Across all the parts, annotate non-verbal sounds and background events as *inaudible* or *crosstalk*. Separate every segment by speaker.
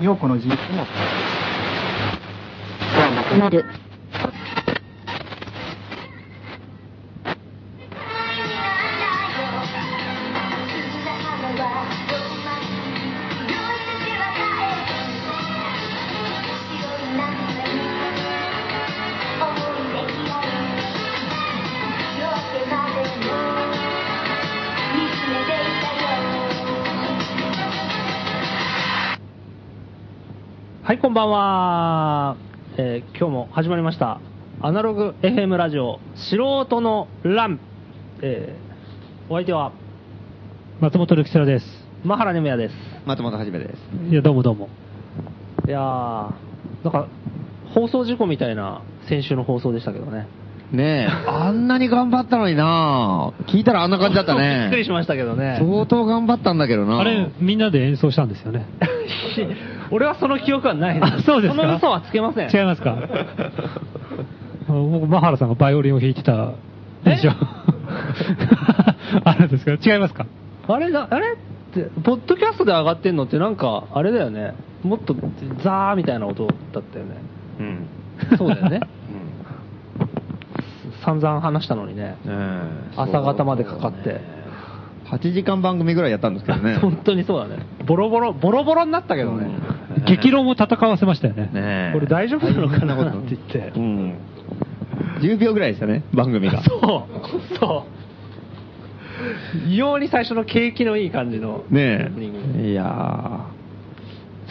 Speaker 1: 尿庫の事実も
Speaker 2: はなくなる。
Speaker 3: はい、こんばんは。えー今日も始まりました。アナログ FM ラジオ、素人の乱。えーお相手は、
Speaker 4: 松本力らです。
Speaker 3: マハラネムヤです。
Speaker 5: 松本はじめです。
Speaker 4: いや、どうもどうも。
Speaker 3: いやー、なんか、放送事故みたいな先週の放送でしたけどね。
Speaker 5: ねえ、あんなに頑張ったのにな聞いたらあんな感じだった
Speaker 3: び
Speaker 5: ね
Speaker 3: っ。くりしましたけどね。
Speaker 5: 相当頑張ったんだけどな
Speaker 4: あれ、みんなで演奏したんですよね。
Speaker 3: *laughs* 俺はその記憶はない
Speaker 4: あそうですか
Speaker 3: その嘘はつけません。
Speaker 4: 違いますかあの僕、マハラさんがバイオリンを弾いてたでしょ。
Speaker 3: え
Speaker 4: *laughs* あれですか違いますか
Speaker 3: あれだ、あれって、ポッドキャストで上がってんのってなんか、あれだよね。もっとザーみたいな音だったよね。
Speaker 5: うん。
Speaker 3: そうだよね。
Speaker 5: うん
Speaker 3: *laughs* 散々話したのにね。
Speaker 5: ねえ
Speaker 3: 朝方までかかっ
Speaker 5: そう
Speaker 3: て
Speaker 5: ね8時間番組ぐらいやったんですけどね。
Speaker 3: *laughs* 本当にそうだね。ボロボロ、ボロボロになったけどね。
Speaker 5: うん
Speaker 4: 激論を戦わせましたよね。
Speaker 5: ねえ。
Speaker 3: 俺大丈夫なのかな
Speaker 5: そん
Speaker 3: なん
Speaker 5: こ
Speaker 3: て
Speaker 5: と
Speaker 3: 言って
Speaker 5: う。ん。10秒ぐらいでしたね、番組
Speaker 3: *laughs*
Speaker 5: が。
Speaker 3: そう、そう。異様に最初の景気のいい感じの。
Speaker 5: ね
Speaker 3: オープニング
Speaker 5: え。いやー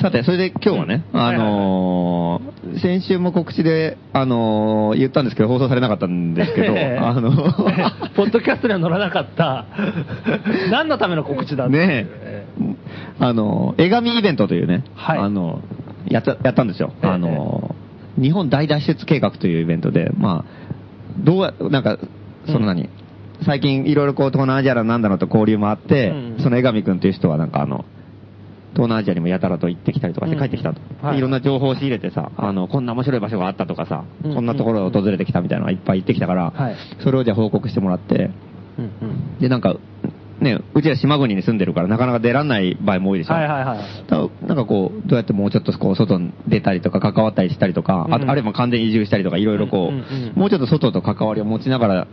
Speaker 5: さて、それで今日 *laughs* はね、あのー先週も告知で、あのー言ったんですけど、放送されなかったんです *laughs* けど、
Speaker 3: ええ
Speaker 5: あの
Speaker 3: *laughs*
Speaker 5: *laughs*
Speaker 3: ポッドキャストには載らなかった、 *laughs* 何のための告知だっていう
Speaker 5: ねえ、あの、絵紙イベントというね、
Speaker 3: はい
Speaker 5: あの、やった、やったんですよ。
Speaker 3: ええ
Speaker 5: あの、日本大脱出計画というイベントで、まあ、どうや、なんか、その何、最近いろいろこう東南アジアだなんだろうと交流もあって、
Speaker 3: うん
Speaker 5: その江上くんという人はなんかあの、東南アジアにもやたらと行ってきたりとかして帰ってきたと。
Speaker 3: うんはい
Speaker 5: いろんな情報を仕入れてさ、あの、こんな面白い場所があったとかさ、
Speaker 3: うん
Speaker 5: こんなところを訪れてきたみたいなのがいっぱい行ってきたから、
Speaker 3: はい
Speaker 5: それをじゃあ報告してもらって、
Speaker 3: うんうん
Speaker 5: で、なんか、ね、うちら島国に住んでるから、なかなか出らんない場合も多いでしょ。
Speaker 3: はいはいはい。
Speaker 5: だからなんかこう、どうやってもうちょっとこう、外に出たりとか、関わったりしたりとか、あ
Speaker 3: うん
Speaker 5: と、あるいは完全に移住したりとか、いろいろこ
Speaker 3: うんうんうん
Speaker 5: う、もうちょっと外と関わりを持ちながら、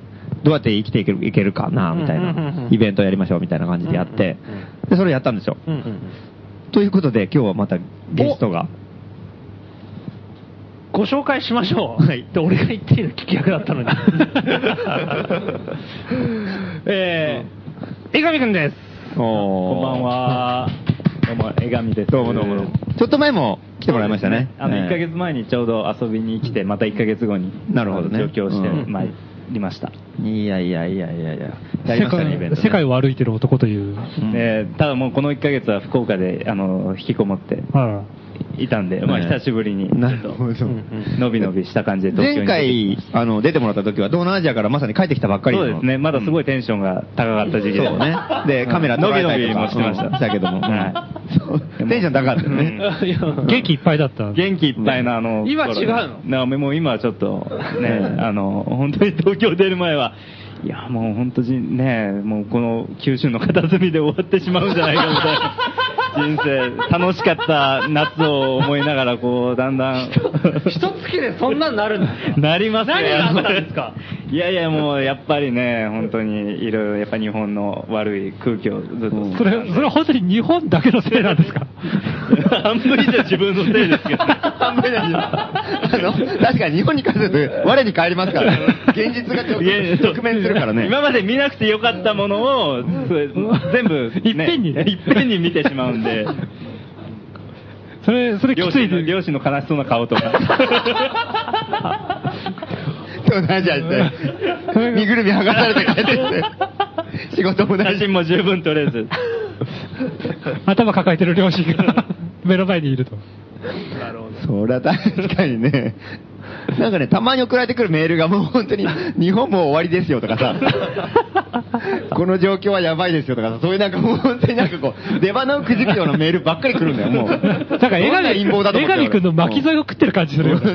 Speaker 5: どうやって生きていけるいけるかな、みたい
Speaker 3: うんうんうん
Speaker 5: な
Speaker 3: う、ん
Speaker 5: イベントをやりましょう、みたいな感じでやって
Speaker 3: うんうん、
Speaker 5: で、それをやったんですよ。
Speaker 3: うんうん
Speaker 5: ということで、今日はまたゲストが、
Speaker 3: ご紹介しましょう。はい。って俺が言っていいの聞き役だったのに。
Speaker 5: *laughs*
Speaker 3: えー、江上くんです。
Speaker 5: こ
Speaker 1: こんばん。はどうも江上です
Speaker 5: どうもどうもどうも。ちょっと前も来てもらいましたね。
Speaker 1: あの
Speaker 5: ええ
Speaker 1: 1ヶ月前にちょうど遊びに来てまた1ヶ月後に
Speaker 5: なるほどね
Speaker 1: あの上京して
Speaker 5: うん
Speaker 1: まいりました、
Speaker 5: いやいやいやいやいや。やり
Speaker 4: 世
Speaker 5: ましたね、イベントね。
Speaker 4: 界世界を歩いてる男とい
Speaker 5: う
Speaker 4: う。
Speaker 5: ん
Speaker 1: えーただもうこの1ヶ月は福岡であの引きこもって
Speaker 4: あら
Speaker 1: いたんで、まあ、
Speaker 5: ね
Speaker 1: 久しぶりに
Speaker 5: なるほど。
Speaker 1: 伸び伸びした感じで東京
Speaker 5: 前
Speaker 1: に出て
Speaker 5: 回
Speaker 1: き、
Speaker 5: あの、出てもらった時は、東南アジアからまさに帰ってきたばっかり
Speaker 1: ました
Speaker 5: の
Speaker 1: そうですねまだすごいテンションが高かった時期
Speaker 5: そうね。で、カメラ
Speaker 1: 伸
Speaker 5: 捉
Speaker 1: び
Speaker 5: え
Speaker 1: 伸
Speaker 5: たり
Speaker 1: び
Speaker 5: とか
Speaker 1: もしてました、
Speaker 5: うんけども。
Speaker 1: は
Speaker 5: そうテンション高かったよね。
Speaker 3: *laughs* いや
Speaker 4: 元気いっぱいだった。
Speaker 1: い、元気いっぱいのあの、
Speaker 3: 今
Speaker 1: 頃
Speaker 3: 違う
Speaker 5: *laughs*
Speaker 3: の
Speaker 1: なもう今はちょっとね、あの、本当に東京出る前は、いや、もう本当にね、もうこの九州の片隅で終わってしまうんじゃないかみたいな。人生、楽しかった夏を思いながら、こう、だんだん、
Speaker 3: 一月でそんなんな
Speaker 5: *laughs*
Speaker 3: るんですか
Speaker 1: *laughs* なりますね。
Speaker 3: 何があったんですか
Speaker 1: *laughs* いやいや、もうやっぱりね、本当にいろいろ、やっぱ日本の悪い空気をずっと。
Speaker 4: それ、それは本当に日本だけのせいなんですか
Speaker 1: *laughs* 半分以上自分のせいですけ
Speaker 5: *laughs*
Speaker 1: ど。
Speaker 5: 半分なんで
Speaker 1: *laughs*
Speaker 5: すよあの、確かに日本に帰ると、我に帰りますからね。現実が直面するからね。
Speaker 1: 今まで見なくてよかったものを、それ全部、ね、
Speaker 4: いっぺんにね
Speaker 1: いっぺんに見てしまうんで。
Speaker 4: それ、それき
Speaker 1: 両
Speaker 4: つい
Speaker 1: 親の両親の悲しそうな顔とか。
Speaker 5: 東南アジアで、身ぐるみ剥がされて帰ってきて、仕事もな
Speaker 1: 写
Speaker 5: いし。
Speaker 1: 真も十分撮れず。
Speaker 4: 頭抱えてる両親
Speaker 5: *laughs*
Speaker 4: が目の前にいると。
Speaker 5: そりゃ確かにね。なんかね、たまに送られてくるメールがもう本当に、日本もう終わりですよとかさ、この状況はやばいですよとかさ、そういうなんかもう本当になんかこう、出花をくじくようなメールばっかり来るんだよ、もう。なん
Speaker 4: だから江上、
Speaker 5: 陰謀だと思
Speaker 4: 江
Speaker 5: って
Speaker 4: 上くんの巻き添えを食ってる感じする
Speaker 5: *laughs*
Speaker 4: よね。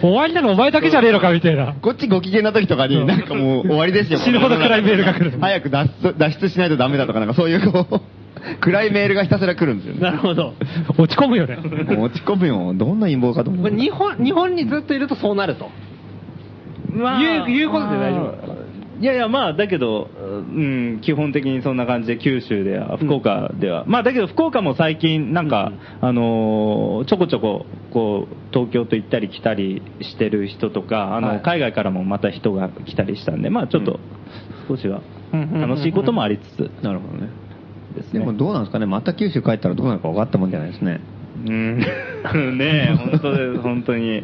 Speaker 4: 終わりなのお前だけじゃねえのかみたいな。
Speaker 5: こっちご機嫌な時とかに、なんかもう終わりですよ。
Speaker 4: 死ぬほど暗いメールが来る
Speaker 5: 早く脱出脱出しないとダメだとか、なんかそういうこう、暗いメールがひたすら来るんですよね。
Speaker 3: なるほど。
Speaker 4: 落ち込むよね。
Speaker 5: もう落ち込むよ。どんな陰謀かと思
Speaker 3: こ
Speaker 5: う。
Speaker 3: れ日本、日本にずっといるとそうなると。言う、言うことで大丈夫。
Speaker 1: いやいや、まあ、だけど、うん、基本的にそんな感じで、九州では、福岡では、まあ、だけど、福岡も最近、なんか、あのーちょこちょこ、こう、東京と行ったり来たりしてる人とか、あの、
Speaker 3: はい
Speaker 1: 海外からもまた人が来たりしたんで、まあ、ちょっと、少しは、楽しいこともありつつ、
Speaker 5: なるほどね。
Speaker 1: です
Speaker 5: で
Speaker 1: ね。
Speaker 5: もどうなんですかね。また九州帰ったらどうなるか分かったもんじゃないですね。
Speaker 1: うん *laughs* ねえ、本当で本当に、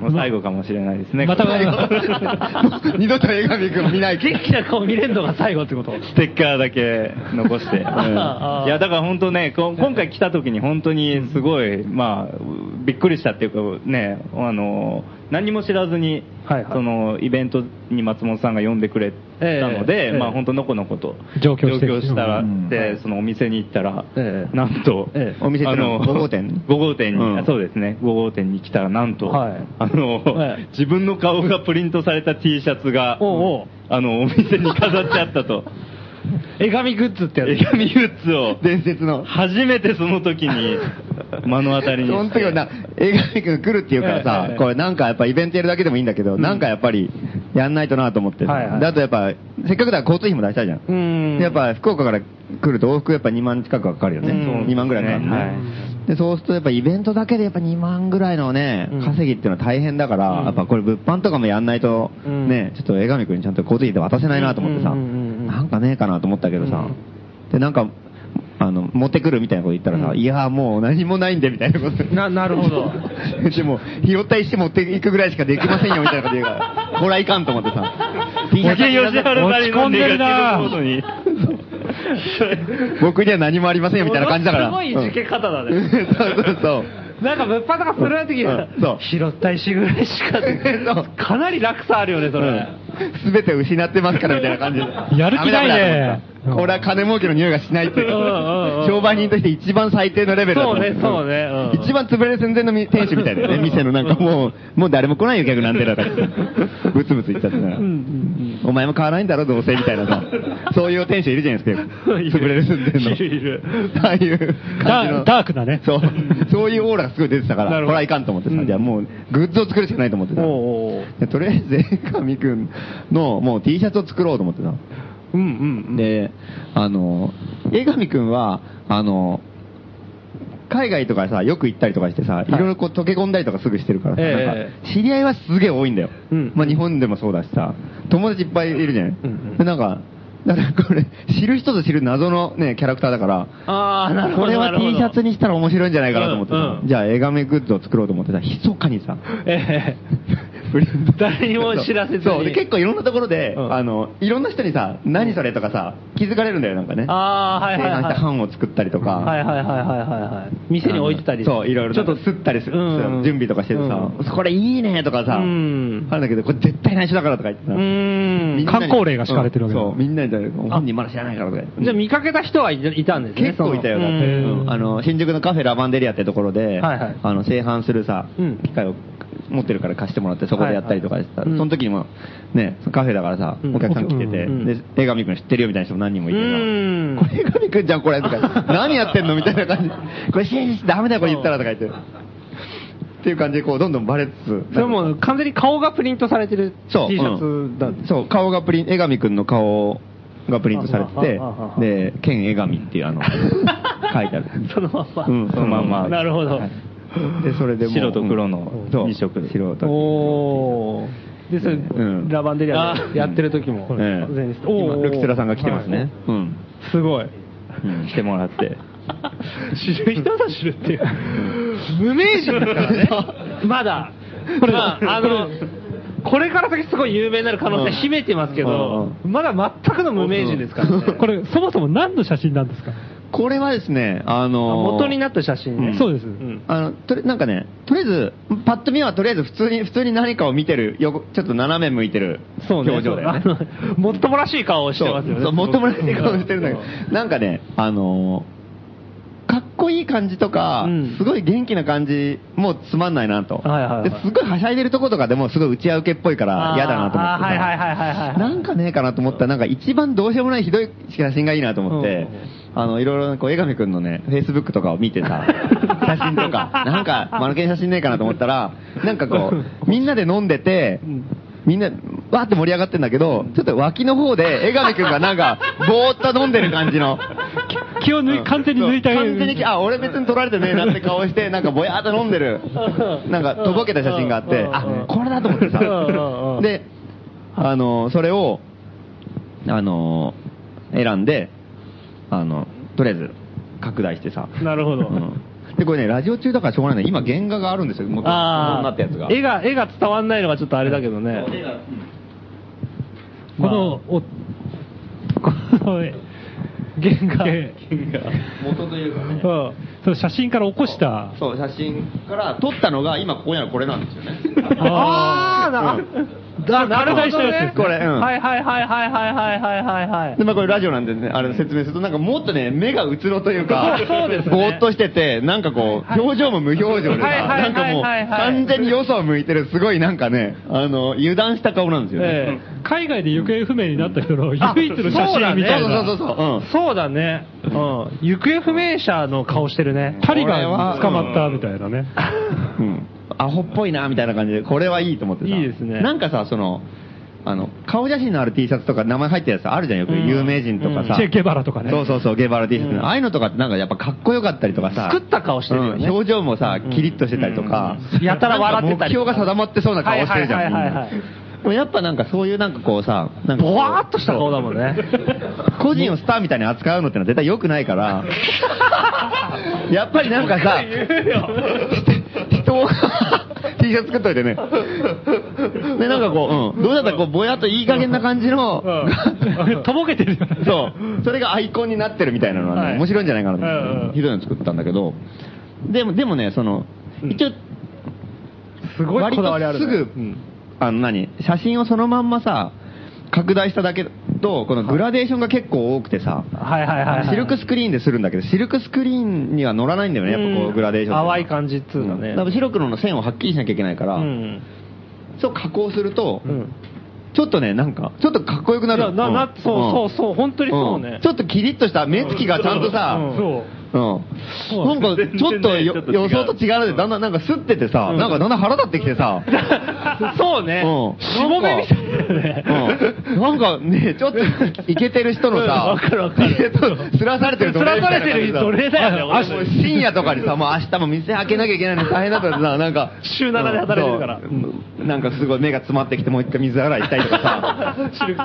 Speaker 1: もう最後かもしれないですね。
Speaker 4: また
Speaker 1: これ *laughs*
Speaker 5: 二度と映画見くの見ない
Speaker 3: 元気な顔見れんのが最後ってこと
Speaker 1: ステッカーだけ残
Speaker 3: *laughs*
Speaker 1: して。うんい
Speaker 3: ああ
Speaker 1: や、だから本当ね、こ今回来た時に本当にすごい、まあ、びっくりしたっていうか、ね、あの、何も知らずに、
Speaker 3: はいはい
Speaker 1: その、イベントに松本さんが呼んでくれたので、
Speaker 3: ええ
Speaker 1: ま
Speaker 3: え
Speaker 1: あ
Speaker 3: え
Speaker 1: 本当のこのこと、
Speaker 4: 上京して
Speaker 1: したら、
Speaker 5: うん
Speaker 1: で、そのお店に行ったら、
Speaker 3: ええ
Speaker 1: なんと、
Speaker 3: ええ
Speaker 5: お店って
Speaker 1: あ
Speaker 5: の
Speaker 1: の、
Speaker 5: は五号店
Speaker 1: 5号店に、
Speaker 5: うん
Speaker 1: あそうですね、5号店に来たら、なんと、
Speaker 3: はい
Speaker 1: あの、
Speaker 3: ええ
Speaker 1: 自分の顔がプリントされた T シャツが、
Speaker 3: おうおう
Speaker 1: あの、お店に飾ってあったと。
Speaker 3: 絵紙グッズってやつ。
Speaker 1: 絵紙グッズを、
Speaker 5: 伝説の。
Speaker 1: 初めてその時に、目の当たりにして。
Speaker 5: その時はな、映画見くん来るっていうから
Speaker 1: えええ
Speaker 5: さ
Speaker 1: え、
Speaker 5: これなんかやっぱイベントやるだけでもいいんだけど、なんかやっぱりやんないとなと思って。
Speaker 3: はいはい
Speaker 5: だとやっぱ、せっかくだから交通費も出したいじゃん。
Speaker 3: うん。
Speaker 5: やっ、ぱ福岡から来ると往復やっぱ2万近くはかかるよね。
Speaker 1: うん
Speaker 5: 2万ぐらいかかるね。で、そうするとやっぱイベントだけでやっぱ2万ぐらいのね
Speaker 3: うん、
Speaker 5: 稼ぎっていうのは大変だから、やっぱこれ物販とかもやんないと、
Speaker 3: うん
Speaker 5: ね、ちょっと江上くんにちゃんと交通費で渡せないなと思ってさ、
Speaker 3: うんうんうんうん
Speaker 5: なんかねえかなと思ったけどさ
Speaker 3: うん、
Speaker 5: で、なんか、あの、持ってくるみたいなこと言ったら
Speaker 3: う
Speaker 5: さ、
Speaker 3: ん
Speaker 5: いや、もう何もないんでみたいなこと。
Speaker 3: な、なるほど。
Speaker 5: *laughs* でも、拾った石持っていくぐらいしかできませんよみたいなこと言うから、こらいかんと思っ
Speaker 3: *laughs*
Speaker 5: てさ、T シャ
Speaker 1: 小
Speaker 5: ツ
Speaker 1: 木吉原さんのネガティブモードに。
Speaker 5: 僕には何もありませんよみたいな感じだから。
Speaker 3: ものすごい受け方だ
Speaker 5: う
Speaker 3: ね。
Speaker 5: んそうそうそう。
Speaker 3: なんか物販とかするときに
Speaker 5: うんうんそう
Speaker 3: 拾った石ぐらいしか
Speaker 5: そう、
Speaker 3: かなり落差あるよね、それ。
Speaker 5: すべてを失ってますからみたいな感じで。
Speaker 4: やる気ない
Speaker 5: ダメ
Speaker 4: ね
Speaker 5: だダメだこれは金儲けの匂いがしないっていう
Speaker 3: うんうんうん
Speaker 5: 商売人として一番最低のレベルだ
Speaker 3: そ
Speaker 5: と
Speaker 3: う
Speaker 5: 思
Speaker 3: ね、そうね。うん
Speaker 5: 一番潰れる寸前のみ店主みたいなね、店のなんかもう、もう誰も来ないよ、客なんてだから。ブツブツ言っちゃってたら。お前も買わないんだろ、どうせ、みたいなさ。そういう店主いるじゃないですか。潰れる寸前の。
Speaker 1: いるいる
Speaker 5: ああいう感じ
Speaker 4: ダ
Speaker 5: の。
Speaker 4: ダークなね。
Speaker 5: そう。そういうオーラがすごい出てたか
Speaker 3: な
Speaker 5: ら、
Speaker 3: るほど
Speaker 5: これはいかんと思ってさ、じゃあもう、グッズを作るしかないと思ってさ。
Speaker 3: おうおうおう
Speaker 5: でとりあえず、江上くんの、もう T シャツを作ろうと思ってさ。
Speaker 3: うんうんうん。
Speaker 5: で、あの、江上くんは、あの、海外とかさ、よく行ったりとかしてさ、いろいろこう溶け込んだりとかすぐしてるからさ、
Speaker 3: ええ
Speaker 5: なんか、知り合いはすげえ多いんだよ。
Speaker 3: うん
Speaker 5: まあ日本でもそうだしさ、友達いっぱいいるじゃない。
Speaker 3: んうん
Speaker 5: で、なんか、だからこれ、知る人ぞ知る謎のね、キャラクターだから、
Speaker 3: あー、なるほど。
Speaker 5: これ
Speaker 3: な
Speaker 5: は
Speaker 3: るほ
Speaker 5: T
Speaker 3: ど
Speaker 5: シャツにしたら面白いんじゃないかなと思ってさ、
Speaker 3: うんうん
Speaker 5: じゃあ江上グッズを作ろうと思ってさ、密かにさ、
Speaker 3: え *laughs* 誰にも知らせずに
Speaker 5: そうで *laughs* 結構いろんなところで、
Speaker 3: うん
Speaker 5: あのいろんな人にさ何それとかさ気づかれるんだよなんかね
Speaker 3: え。あー、はいはい
Speaker 5: 生産し
Speaker 3: は
Speaker 5: た
Speaker 3: い。
Speaker 5: 版を作ったりとか、
Speaker 3: はいはいはいはいはいはい。店に置いてたり。
Speaker 5: あのそういろいろ
Speaker 3: ちょっと
Speaker 5: すったりする、
Speaker 3: うん
Speaker 5: 準備とかしててさ、
Speaker 3: うん
Speaker 5: これいいねとかさ、
Speaker 3: うん
Speaker 5: あるんだけどこれ絶対内緒だからとか言ってさ、
Speaker 3: う
Speaker 5: みん
Speaker 3: ん
Speaker 5: なに
Speaker 4: 観光令が敷かれてるわけだ
Speaker 5: うんそうみんなにだけど本人まだ知らないからとか言って
Speaker 3: じゃあ見かけた人はいたいたんですね。
Speaker 5: 結構いたよ、
Speaker 3: そ
Speaker 5: だ
Speaker 3: の
Speaker 5: って。
Speaker 3: うん
Speaker 5: うんあの、新宿のカフェラバンデリアってところで、
Speaker 3: はいはい
Speaker 5: あの、製版するさ、
Speaker 3: うん
Speaker 5: 機械を持ってるから貸してもらって、そこでやったりとかしてさ、
Speaker 3: はいはいうん
Speaker 5: その時にも、ね、カフェだからさ、
Speaker 3: うん
Speaker 5: お客さん来てて、
Speaker 3: うん
Speaker 5: で、江上くん知ってるよみたいな人も何人もいてさ、
Speaker 3: うん
Speaker 5: これ江上くんじゃん、これ、とか、
Speaker 3: *laughs*
Speaker 5: 何やってんのみたいな感じ。これ、シェシェダメだよ、これ言ったら、とか言って。っていう感じで、こう、どんどんバレつつ。
Speaker 3: それもう完全に顔がプリントされてる T シ
Speaker 5: そう。
Speaker 3: ャツだ、
Speaker 5: うんそう、顔がプリン、江上くんの顔がプリントされてて
Speaker 3: あああああ、
Speaker 5: で、剣江上っていう
Speaker 3: *laughs*
Speaker 5: あの、書いてある。
Speaker 3: そのまんま。
Speaker 5: うん、そのまんま。
Speaker 3: なるほど。
Speaker 5: で、それでもう
Speaker 1: 白と黒の
Speaker 5: うん
Speaker 1: そう
Speaker 5: 二色で。白と黒。
Speaker 3: おー。で、それ、
Speaker 5: うん
Speaker 3: ラバンデリアでやってる時も、
Speaker 5: ええ
Speaker 3: 全然
Speaker 5: 今、ルクセラさんが来てます。
Speaker 3: は
Speaker 5: ね
Speaker 3: い。
Speaker 5: うん。
Speaker 3: すごい。
Speaker 5: うん
Speaker 1: 来てもらって。
Speaker 3: 知る人ぞ知るっていう。無名人だからね。まだ。まあ、あの、これから先すごい有名になる可能性秘めてますけど、まだ全くの無名人ですからね。
Speaker 4: これ、そもそも何の写真なんですか
Speaker 5: これはですね、あ
Speaker 3: あ
Speaker 5: のー、
Speaker 3: 元になった写真ね。
Speaker 4: そうです
Speaker 3: ん
Speaker 5: あの、とり、なんかね、とりあえず、パッと見はとりあえず普通に、普通に何かを見てる、よちょっと斜め向いてる
Speaker 3: そうね。
Speaker 5: 表情だよね。
Speaker 3: そうあのもっともらしい顔をして
Speaker 5: そう
Speaker 3: ますよね。
Speaker 5: そう、もっともらしい顔
Speaker 3: うん
Speaker 5: してるんだけど、なんかね、あのー、かっこいい感じとか、
Speaker 3: うん
Speaker 5: すごい元気な感じ、もうつまんないなと。
Speaker 3: はいはいはい
Speaker 5: ですごいはしゃいでるとことかでもすごい打ち合うけっぽいから嫌だなと思ってさ。
Speaker 3: あーはいはいはいはいはい
Speaker 5: なんかねえかなと思ったら、なんか一番どうしようもないひどい写真がいいなと思って、あの、いろいろこう、江上くんのね、Facebook とかを見て
Speaker 3: *laughs*
Speaker 5: さ、写真とか、なんか、マヌケン写真ねえかなと思ったら、なんかこう、みんなで飲んでて、みんな、わーって盛り上がってんだけど、ちょっと脇の方で江上くんがなんか、ぼーっと飲んでる感じの。
Speaker 4: 気を抜い、完全に抜いてあげ
Speaker 5: 完全に、
Speaker 4: る。
Speaker 5: あ、俺別に撮られてねえなって
Speaker 3: *laughs*
Speaker 5: 顔して、なんかぼやーっと飲んでる、なんかとぼけた写真があっ
Speaker 3: う
Speaker 5: て
Speaker 3: んう、ん
Speaker 5: あ、これだと思ってさ
Speaker 3: うんうんう。ん
Speaker 5: で、あの、それを、あの、選んで、あの、とりあえず、拡大してさ。
Speaker 3: なるほど
Speaker 5: うんで、これね、ラジオ中だからしょうがないね。今、原画があるんですよ。もう、こん
Speaker 3: ああ、
Speaker 5: なったやつが。
Speaker 3: 絵が、絵が伝わんないのがちょっとあれだけどね。
Speaker 4: この、お、この、
Speaker 3: 原画。
Speaker 4: え
Speaker 5: 元というかね
Speaker 4: うんその写真から起こした。
Speaker 5: そう、写真から撮ったのが、今ここにあるこれなんですよね。
Speaker 3: ああ、なるだなるほどね。
Speaker 5: これうん
Speaker 3: はいはいはいはいはいはいはいはいはい
Speaker 5: で、。まあこれラジオなんでね、あれ説明すると、なんかもっとね、目がうつろというか、
Speaker 3: そうですね
Speaker 5: ぼーっとしてて、なんかこう、表情も無表情でさ、
Speaker 3: はいはい
Speaker 5: なんかもう、
Speaker 3: はいはい
Speaker 5: 完全によそを向いてる、すごいなんかね、あの、油断した顔なんですよね。
Speaker 3: え
Speaker 4: 海外で行方不明になった人の唯一
Speaker 3: あ
Speaker 4: の写
Speaker 3: そうだね
Speaker 4: 真みたい
Speaker 5: そうそう
Speaker 4: な。
Speaker 5: そうそう。うん
Speaker 3: え。そうだね。うん。行方不明者の顔してるね。
Speaker 4: タリバンに捕まったみたいなね。
Speaker 5: うん、アホっぽいなみたいな感じで、これはいいと思ってさ、
Speaker 3: いいですね
Speaker 5: なんかさ、その、あの、顔写真のある T シャツとか名前入ってるやつあるじゃん、よく、
Speaker 3: うん
Speaker 5: 有名人とかさ。
Speaker 4: うんチェゲバラとかね
Speaker 5: そうそうそう、ゲバラ T シャツ、
Speaker 3: うん
Speaker 5: ああいうのとかってなんかやっぱかっこよかったりとかさ。
Speaker 3: 作った顔してるよね
Speaker 5: うん表情もさ、キリッとしてたりとか。
Speaker 3: うんやたら笑ってたりと
Speaker 5: なん
Speaker 3: か
Speaker 5: か目標が定まってそうな顔してるじゃん。
Speaker 3: はいはいはいはいはい
Speaker 5: みんなでもやっぱなんかそういうなんかこうさ、なんかこう
Speaker 3: ぼわーっとした顔だもんね。
Speaker 5: 個人をスターみたいに扱うのってのは絶対良くないから、 *laughs* やっぱりなんかさ、人を T シャツ作っといてね。で、なんかこう、うん、どうだったらこう、ぼやっといい加減な感じの、
Speaker 4: *laughs*
Speaker 5: *laughs*
Speaker 4: とぼけてるよね。
Speaker 5: そう、それがアイコンになってるみたいなのはね、
Speaker 4: はい
Speaker 5: 面白いんじゃないかなと
Speaker 4: うん
Speaker 5: 思
Speaker 4: う
Speaker 5: っ
Speaker 4: ん
Speaker 5: て、ひどいの作ったんだけど、でも、でもね、その、一応、
Speaker 3: すごいこだわりあるね。
Speaker 5: 割とすぐ、あの何、写真をそのまんまさ、拡大しただけと、このグラデーションが結構多くてさ、
Speaker 3: はいはいはいはい。
Speaker 5: シルクスクリーンでするんだけど、シルクスクリーンには乗らないんだよね、やっぱこうグラデーション
Speaker 3: うん淡い
Speaker 5: じ
Speaker 3: 感じっつうのね。
Speaker 5: だから白黒の線をはっきりしなきゃいけないから、
Speaker 3: うん。
Speaker 5: そう加工すると、
Speaker 3: うん。
Speaker 5: ちょっとね、なんか、ちょっとかっこよくない
Speaker 3: や
Speaker 5: る。
Speaker 3: な、な、そうそうそう、本当にそう
Speaker 5: う
Speaker 3: ね
Speaker 5: ん。ちょっとキリッとした目つきがちゃんとさ、
Speaker 3: うん
Speaker 4: そう。
Speaker 5: うん。なんか、ちょっとよ
Speaker 1: 全然ね
Speaker 5: 予想と違うで、だんだんなんかすっててさ、なんかだんだん腹立ってきてさ、
Speaker 3: *laughs* そうね。
Speaker 5: うん
Speaker 3: しもべみたいなね。
Speaker 5: うんなんかね、ちょっとイケてる人の
Speaker 3: うん
Speaker 5: さ
Speaker 3: わかるわか、
Speaker 5: えっとすらされてる奴隷みたいな感じ
Speaker 3: すらされてる奴隷だよね
Speaker 5: あの
Speaker 3: 俺も
Speaker 5: 深夜とかにさ、もう
Speaker 3: *laughs*
Speaker 5: 明日も店開けなきゃいけないのに大変だったらさ、なんか、
Speaker 3: 週7で働いてるから
Speaker 5: そううんなんかすごい目が詰まってきて、もう一回水洗い行ったりと
Speaker 3: *laughs*
Speaker 5: かさ、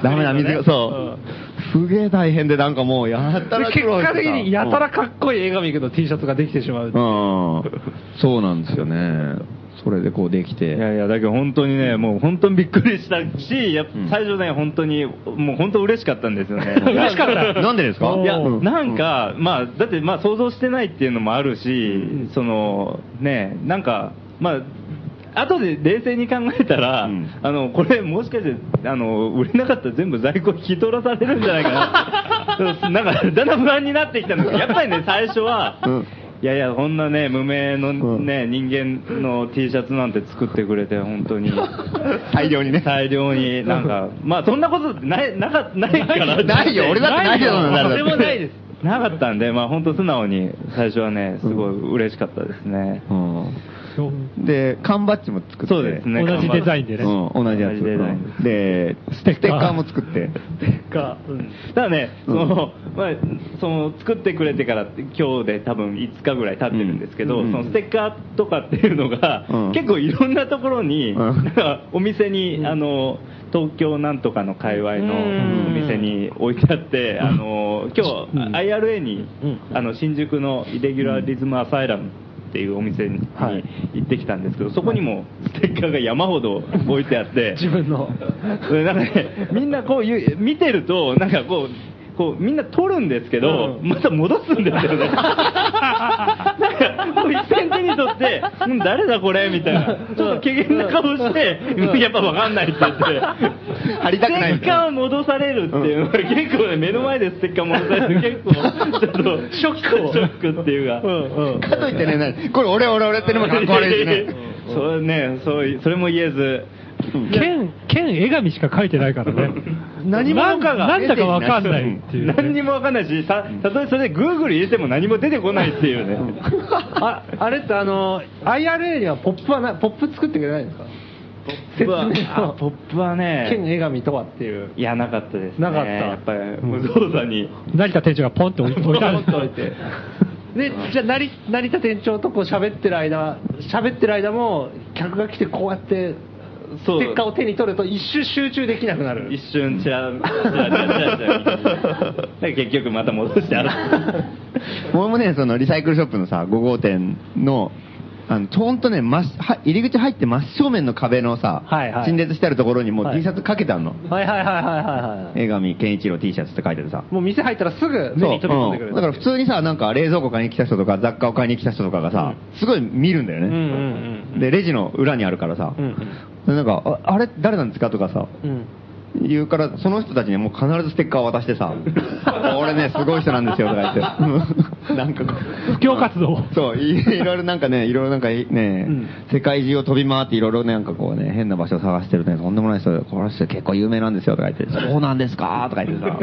Speaker 5: ダメだ、水が、そう。すげえ大変で、なんかもう、やったら
Speaker 3: 結
Speaker 5: 苦労して
Speaker 3: 果
Speaker 5: さ
Speaker 3: 的にやたらかっこいい江上君の T シャツができてしまう。
Speaker 5: うん。そうなんですよね。それでこうできて。
Speaker 1: いやいや、だけど本当にね、もう本当にびっくりしたし、やっぱ
Speaker 5: うん
Speaker 1: 最初ね、本当に、もう本当嬉しかったんですよね。
Speaker 5: 嬉しかった。なんでですか
Speaker 1: いや、
Speaker 5: うん
Speaker 1: なんか、まあ、だって、まあ、想像してないっていうのもあるし、その、ね、なんか、まあ、後で冷静に考えたら、
Speaker 5: うん
Speaker 1: あの、これもしかして、あの、売れなかったら全部在庫引き取らされるんじゃないかな。
Speaker 5: *laughs*
Speaker 1: そうなんか、だんだん不安になってきたんですけど、やっぱりね、最初は、
Speaker 5: うん
Speaker 1: いやいや、こんなね、無名の
Speaker 5: うん
Speaker 1: ね、人間の T シャツなんて作ってくれて、本当に。
Speaker 5: 大量にね。
Speaker 1: 大量に、なん
Speaker 5: *laughs*
Speaker 1: か、まあ、そんなことない、なか、ないから。
Speaker 5: ないよ、俺だってないよ、そんなの
Speaker 3: でもないです。
Speaker 1: なかったんで、まあ本当素直に最初はね、すごい嬉しかったですね。
Speaker 5: うんで、缶バッジも作って。
Speaker 1: そうですね。
Speaker 4: 同じデザインでね
Speaker 5: うん、同じやつ。
Speaker 1: 同じデザイン
Speaker 5: うんで、ステ
Speaker 4: テッカー
Speaker 5: ッカーも作って。
Speaker 1: か、うん、ただね、その、まあ、その作ってくれてから今日で多分5日ぐらい経ってるんですけど、
Speaker 5: うん
Speaker 1: そのステッカーとかっていうのが、
Speaker 5: うん
Speaker 1: 結構いろんなところに、
Speaker 5: うん
Speaker 1: なんかお店に、あの、東京なんとかの界隈
Speaker 3: う
Speaker 1: の
Speaker 3: ん
Speaker 1: お店に置いてあって、あの、今日、
Speaker 4: ん
Speaker 1: IRA に、
Speaker 3: うん
Speaker 1: あの、新宿のイレギュラーリズムアサイラムっていうお店に
Speaker 3: はい
Speaker 1: 行ってきたんですけど、そこにもステッカーが山ほど置いてあって、
Speaker 3: *laughs* 自分の。
Speaker 1: それなんかね、みんなこういう、見てると、なんかこう、こうみんな撮るんですけど、
Speaker 3: うん
Speaker 1: また戻すんですよね。なんか、こう一点手に取って、うん誰だこれみたいな。ちょっと怪げな顔して、うんやっぱわかんないって言って。
Speaker 5: 貼りたくない
Speaker 1: ステッカーを戻されるっていうのが結構ね、目の前でステッカー戻される結構、ちょっと、ショック、ショックっていうか。
Speaker 5: かといってね、何これ俺俺俺ってのもかっこ悪いですね。
Speaker 1: *laughs* そうね、そう、それも言えず。
Speaker 4: 剣、剣、絵紙しか書いてないからね。
Speaker 1: 何
Speaker 4: なん
Speaker 1: 者か
Speaker 4: か、
Speaker 1: が
Speaker 4: なんだかわかんないっていうね。
Speaker 1: 何にもわかんないし、た、たとえそれで Google 入れても何も出てこないっていうね。
Speaker 3: *laughs*
Speaker 5: *laughs*
Speaker 3: ああれってあの IRA にはポップはなポップ作ってくれないんですか説明
Speaker 1: あ
Speaker 3: の
Speaker 1: ポップは
Speaker 3: 県
Speaker 1: ね、
Speaker 3: 江上とはっていう
Speaker 1: いや、なかったです、ね。
Speaker 3: なかった
Speaker 1: やっぱり、無造作に。
Speaker 4: 成田店長がポンって置いて
Speaker 3: ポ
Speaker 4: *laughs*
Speaker 3: ン
Speaker 4: た
Speaker 3: と置いてでじゃあ成成田店長とこう喋ってる間喋ってる間も客が来てこうやってステ
Speaker 1: そう
Speaker 3: ッカーを手に取ると一瞬集中できなくなる
Speaker 1: 一瞬、チラチラチラチラチラ見て。だから結局また戻してある。
Speaker 5: *laughs* 俺もね、そのリサイクルショップのさ、5号店の、あの、ちょんとね、真っは入り口入って真正面の壁のさ、
Speaker 3: はいはい
Speaker 5: 陳列してあるところにもう
Speaker 3: はい
Speaker 5: T シャツかけてあるの。
Speaker 3: はいはいはいはいはいはい
Speaker 5: 江上健一郎 T シャツって書いてあるさ。
Speaker 3: もう店入ったらすぐ目
Speaker 5: そう、
Speaker 3: に飛び込んでく
Speaker 5: う
Speaker 3: る
Speaker 5: んだから普通にさ、なんか冷蔵庫買いに来た人とか雑貨を買いに来た人とかがさ、すごい見るんだよね。
Speaker 3: うんうん
Speaker 5: で、レジの裏にあるからさ、
Speaker 3: うん
Speaker 5: でなんか、ああれ誰なんですかとかさ、
Speaker 3: うんうん
Speaker 5: 言うから、その人たちにもう必ずステッカーを渡してさ、俺ね、すごい人なんですよとか言って、うん *laughs* なんか、
Speaker 4: 布教活動を。
Speaker 5: そう、いい *laughs* ろいろなんかね、いろいろなんかね、世界中を飛び回っていろいろね、なんかこうね、変な場所を探してるね、とんでもない人で、この人結構有名なんですよとか言って、そうなんですかとか言ってさ、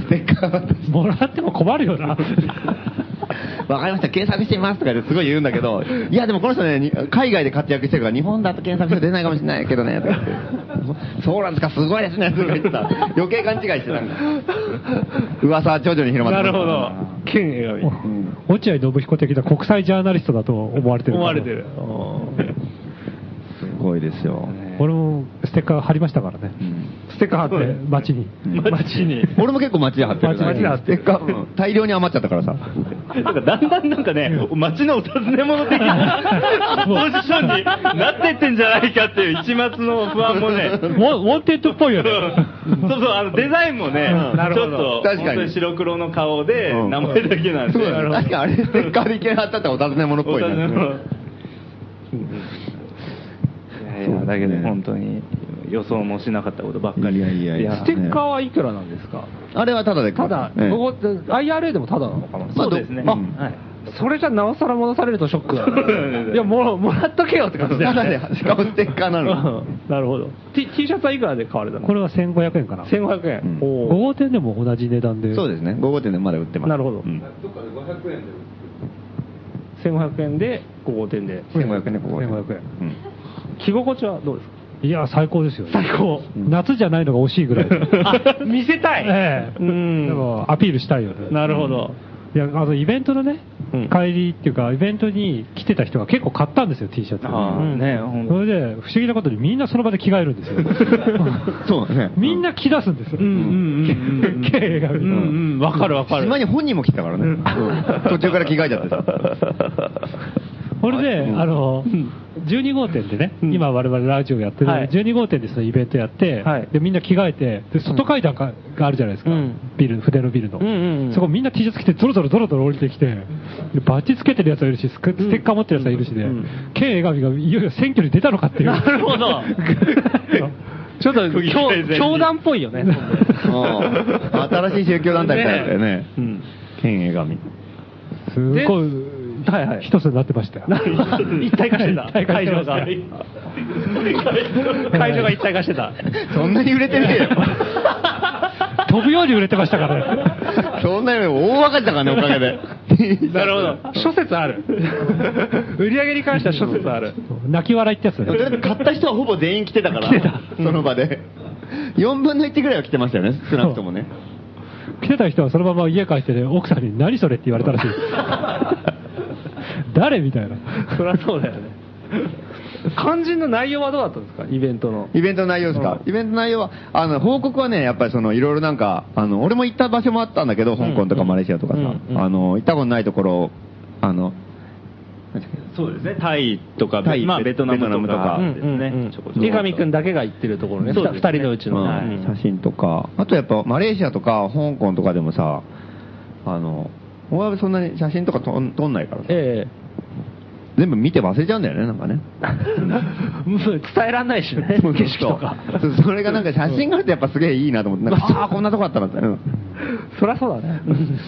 Speaker 5: ステッカー渡して
Speaker 4: もらっても困るよな。
Speaker 5: *laughs* わかりました、検索してみますとか言ってすごい言うんだけど、いやでもこの人ね、に海外で活躍してるから日本だと検索して出ないかもしれないけどね、とか言って *laughs* そうなんですか、すごいですね、とか言ってさ、余計勘違いしてな
Speaker 3: *laughs*
Speaker 5: んか、噂は徐々に広まってく
Speaker 3: なるほど県江上
Speaker 5: うん
Speaker 4: 落合信彦的な国際ジャーナリストだと思われてる
Speaker 3: 思
Speaker 4: から
Speaker 3: われてる
Speaker 5: すごいですよ。
Speaker 4: 俺もステッカー貼りましたからね。
Speaker 5: うん
Speaker 4: ステッカー貼って、街に。
Speaker 1: 街に。
Speaker 5: 俺も結構街で貼ってる。
Speaker 4: 街で貼って
Speaker 5: る。大量に余っちゃったからさ。
Speaker 1: だからだんだんなんかね、街のお尋ね者的なポジションになってってんじゃないかっていう一抹の不安もね、
Speaker 4: ウォンウォンテッドっぽいよね。
Speaker 1: そうそう、あのデザインもね、
Speaker 5: な
Speaker 1: ちょっと
Speaker 5: 確かに
Speaker 1: 本当に白黒の顔で、
Speaker 5: うん
Speaker 1: 名前だけなんで、
Speaker 5: そうだね確かにあれ、ステッカーでいけなかったってお尋ね者っぽいね。
Speaker 1: いやいや、だけど本当に予想もしなかったことばっかり。
Speaker 5: いやいやいや
Speaker 3: ステッカーはいくらなんですか
Speaker 5: あれはただで
Speaker 3: ただ、
Speaker 5: ええ
Speaker 3: ここって IRA でもただなのかな
Speaker 5: まあ
Speaker 1: そうですね。
Speaker 5: ど
Speaker 1: うん
Speaker 5: あ
Speaker 1: はい
Speaker 3: それじゃなおさら戻されるとショックだ
Speaker 1: そうなんです
Speaker 3: ね。
Speaker 1: よ
Speaker 3: いやもら、もらっとけよって感じだよ
Speaker 5: ただ
Speaker 3: ね。
Speaker 5: で、しかもステッカーなの。
Speaker 3: うんなるほど。T, T シャツはいくらで買われたの
Speaker 4: これは1500円かな。5
Speaker 3: ?1500 円。
Speaker 5: う
Speaker 3: おお
Speaker 4: 号店でも同じ値段で。
Speaker 5: そうですね、5号店でまだ売ってます。
Speaker 3: なるほど
Speaker 5: うん
Speaker 3: 1500円で5号店で。
Speaker 5: 1500円ね、ここ。
Speaker 4: 1500円。
Speaker 5: うん
Speaker 3: 着心地はどうですか
Speaker 4: いや、最高ですよ、ね。
Speaker 3: 最高。
Speaker 4: 夏じゃないのが惜しいぐらい。
Speaker 3: あ、見せたい。
Speaker 4: ええ。
Speaker 3: うん
Speaker 4: でも、アピールしたいよね。
Speaker 3: なるほど。
Speaker 4: いや、あの、イベントのね、
Speaker 3: うん
Speaker 4: 帰りっていうか、イベントに来てた人が結構買ったんですよ、T シャツ。
Speaker 1: あーねほん
Speaker 4: それで、不思議なことにみんなその場で着替えるんですよ。
Speaker 5: そうだね。
Speaker 4: みんな着出すんですよ。うん
Speaker 3: うんうんうん
Speaker 4: 経営が。
Speaker 3: うんうん、わかるわかる。
Speaker 5: 島に本人も来たからね。途中から着替えち
Speaker 3: *laughs*
Speaker 5: ゃってさ。
Speaker 4: これで、あの、12号店でね、今我々ラジオやってる、
Speaker 3: はい
Speaker 4: 12号店でそのイベントやって、
Speaker 3: はい
Speaker 4: で、みんな着替えて、で、外階段ががあるじゃないですか、
Speaker 3: うん
Speaker 4: ビル、筆のビルの。
Speaker 3: うんうんうん
Speaker 4: そこみんな T シャツ着て、ゾロゾロゾロゾロ降りてきて、でバッジつけてるやつがいるし、スクステッカー持ってるやつがいるしで、
Speaker 3: うん
Speaker 4: K 江上がいよいよ選挙に出たのかっていう。
Speaker 3: なるほど。ちょっと
Speaker 1: 釘
Speaker 3: 教
Speaker 1: 生前に
Speaker 3: 教団っぽいよね。
Speaker 5: うん新しい宗教団体みたいだよね。
Speaker 3: うん
Speaker 5: 県映画見。
Speaker 4: す
Speaker 3: で
Speaker 4: ごい、
Speaker 3: はいはい
Speaker 4: 一つになってましたよ。
Speaker 3: 一体化してた。
Speaker 4: *laughs* 一体化
Speaker 3: 会
Speaker 4: してま
Speaker 3: 場
Speaker 4: した
Speaker 3: が。会場が一体化してた。
Speaker 5: そんなに売れてねえよ。
Speaker 4: 飛ぶように売れてましたからね。
Speaker 5: そんなに大分かったからね、おかげで。
Speaker 3: なるほど。 *laughs* 諸説ある。売り上げに関しては諸説ある。
Speaker 4: 泣き笑いってやつね
Speaker 5: とりあえず買った人はほぼ全員来てたから、その場で。4分の1ぐらいは来てましたよね、少なくともね。
Speaker 4: 来てた人はそのまま家帰ってね、奥さんに何それって言われた
Speaker 3: *laughs*
Speaker 4: らしい。誰みたいな。
Speaker 3: そりゃそうだよね。肝心の内容はどうだったんですかイベントの。
Speaker 5: イベントの内容ですか、イベントの内容は、あの、報告はね、やっぱりその、いろいろなんか、あの、俺も行った場所もあったんだけど、香港とかマレーシアとかさ、
Speaker 3: うんうん
Speaker 5: あの、行ったことないところ、あの、
Speaker 1: そうですね。タイとか、
Speaker 5: タイ
Speaker 1: まあ
Speaker 5: ベ
Speaker 1: ベトナムと
Speaker 5: ベトナ
Speaker 1: か
Speaker 5: ム
Speaker 1: ですね。ちょこちょこ
Speaker 3: 三上くんだけが行ってるところね。
Speaker 1: そうです
Speaker 3: 二
Speaker 1: ね
Speaker 3: 人のうちの。
Speaker 5: ま
Speaker 3: は
Speaker 5: あ
Speaker 3: い
Speaker 5: 写真とか、あとやっぱマレーシアとか香港とかでもさ、あの、俺はそんなに写真とか撮ん撮んないからさ
Speaker 2: え
Speaker 5: 全部見て忘れちゃうんだよね、なんかね。
Speaker 3: もう伝えらんないしね、景色とか。
Speaker 5: そうそれがなんか写真があるとやっぱすげえいいなと思って、なんか、ああー、こんなとこあったなって。うん。
Speaker 3: そりゃそうだね。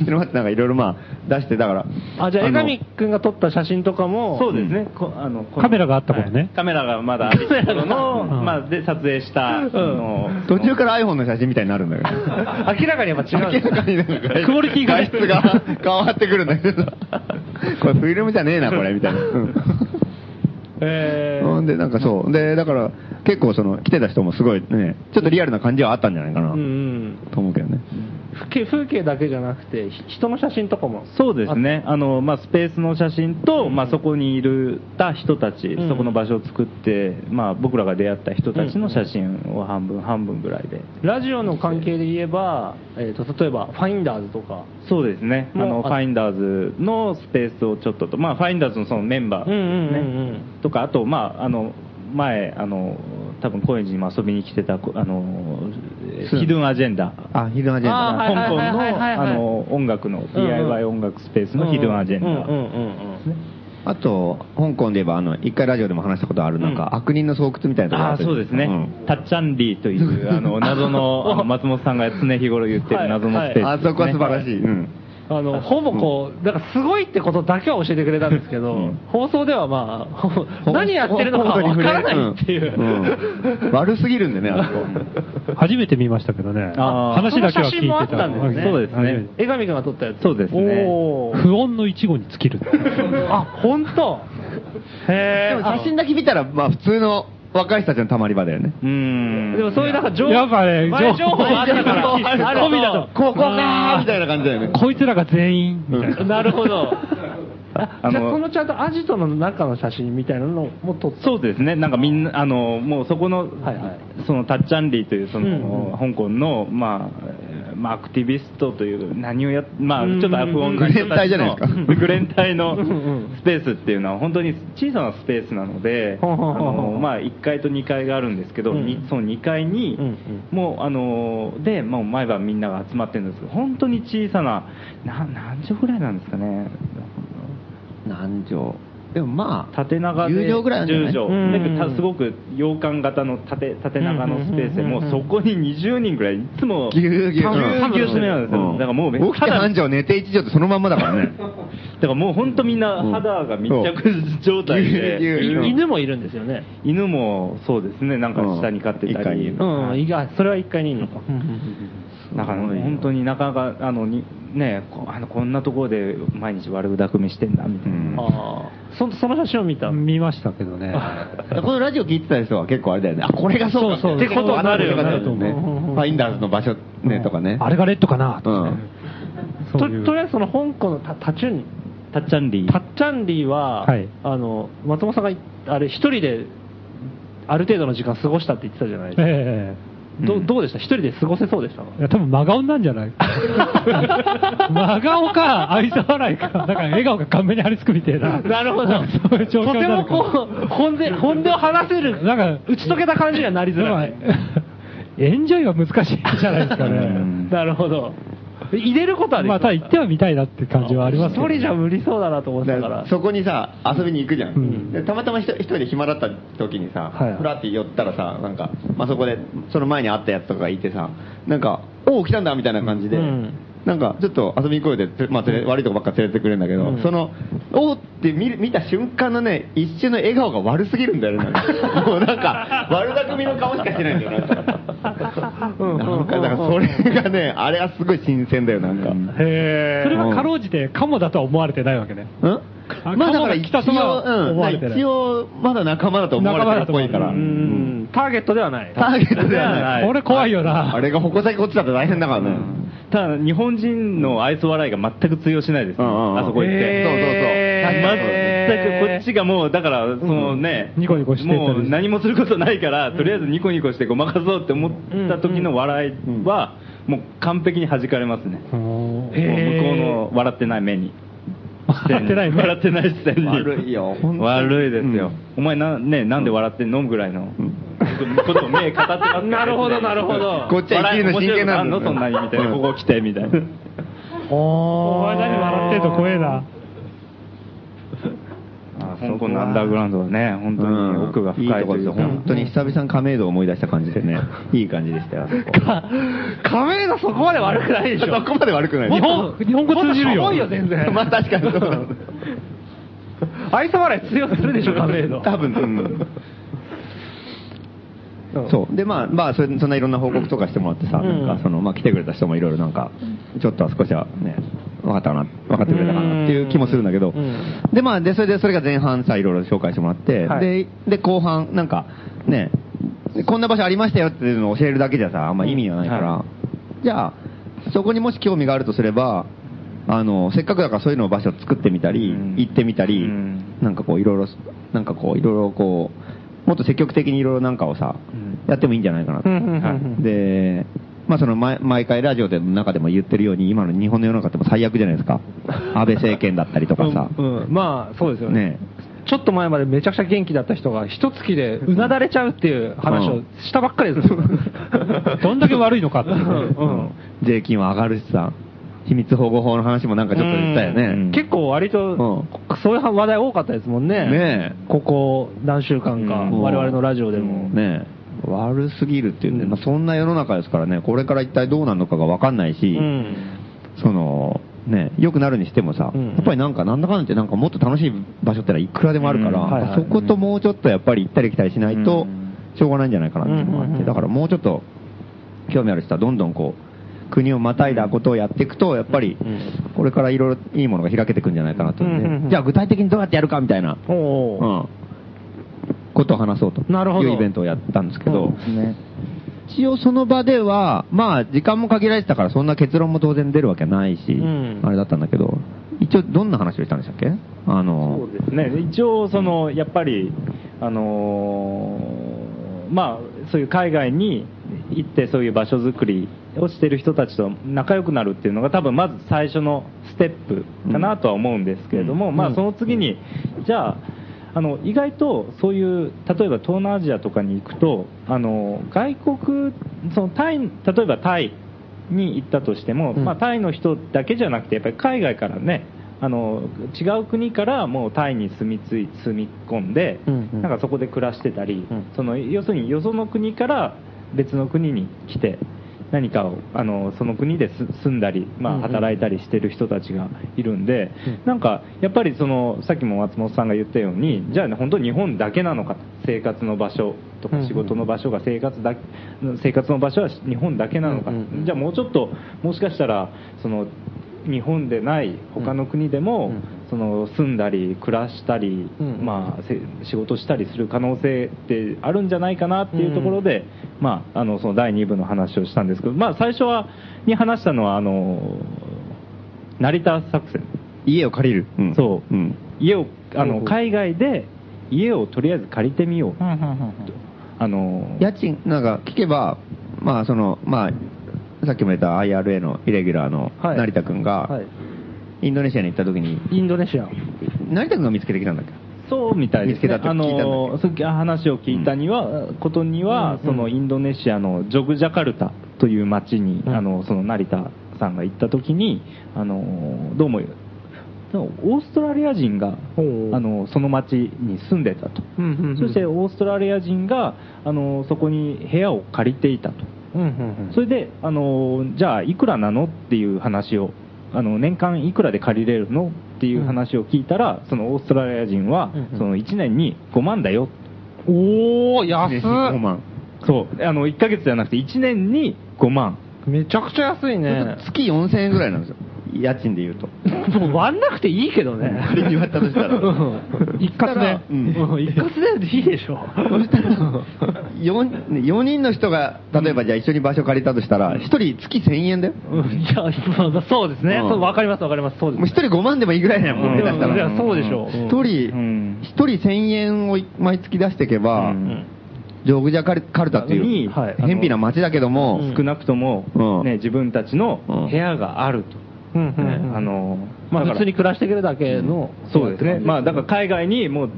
Speaker 5: でもなんかいろいろまあ出して、だから。
Speaker 3: あ、じゃあ、江
Speaker 5: の
Speaker 3: 上くんが撮った写真とかも、
Speaker 1: そうですね、こあのこの
Speaker 4: カメラがあった頃ね
Speaker 1: はいカメラがまだある頃
Speaker 4: う
Speaker 1: の、
Speaker 4: ん
Speaker 1: まあ、で撮影した、あの
Speaker 5: 途中から iPhone の写真みたいになるんだけど。
Speaker 3: *laughs* 明らかにやっぱ違うんだ
Speaker 5: 明らかになんか
Speaker 4: クオリティが
Speaker 5: 画
Speaker 4: ね
Speaker 5: 質が変わってくるんだけどさ。これフィルムじゃねえな、これ、みたいな。うん
Speaker 3: え
Speaker 5: ほんで、なんかそう。で、だから、結構その、来てた人もすごいね、ちょっとリアルな感じはあったんじゃないかな
Speaker 3: ー、う、ん
Speaker 5: と思うけどね。
Speaker 3: 風景。風景だけじゃなくて、ひ人の写真とかも。
Speaker 1: そうですね、あのまあ、スペースの写真と、まあ、そこにいるた人たち、
Speaker 3: ん
Speaker 1: そこの場所を作って、まあ、僕らが出会った人たちの写真を半分、半分ぐらいで、
Speaker 3: ラジオの関係で言えば、えー、と例えば、ファインダーズとか、
Speaker 1: そうですね、あ
Speaker 3: もう
Speaker 1: の
Speaker 3: あ
Speaker 1: ファインダーズのスペースをちょっとと、まあ、ファインダーズのそのメンバー、
Speaker 3: うんうんうん
Speaker 1: とか、あと、まあ、あの前、あの多分高円寺にも遊びに来てた、こあの
Speaker 5: す
Speaker 1: ヒドゥンアジェンダ。
Speaker 5: あ、ヒルアジェン
Speaker 3: あ
Speaker 5: ダ
Speaker 3: ー
Speaker 5: な
Speaker 3: はい
Speaker 1: 香港の
Speaker 3: はいはいはいはい
Speaker 1: あの音楽の DIY 音楽スペースのヒドゥンアジェンダ、
Speaker 3: うんうんうんうん
Speaker 5: あと、香港で言えば、あの、一回ラジオでも話したことある、なんか、悪人の巣窟みたいなところ
Speaker 1: ああ
Speaker 5: った
Speaker 1: そうですね、
Speaker 5: うん
Speaker 1: タッチャンリーというあ
Speaker 3: *laughs*
Speaker 1: の謎のあの松本さんが常日頃言ってる謎のスペース、
Speaker 5: あそこは素晴らし
Speaker 1: い、
Speaker 5: い。うん。
Speaker 3: あのほぼこう、だからすごいってことだけは教えてくれたんですけど、
Speaker 5: うん
Speaker 3: 放送ではまあほぼ、
Speaker 5: ほ
Speaker 3: 何やってるのかわからないっていう、
Speaker 5: うんうん悪すぎるんでね、あそこ。
Speaker 4: 初めて見ましたけどね。
Speaker 1: あー
Speaker 4: 話だけは聞い
Speaker 3: その写
Speaker 4: て
Speaker 3: 真もあったんですね
Speaker 1: そうですね
Speaker 4: はい
Speaker 3: 江上君が撮ったやつ、
Speaker 1: そうですね
Speaker 3: おー
Speaker 4: 不穏の一語に尽きる。
Speaker 3: あ本当へ
Speaker 5: で
Speaker 3: え
Speaker 5: も写真だけ見たら、まあ普通の若い人たちのたまり場だよね。
Speaker 1: うーん
Speaker 3: でもそういうなんか情報
Speaker 4: やっぱね
Speaker 3: 前情報があったから
Speaker 4: 情報
Speaker 3: あ
Speaker 4: *laughs*
Speaker 3: ると
Speaker 4: 込みだと
Speaker 5: ここかーみたいな感じだよね。
Speaker 4: こいつらが全員、みたいな。
Speaker 3: *laughs* なるほどあ
Speaker 1: あの
Speaker 3: じゃあこのちゃんとアジトの中の写真みたいなのも撮った
Speaker 1: そうですねなんかみんなあのもうそこの、
Speaker 3: はいはい
Speaker 1: そのタッチャンリーというそ
Speaker 3: うん
Speaker 1: の、香港のまあえーまあ、アクティビストという、何をやっ、まあ、ちょっとアフオンな
Speaker 5: グレ
Speaker 1: 人たち
Speaker 5: ン隊じゃない
Speaker 1: の
Speaker 5: ですか、
Speaker 1: グレン隊の
Speaker 3: ん
Speaker 1: スペースっていうのは、本当に小さなスペースなので、あ
Speaker 3: ほうほうほうほう
Speaker 1: のまあ、1階と2階があるんですけど、
Speaker 3: うん
Speaker 1: にその2階に、
Speaker 3: うん
Speaker 1: もう、あのーで、もう毎晩みんなが集まってるんですけど、本当に小さな、な何畳ぐらいなんですかね。
Speaker 5: 何畳でもまあ、
Speaker 1: 縦長で
Speaker 5: 10畳ぐらいなんじゃない
Speaker 1: 10
Speaker 3: うん
Speaker 1: 畳なんかたすごく洋館型の縦縦長のスペースで
Speaker 3: うん
Speaker 1: もうそこに20人ぐらいいつも
Speaker 5: ぎゅうぎゅう。
Speaker 1: 多分ぎゅうぎゅう詰めなんですよ、だからもうめ
Speaker 5: 起きて
Speaker 1: 肌
Speaker 5: 半畳、寝て一畳ってそのまんまだからね。
Speaker 1: だからもう本当みんな肌が密着状態
Speaker 5: ぎゅう
Speaker 1: で、
Speaker 5: ぎゅう
Speaker 3: い犬もいるんですよね
Speaker 1: 犬もそうですねなんか下に飼ってたり、
Speaker 5: うん
Speaker 3: う
Speaker 5: 一
Speaker 3: ん、いやそれは一回にいるのか、
Speaker 1: だからもう本当になかなかあのにねこあのこんなところで毎日悪巧みしてんだみたいな、
Speaker 5: うん
Speaker 3: ああそその写真を見た、
Speaker 4: 見ましたけどね。
Speaker 5: このラジオ聞いてた人は結構あれだよね。あ、これがそうか
Speaker 4: そうそう
Speaker 5: ってことになるよね。
Speaker 4: なると思う
Speaker 5: ねファインダーズの場所ね、とかね。
Speaker 4: あれがレッドかな
Speaker 5: う
Speaker 4: とかね
Speaker 5: ん。
Speaker 4: そ
Speaker 3: と
Speaker 4: ういう
Speaker 3: とりあえずその香港のタタチュン
Speaker 1: タッチャンリー
Speaker 3: タッチャンリーは、
Speaker 4: はい
Speaker 3: あの松本さんがいあれ一人である程度の時間過ごしたって言ってたじゃないですか、
Speaker 4: え
Speaker 3: どうどうでした一人で過ごせそうでしたか
Speaker 4: えいや多分真顔なんじゃない真顔か、愛想笑いか、なんか笑顔が顔面に張り付くみたいな。
Speaker 3: *laughs* なるほど。
Speaker 4: *laughs* そういう状況
Speaker 3: と
Speaker 4: に
Speaker 3: て
Speaker 4: な
Speaker 3: も
Speaker 4: るかも
Speaker 3: こう、本音、本音を話せる、
Speaker 4: なんか
Speaker 3: 打ち解けた感じにはなりづらい。
Speaker 4: なんかエンジョイは難しいんじゃないですかね。
Speaker 1: ん
Speaker 3: なるほど。入れることはでき
Speaker 4: まあ、ただ行ってはみたいなって感じはありますけ
Speaker 3: 一
Speaker 4: ど
Speaker 3: 人じゃ無理そうだなと思ってた
Speaker 5: だ
Speaker 3: か
Speaker 5: から
Speaker 3: ら。
Speaker 5: そこにさ遊びに行くじゃん、
Speaker 4: うん
Speaker 5: でたまたまひと一人で暇だった時にさ、
Speaker 4: はい
Speaker 5: ふらって寄ったらさなんか、まあ、そこでその前に会ったやつとかがいてさなんか「おお来たんだ」みたいな感じで、
Speaker 3: うん
Speaker 5: なんかちょっと遊びに行こうよって、まあ、連れ悪いとこばっか連れてくれるんだけど、
Speaker 3: うん
Speaker 5: その「おお」って見る見た瞬間のね一瞬の笑顔が悪すぎるんだよねなんかもうなんか悪巧みの顔しかしてないんだ
Speaker 1: *laughs*
Speaker 5: よなんか
Speaker 3: うんうん
Speaker 5: なんかだからそれがねあれはすごい新鮮だよなんか、
Speaker 1: うん
Speaker 4: へえそれはかろうじてカモだとは思われてないわけね。
Speaker 5: ん
Speaker 4: あ
Speaker 5: まあだから
Speaker 4: カモが
Speaker 5: 一
Speaker 4: 来たとは
Speaker 5: 応、
Speaker 4: 思われて
Speaker 5: うん、
Speaker 4: ない
Speaker 5: 一応まだ仲間だと思われてるっぽいから。
Speaker 4: 仲間だと思われてるう
Speaker 3: うんターゲットではない。
Speaker 5: ターゲットではない。
Speaker 4: 俺怖いよな。
Speaker 5: あれが矛先こっちだと大変だからね。
Speaker 1: ただ日本人の愛想笑いが全く通用しないです、
Speaker 5: うんうん
Speaker 1: あそこ行って、
Speaker 5: へー
Speaker 1: 全くこっちがもうだからそのね、
Speaker 4: ニコニコしてたり
Speaker 1: もう何もすることないから、とりあえずニコニコしてごまかそうって思った時の笑いは、もう完璧に弾かれますね、
Speaker 4: うーん
Speaker 1: もう向こうの笑ってない目に
Speaker 4: 笑ってないね
Speaker 1: 笑ってない視線に
Speaker 5: 悪いよ本当に
Speaker 1: 悪いですよ、
Speaker 5: うん
Speaker 1: お前な,、ね、なんで笑ってんのぐらいのことを目語ってますから
Speaker 3: なるほどなるほど
Speaker 5: こっちは生きるの真剣なんだ
Speaker 1: 笑い面白いことあんのそんなにみたいな、
Speaker 5: うん
Speaker 1: ここ来てみたいな
Speaker 3: お前何笑
Speaker 4: テト怖えな。
Speaker 1: あ香港のアンダーグラウンドはね、本当に奥が深い
Speaker 5: とことろです
Speaker 1: いう
Speaker 5: よ。
Speaker 1: か
Speaker 5: 本当に久々に亀戸を思い出した感じですね。いい感じでしたよ、あそこ
Speaker 3: 亀戸そこまで悪くないでしょ。
Speaker 5: *laughs* そこまで悪くない
Speaker 4: 日本日本語通じるよ。
Speaker 3: もっとしょぼいよ、全
Speaker 4: *laughs*
Speaker 3: 然。
Speaker 5: *laughs* まあ確かにそうなんで
Speaker 3: 愛想笑い強するでしょ、亀戸
Speaker 5: す。。多分、うんそう。で、まあ、まあ、それそんないろんな報告とかしてもらってさ、
Speaker 3: うん
Speaker 5: なんか、その、まあ、来てくれた人もいろいろなんか、ちょっとは少しはね、分かったかな、分かってくれたかなっていう気もするんだけど
Speaker 3: うん、
Speaker 5: で、まあ、で、それで、それが前半さ、いろいろ紹介してもらって、
Speaker 3: はい
Speaker 5: で、で、後半、なんか、ね、こんな場所ありましたよっていうのを教えるだけじゃさ、あんま意味がないから、
Speaker 1: は
Speaker 5: じゃあ、そこにもし興味があるとすれば、あの、せっかくだからそういうのを場所作ってみたり、
Speaker 1: うん
Speaker 5: 行ってみたり、
Speaker 1: うん
Speaker 5: なんかこういろいろ、なんかこういろいろこう、もっと積極的にいろいろなんかをさ、
Speaker 1: うん
Speaker 5: やってもいいんじゃないかなと。
Speaker 1: ん
Speaker 5: で、まあその毎毎回ラジオでの中でも言ってるように、今の日本の世の中ってもう最悪じゃないですか。安倍政権だったりとかさ。
Speaker 3: うんうんまあそうですよね
Speaker 5: ね
Speaker 3: ちょっと前までめちゃくちゃ元気だった人が一月でうなだれちゃうっていう話をしたばっかりですよ、
Speaker 4: *laughs* どんだけ悪いのかっていうう。
Speaker 3: ん
Speaker 5: 税金は上がるしさ、秘密保護法の話もなんかちょっと言ったよね。
Speaker 3: うん結構割と、そういう話題多かったですもんね
Speaker 5: ねえ
Speaker 3: ここ何週間か、
Speaker 5: うん
Speaker 3: 我々のラジオでも、
Speaker 5: ねえ悪すぎるっていうんで、まあそんな世の中ですからね、これから一体どうなるのかがわかんないし、
Speaker 3: うん
Speaker 5: その、ね、良くなるにしてもさ、
Speaker 3: うん
Speaker 5: やっぱりなんか、なんだかんだって、なんかもっと楽しい場所ってのはいくらでもあるから、
Speaker 1: うんはいはい
Speaker 5: そこともうちょっとやっぱり行ったり来たりしないと
Speaker 1: うん、
Speaker 5: しょうがないんじゃないかなっていうのがあっ
Speaker 3: うん
Speaker 5: て、
Speaker 3: うんうん
Speaker 5: だからもうちょっと、興味ある人はどんどんこう、国をまたいだことをやっていくと、やっぱり、これからいろいろいいものが開けていくんじゃないかなと思うんで、
Speaker 3: うんうんうん
Speaker 5: じゃあ具体的にどうやってやるかみたいな、
Speaker 3: お
Speaker 5: う
Speaker 3: お、
Speaker 5: ん、ことを話そうと
Speaker 3: なるほど
Speaker 5: いうイベントをやったんですけど、
Speaker 3: うん
Speaker 1: ね
Speaker 5: 一応その場では、まあ時間も限られてたからそんな結論も当然出るわけないし、
Speaker 3: ん
Speaker 5: あれだったんだけど、一応どんな話をしたんでしたっけあ
Speaker 1: そ
Speaker 5: の
Speaker 1: う、ですね、一応その、やっぱり、あのーまあ、そういう海外に行って、そういう場所づくりをしている人たちと仲良くなるっていうのが、多分まず最初のステップかなとは思うんですけれども、
Speaker 5: うん
Speaker 3: う
Speaker 1: まあ、
Speaker 3: ん
Speaker 1: その次に、じゃあ、あの意外とそういう例えば東南アジアとかに行くとあの外国そのタイ例えばタイに行ったとしても、
Speaker 3: うん
Speaker 1: まあ、タイの人だけじゃなくてやっぱり海外からねあの違う国からもうタイに住みつい住み込んで、
Speaker 3: うんうん
Speaker 1: なんかそこで暮らしてたり、
Speaker 3: うん
Speaker 1: その要するによその国から別の国に来て何かをあのその国です住んだり、ま
Speaker 3: うん
Speaker 1: あ、
Speaker 3: うん
Speaker 1: 働いたりしてる人たちがいるんで、
Speaker 3: うん
Speaker 1: なんかやっぱりそのさっきも松本さんが言ったようにじゃあ、ね、本当に日本だけなのか生活の場所と
Speaker 3: うんう
Speaker 1: か
Speaker 3: ん
Speaker 1: 仕事の場所が生活だ生活の場所は日本だけなのか、
Speaker 3: うんうん
Speaker 1: じゃあもうちょっともしかしたらその日本でない他の国でも、
Speaker 3: うんうん
Speaker 1: その住んだり暮らしたり、
Speaker 3: うん
Speaker 1: まあ、せ仕事したりする可能性ってあるんじゃないかなっていうところで、まあ、あのその第2部の話をしたんですけど、まあ、最初はに話したのはあの成田作戦
Speaker 5: 家を借りる。ん
Speaker 1: そう
Speaker 5: うん
Speaker 1: 家をあ
Speaker 3: ほう
Speaker 1: の
Speaker 3: ほう
Speaker 1: 海外で家をとりあえず借りてみよう、あの
Speaker 5: 家賃、なんか聞けば、まあその、まあ、さっきも言った IRA のイレギュラーの
Speaker 3: はい
Speaker 5: 成田君
Speaker 3: は
Speaker 5: が
Speaker 3: い、
Speaker 5: インドネシアに行った時に、
Speaker 3: インドネシア
Speaker 5: 成田君が見つけてきたんだっけ
Speaker 1: そうみたいです
Speaker 5: 見つけた
Speaker 1: ね、
Speaker 5: って聞いたん
Speaker 1: あ
Speaker 5: だけど
Speaker 1: のそう話を聞いたには、ことには、
Speaker 3: うんうん
Speaker 1: そのインドネシアのジョグジャカルタという町に、
Speaker 3: うん
Speaker 1: あのその成田さんが行った時にあのどうもオーストラリア人があ
Speaker 3: ほう
Speaker 1: のその町に住んでたと、
Speaker 3: うんうんうん
Speaker 1: そしてオーストラリア人があのそこに部屋を借りていたと。
Speaker 3: うんうん
Speaker 1: それで、あのじゃあ、いくらなのっていう話を、あの年間いくらで借りれるのっていう話を聞いたら、そのオーストラリア人は、
Speaker 3: うんうん
Speaker 1: その1年に5万だよ、
Speaker 3: うんおお安
Speaker 5: ね
Speaker 3: っ
Speaker 5: 5万。
Speaker 1: そうあの1ヶ月じゃなくて、1年に5万、
Speaker 3: めちゃくちゃ安いね
Speaker 5: *laughs* 月4000円ぐらいなんですよ。家賃で言うと。
Speaker 3: もう割んなくていいけどね
Speaker 5: 仮に割ったとしたら
Speaker 3: うん一括で
Speaker 5: うん
Speaker 3: うん一括でいいでしょ
Speaker 5: そしたら、4, *laughs* 四人の人が、例えばじゃあ一緒に場所借りたとしたら、1人月1000円だよ。
Speaker 3: うんいや、まあそうですね。
Speaker 5: うん
Speaker 3: そうわかります、わかります。そうで
Speaker 5: もう
Speaker 3: す。
Speaker 5: 1人5万でもいいぐらいだよ、もう
Speaker 1: うん
Speaker 5: 下手したら。
Speaker 1: いやそうでし
Speaker 3: ょう
Speaker 5: 1
Speaker 1: うん
Speaker 5: 人、一人1000円を毎月出していけば、
Speaker 1: うん
Speaker 5: ジョグジャカルカルタってい
Speaker 1: に
Speaker 5: う、
Speaker 1: はい
Speaker 5: 偏僻な街だけども、
Speaker 3: うん
Speaker 1: 少なくとも、
Speaker 5: うん
Speaker 1: ね、自分たちの
Speaker 5: うん
Speaker 1: 部屋があると。
Speaker 3: うんうん
Speaker 1: ね
Speaker 3: うん
Speaker 1: あの
Speaker 3: まあ
Speaker 1: だから
Speaker 3: 普通に暮らしてくれるだけの。
Speaker 1: そうですね、まあ、だから海外にもう、
Speaker 5: ん
Speaker 1: う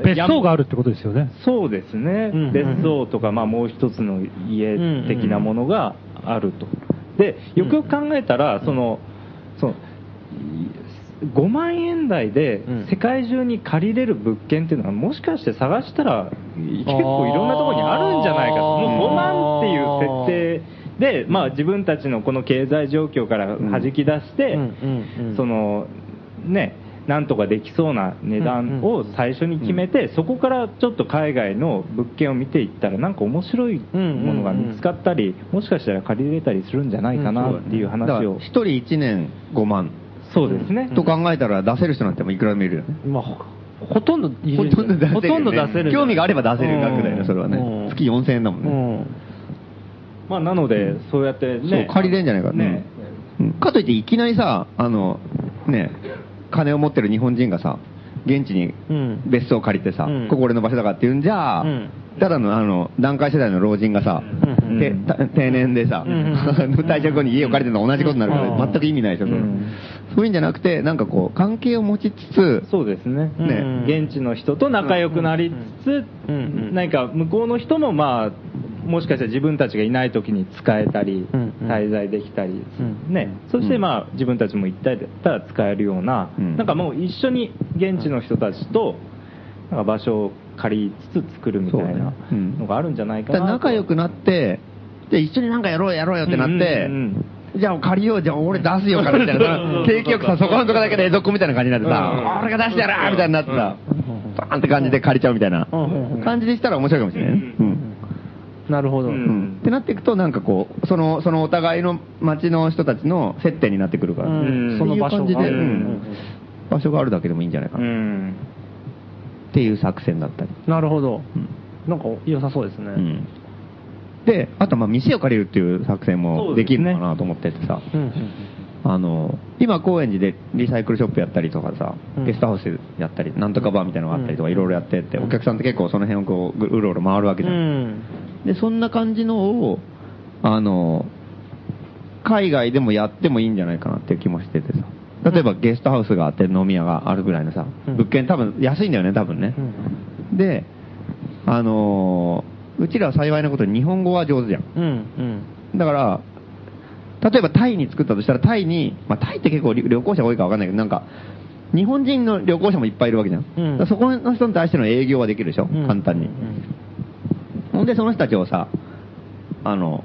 Speaker 1: ん
Speaker 4: 別荘があるってことですよね。
Speaker 1: そうですね、
Speaker 3: うん
Speaker 1: 別荘とか、まあ、もう一つの家的なものがあると、でよくよく考えたら、そのその5万円台で
Speaker 3: うん
Speaker 1: 世界中に借りれる物件っていうのはもしかして探したら結構いろんなところにあるんじゃないかと
Speaker 3: あー
Speaker 1: もう5万っていう設定で、まあ、自分たちのこの経済状況から弾き出して、
Speaker 3: うんうんうん
Speaker 1: そのねなんとかできそうな値段を最初に決めて、そこからちょっと海外の物件を見ていったらなんか面白いものが見つかったり、もしかしたら借りれたりするんじゃないかなっていう
Speaker 5: だから
Speaker 1: 話
Speaker 5: 1
Speaker 1: を、
Speaker 5: 人1年5万
Speaker 1: そうですね、
Speaker 5: と考えたら出せる人なんてもういくらでもいるよね
Speaker 3: まあ、ほほとんどいる
Speaker 5: ほとんど出せるよね
Speaker 3: ほとんど出せるんじゃない
Speaker 5: 興味があれば出せる額だよ
Speaker 3: う
Speaker 5: ね
Speaker 3: ん
Speaker 5: それは
Speaker 3: うん
Speaker 5: ね月4000円だもん
Speaker 3: う
Speaker 5: ね
Speaker 3: ん
Speaker 1: まあ、なので、そうやって
Speaker 5: そ
Speaker 1: ね
Speaker 5: う、借りれんじゃないからね
Speaker 1: ね
Speaker 5: うんかといっていきなりさあのね金を持ってる日本人がさ現地に
Speaker 3: うん
Speaker 5: 別荘を借りてさ、
Speaker 3: うん
Speaker 5: ここ俺の場所だからって言うんじゃ、
Speaker 3: うん
Speaker 5: ただのあの団塊世代の老人がさ、
Speaker 1: うん
Speaker 5: てた定年でさ、
Speaker 3: うん
Speaker 5: あの *laughs* 退職後に家を借りてるのと同じことになるから、
Speaker 3: うん
Speaker 5: 全く意味ないでしょ、それ
Speaker 1: うん
Speaker 5: そういうんじゃなくてなんかこう関係を持ちつつ
Speaker 1: そうですね
Speaker 5: ね
Speaker 3: うん
Speaker 1: 現地の人と仲良くなりつつ、
Speaker 3: うんうんうん
Speaker 1: なんか向こうの人も、まあ、もしかしたら自分たちがいない時に使えたり、
Speaker 3: うんうん
Speaker 1: 滞在できたり、
Speaker 3: うん
Speaker 1: ね、そして、
Speaker 5: うん
Speaker 1: まあ、自分たちも行ったら使えるような、
Speaker 5: うん
Speaker 1: なんかもう一緒に現地の人たちとなんか場所を借りつつ作るみたい
Speaker 5: そう
Speaker 1: な
Speaker 5: ねうん
Speaker 1: のがあるんじゃないか
Speaker 5: だか
Speaker 1: な
Speaker 5: ら
Speaker 1: と
Speaker 5: 仲良くなってじゃあ一緒になんかやろうやろうよってなって、
Speaker 1: うんうん
Speaker 5: じゃあ借りよう、じゃあ俺出すよからみたいなさ、景気よくさ、そこのとこだけで江戸っ子みたいな感じになって
Speaker 1: うん
Speaker 5: さ、俺が出してやらーみたいになってさ、バーンって感じで借りちゃうみたいな感じでしたら面白いかもしれないね。
Speaker 1: う
Speaker 5: うんん
Speaker 3: なるほど。
Speaker 1: うん
Speaker 5: うんってなっていくと、なんかこう、その、そのお互いの町の人たちの接点になってくるから、
Speaker 1: うん
Speaker 5: そういう感じ
Speaker 3: その場所が
Speaker 5: で、
Speaker 1: う
Speaker 5: うんん場所があるだけでもいいんじゃないか
Speaker 1: う
Speaker 5: なっ
Speaker 1: ん
Speaker 5: ていう作戦だったり。
Speaker 3: なるほど。
Speaker 5: うん
Speaker 3: なんか良さそうですね。
Speaker 5: うんで、あとまあ店を借りるっていう作戦もできるのかなと思っててさ、
Speaker 3: うん
Speaker 5: あの今、高円寺でリサイクルショップやったりとかさ、
Speaker 3: うん
Speaker 5: ゲストハウスやったり、なんとかバーみたいなのがあったりとか、
Speaker 3: うん
Speaker 5: いろいろやってって、
Speaker 3: うん
Speaker 5: お客さんって結構その辺をこうぐうろうろ回るわけ
Speaker 3: う
Speaker 5: じゃん。
Speaker 3: ん。
Speaker 5: で、そんな感じのを、あの、海外でもやってもいいんじゃないかなっていう気もしててさ。例えばゲストハウスがあって飲み屋があるぐらいのさ、
Speaker 3: うん
Speaker 5: 物件多分安いんだよね、多分ね。で、あのうちらは幸いなことに日本語は上手じゃん。
Speaker 3: うん。うん。
Speaker 5: だから、例えばタイに作ったとしたら、タイに、まあ、タイって結構旅旅行者多いからわかんないけど、なんか、日本人の旅行者もいっぱいいるわけじゃん。
Speaker 3: うん
Speaker 5: だからそこの人に対しての営業はできるでしょ、
Speaker 3: うん
Speaker 5: 簡単に。ほんで、その人たちをさ、あの、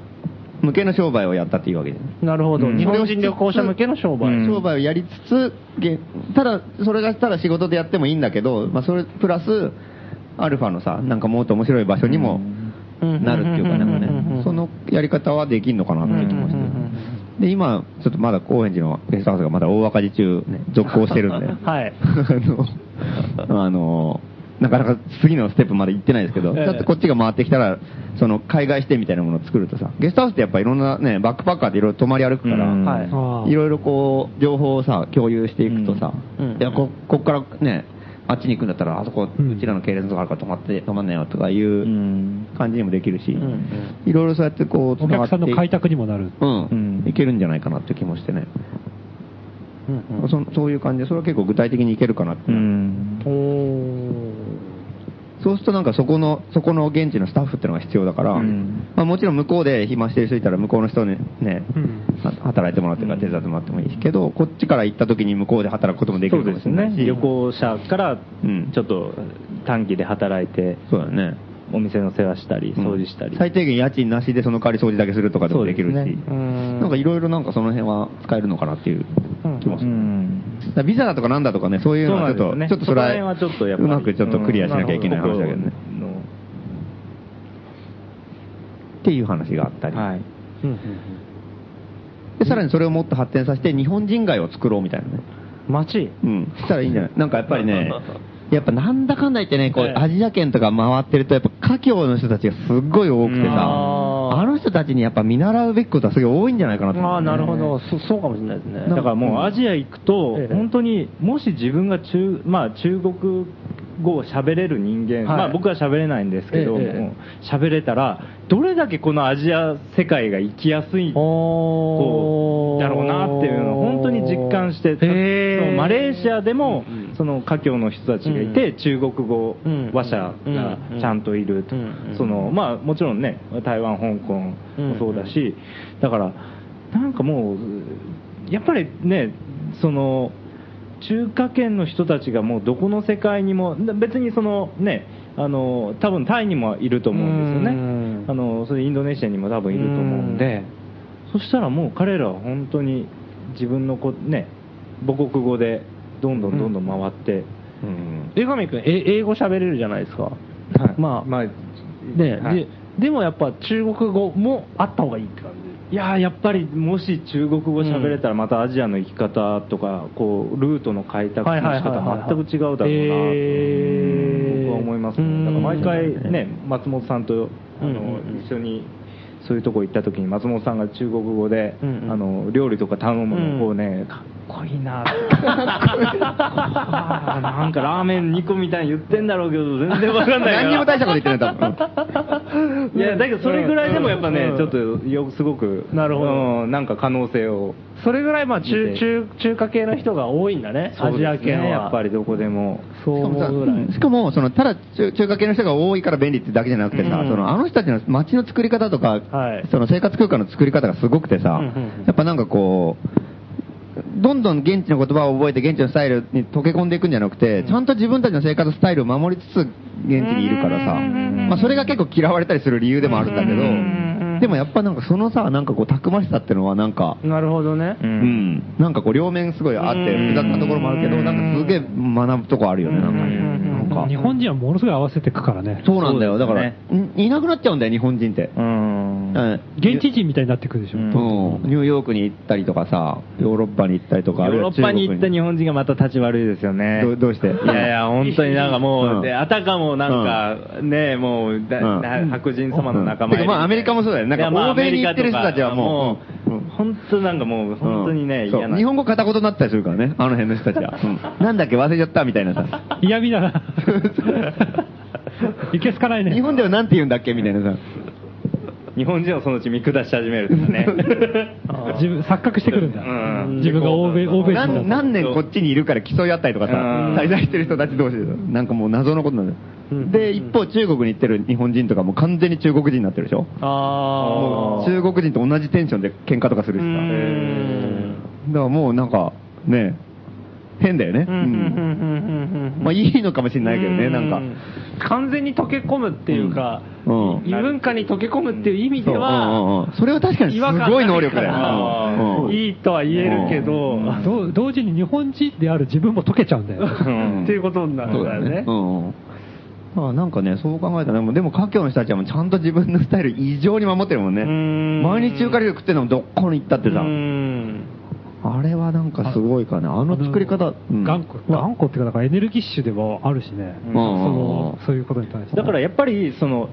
Speaker 5: 無形の商売をやったっていうわけじゃん。
Speaker 3: なるほど。
Speaker 1: うん
Speaker 3: 日本人旅行者向けの商売。
Speaker 1: うん
Speaker 5: 商売をやりつつ、げただ、それがしたら仕事でやってもいいんだけど、まあ、それプラス、アルファのさ、なんかもっと面白い場所にも
Speaker 3: うん
Speaker 5: なるっていうか、なんか
Speaker 3: う
Speaker 5: ね
Speaker 3: ん、
Speaker 5: そのやり方はできんのかなっていう気もして
Speaker 3: うんうんうん
Speaker 5: で、今、ちょっとまだ高円寺のゲストハウスがまだ大赤字中、ね、続行してるんで、
Speaker 3: *laughs* はい
Speaker 5: *laughs* あの、あの、なかなか次のステップまで行ってないですけど、
Speaker 3: ええ
Speaker 5: だってこっちが回ってきたら、その海外支店みたいなものを作るとさ、ゲストハウスってやっぱいろんなね、バックパッカーでいろいろ泊まり歩くから、
Speaker 1: うん
Speaker 3: はい
Speaker 4: あー
Speaker 5: いろいろこう、情報をさ、共有していくとさ、
Speaker 3: うん
Speaker 5: いや、こ、こっからね、あっちに行くんだったら、あそこ、
Speaker 4: うん
Speaker 5: うちらの系列とかあるから泊まって、泊まんないよとかいううん感じにもできるし、
Speaker 3: ん
Speaker 5: いろいろそうやってこう、
Speaker 4: お客さんの開
Speaker 5: い
Speaker 4: 拓にもなる。
Speaker 5: うん、
Speaker 1: うん
Speaker 5: いけるんじゃないかなって気もしてね。
Speaker 3: うんうん
Speaker 5: そそういう感じで、それは結構具体的にいけるかなって、
Speaker 1: うん
Speaker 3: おー
Speaker 5: そうするとなんかそこの、そこの現地のスタッフってのが必要だから、
Speaker 1: うん
Speaker 5: まあ、もちろん向こうで暇してる人いたら向こうの人にね、
Speaker 4: うん
Speaker 5: は働いてもらってから手伝ってもらってもいいけど、こっちから行った時に向こうで働くこともでき
Speaker 1: そう
Speaker 5: るかも
Speaker 1: で
Speaker 5: し
Speaker 1: す
Speaker 5: れな
Speaker 1: ね
Speaker 5: いし、
Speaker 1: 旅行者から
Speaker 5: うん
Speaker 1: ちょっと短期で働いて
Speaker 5: そうだよね。
Speaker 1: お店の世話したり
Speaker 5: うん
Speaker 1: 掃除したり、
Speaker 5: 最低限家賃なしでその代わり掃除だけするとかでもできるし、
Speaker 1: そうですね
Speaker 3: うん
Speaker 5: なんかいろいろなんかその辺は使えるのかなっていう気もす
Speaker 1: う
Speaker 5: る。
Speaker 1: ん
Speaker 5: だからビザだとかなんだとかね、そういうのはちょっ
Speaker 1: そう
Speaker 5: と、
Speaker 1: なんで
Speaker 5: ちょっと
Speaker 1: すよね
Speaker 5: それ
Speaker 1: こら辺はちょっとやっ
Speaker 5: う
Speaker 1: ぱり
Speaker 5: まくちょっとクリアしなきゃいけない話だけどね。
Speaker 1: うんなるほ
Speaker 5: っていう話があった
Speaker 1: ど
Speaker 5: り、
Speaker 1: はい
Speaker 3: うんうん
Speaker 5: で、さらにそれをもっと発展させて日本人街を作ろうみたいなね。
Speaker 3: 街
Speaker 5: うん、したらいいんじゃないなんかやっぱりね、 *laughs* やっぱなんだかんだ言ってね、こ
Speaker 1: ええ
Speaker 5: う、アジア圏とか回ってると、やっぱ、華僑の人たちがすっごい多くて
Speaker 1: うん
Speaker 5: さ、あの人たちにやっぱ見習うべきことはすごい多いんじゃないかなと思う
Speaker 3: ああ、なるほ
Speaker 5: ね
Speaker 3: ど。そそうかもしれないですね。
Speaker 1: だからもうアジア行くと
Speaker 3: ええ
Speaker 1: 本当にもし自分が中まあ中国語を喋れる人間、
Speaker 3: はい
Speaker 1: まあ僕は喋れないんですけど
Speaker 3: ええええ
Speaker 1: も喋れたらどれだけこのアジア世界が行きやすい
Speaker 3: お
Speaker 1: こ
Speaker 3: ー
Speaker 1: うだろうなっていうのを本当に実感して、
Speaker 3: へー
Speaker 1: そのマレーシアでも
Speaker 3: うん
Speaker 1: その華僑の人たちがいて、
Speaker 3: うん
Speaker 1: 中国語
Speaker 3: うん
Speaker 1: 話者がちゃんといると、
Speaker 3: うん
Speaker 1: そのまあ、もちろんね台湾、香港もそうだし、だからなんかもうやっぱりねその中華圏の人たちがもうどこの世界にも、な別にそのね、あの、多分タイにもいると思うんですよね。あの、それインドネシアにも多分いると思うんで、そしたらもう彼らは本当に自分のこ、ね、母国語でどんどんどんどん回って、
Speaker 3: 江上君、え英語喋れるじゃないですか。
Speaker 1: はい
Speaker 3: まあ、
Speaker 1: まあ
Speaker 3: ね、
Speaker 1: はい
Speaker 3: で、でもやっぱ中国語もあった方がいいって感
Speaker 1: いやーやっぱりもし中国語喋れたらまたアジアの生き方とか、こうルートの開
Speaker 3: じ。
Speaker 1: 拓の仕方全く違うだろうなと、僕は思いますねだから毎回ね松本さんとあの、
Speaker 3: うんうんうん
Speaker 1: 一緒にそういうとこ行った時に松本さんが中国語で、
Speaker 3: うんうん
Speaker 1: あの料理とか頼む
Speaker 3: うん
Speaker 1: のをこうね、かっこいいな *laughs* ってあーなんかラーメン2個みたいに言ってんだろうけど全然わかんないから
Speaker 5: 何にも大したこと言ってない、多分。
Speaker 1: いやだけどそれぐらいでもやっぱね、
Speaker 3: うん
Speaker 1: ちょっとよすごく
Speaker 3: なるほど
Speaker 1: うんなんか可能性を
Speaker 3: それぐらいまあ中
Speaker 1: 見て
Speaker 3: 中中華系の人が多いんだね、アジア
Speaker 1: そうです
Speaker 3: 圏は。
Speaker 1: ねやっぱりどこでも
Speaker 3: そう
Speaker 5: しか
Speaker 3: 思うぐらい
Speaker 5: もさ、。しかもそのただ中中華系の人が多いから便利ってだけじゃなくてさ、
Speaker 3: うん
Speaker 5: そのあの人たちの街の作り方とか、
Speaker 3: はい
Speaker 5: その生活空間の作り方がすごくてさ、
Speaker 3: うんうんうん
Speaker 5: やっぱなんかこう、どんどん現地の言葉を覚えて現地のスタイルに溶け込んでいくんじゃなくて、ちゃんと自分たちの生活スタイルを守りつつ現地にいるからさ、まあ、それが結構嫌われたりする理由でもあるんだけ
Speaker 3: うんうんうん
Speaker 5: ど、でもやっぱなんかそのさ、なんかこうたくましさってのはなんか、
Speaker 3: なるほどね。
Speaker 1: うん
Speaker 5: うん、なんかこう両面すごいあって
Speaker 3: うん
Speaker 5: 複雑なところもあるけどなんかすげえ学ぶとこあるよねなんかね
Speaker 3: うん
Speaker 5: なんか
Speaker 4: 日本人はものすごい合わせてくからね。
Speaker 5: そうなんだよ
Speaker 1: そ
Speaker 5: だ
Speaker 1: うで
Speaker 5: か
Speaker 1: す
Speaker 5: ら
Speaker 1: ね
Speaker 5: んいなくなっちゃうんだよ日本人って、
Speaker 1: うん
Speaker 5: うん
Speaker 4: 現地人みたいになってくるでしょ。
Speaker 1: うん
Speaker 5: うんニューヨークに行ったりとかさヨーロッパに行ったりとか
Speaker 1: ヨ
Speaker 5: ある
Speaker 1: ー
Speaker 5: い
Speaker 1: ロ
Speaker 5: は
Speaker 1: ッパに行った
Speaker 5: 中
Speaker 1: 日本人がまた立ち悪いですよね。
Speaker 5: どどうして
Speaker 1: いやいや、本当になんかもう、
Speaker 5: うん
Speaker 1: であたかもなんか、ねもうだ、
Speaker 5: うん
Speaker 1: な白人様の仲間
Speaker 5: うんてかまあアメリカもそうだよねなんか欧米に行ってる人たちはもううん
Speaker 1: 本当なんかもう、
Speaker 5: 国
Speaker 1: 本当にね、
Speaker 5: うんそう
Speaker 1: 嫌な。
Speaker 5: 日本語片言になったりするからねあの辺の人たち
Speaker 1: *laughs*
Speaker 5: は、うんなんだっけ忘れちゃったみたいなさ
Speaker 4: 嫌味だな。いけすかないね。
Speaker 5: 日本ではなんて言うんだっけみたいなさ
Speaker 1: 日本人をそのうち見下し始めるん
Speaker 5: *laughs*
Speaker 1: ですね。
Speaker 4: 自分、錯覚してくるんだ。
Speaker 1: うん
Speaker 4: 自分が欧米、欧米人だ
Speaker 5: 何
Speaker 4: と
Speaker 5: 何年こっちにいるから競い合ったりとかさ、
Speaker 1: うん
Speaker 5: 滞在してる人たち同士でさ、なんかもう謎のことなんだよ。
Speaker 3: うん
Speaker 5: で、一方、中国に行ってる日本人とかもう完全に中国人になってるでしょ
Speaker 3: ああ。
Speaker 5: 中国人と同じテンションで喧嘩とかするしさ。だからもうなんか、ね、変だよね。うんまあいいのかもしれないけどね、なんか。
Speaker 3: か。完全に溶け込むっていうか、
Speaker 5: うんうん
Speaker 3: 異文化に溶け込むっていう意味で
Speaker 5: そううんうん
Speaker 3: は、
Speaker 5: うんそれは確かにす
Speaker 3: 違和感
Speaker 5: ごい能力だよ。
Speaker 3: な
Speaker 5: うんうん
Speaker 3: いいとは言えるけど、
Speaker 4: あ同同時に日本人である自分も溶けちゃうんだ
Speaker 3: *laughs*
Speaker 4: よ。
Speaker 5: ん
Speaker 3: っていうことになるんだよね。
Speaker 5: うんうんまあなんかね、そう考えたら、でもでも、華僑の人たちはもうちゃんと自分のスタイル異常に守ってるもんね。
Speaker 3: ん
Speaker 5: 毎日中華料理食ってるのもどこに行ったってさ
Speaker 3: う。ん
Speaker 5: あれはなんかすごいかな。あの作り方。うん
Speaker 4: 頑固。頑固っていうか、だからエネルギッシュでもあるしね。
Speaker 5: うん
Speaker 4: そのそういうことに対して。
Speaker 1: だからやっぱりその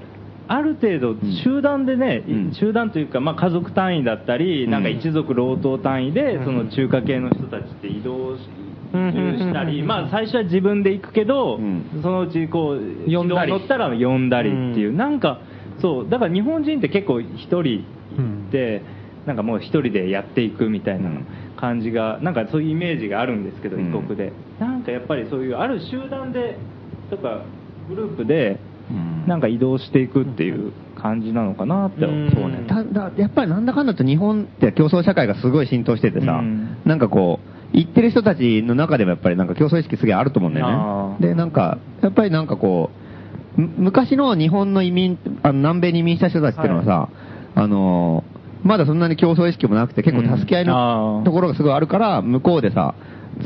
Speaker 1: ある程度集団でね、
Speaker 5: うん
Speaker 1: 集団というか、まあ、家族単位だったり、
Speaker 5: うん
Speaker 1: なんか一族老頭単位でその中華系の人たちって移動し,、
Speaker 3: うん
Speaker 1: したり、
Speaker 3: うん
Speaker 1: まあ、最初は自分で行くけど、
Speaker 5: うん
Speaker 1: そのうちこう
Speaker 3: 呼んだり
Speaker 1: 軌道に乗ったら呼んだりっていう、
Speaker 3: うん
Speaker 1: なんかそうだから日本人って結構一人行って、なんかもう一人でやっていくみたいな感じがなんかそういうイメージがあるんですけど、
Speaker 5: うん
Speaker 1: 異国でなんかやっぱりそういうある集団でとかグループでなんか移動していくっていう感じなのかなって、
Speaker 3: うん
Speaker 1: そうね
Speaker 5: ただやっぱりなんだかんだと日本って競争社会がすごい浸透しててさ、
Speaker 1: うん
Speaker 5: なんかこう行ってる人たちの中でもやっぱりなんか競争意識すげえあると思うんだよ
Speaker 1: あー
Speaker 5: ねでなんかやっぱりなんかこうむ昔の日本の移民あの南米に移民した人たちっていうのはさ、あのーまだそんなに競争意識もなくて結構助け合い
Speaker 1: うんあ
Speaker 5: の
Speaker 1: ー
Speaker 5: ところがすごいあるから向こうでさ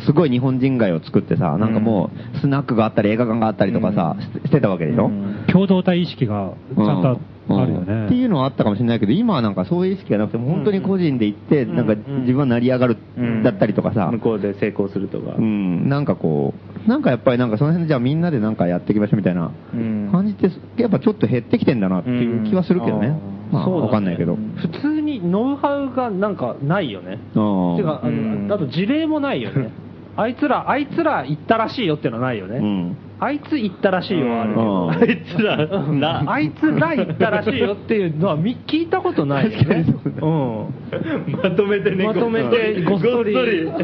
Speaker 5: すごい日本人街を作ってさなんかもうスナックがあったり映画館があったりとかさ、してしてたわけでしょ、
Speaker 1: うん
Speaker 4: 共同体意識がちゃんとあるよ
Speaker 5: うんってい
Speaker 4: ね。
Speaker 5: うのはあったかもしれないけど、今はなんかそういう意識がなくて、もう本当に個人で行って、
Speaker 3: うん
Speaker 5: なんか
Speaker 3: うん
Speaker 5: 自分は成り上がる
Speaker 1: うん
Speaker 5: だったりとかさ
Speaker 1: 向、こうで成功するとか、
Speaker 5: うん、なんかこう、なんかやっぱりなんかその辺でじゃあみんなでなんかやっていきましょうみたいな
Speaker 1: うん
Speaker 5: 感じって、やっぱちょっと減ってきてんだなっていう気はするけどね。
Speaker 1: うん
Speaker 5: まあ、
Speaker 3: そうだね
Speaker 5: わかんないけど。
Speaker 3: 普通にノウハウがなんかないよね。
Speaker 5: ああ
Speaker 3: てか、あ
Speaker 1: うん
Speaker 3: のあと事例もないよ
Speaker 5: *laughs*
Speaker 3: ね。あいつら、あいつら行ったらしいよってのはないよね。
Speaker 5: うん
Speaker 3: あいつ行ったらしいよはあるけど、
Speaker 5: うん
Speaker 1: あいつらな
Speaker 3: あいつら行ったらしいよっていうのはみ聞いたことないよ
Speaker 5: *laughs*
Speaker 3: ね。
Speaker 1: まとめてね
Speaker 3: まとめてごっそり
Speaker 1: ごっそり
Speaker 3: うん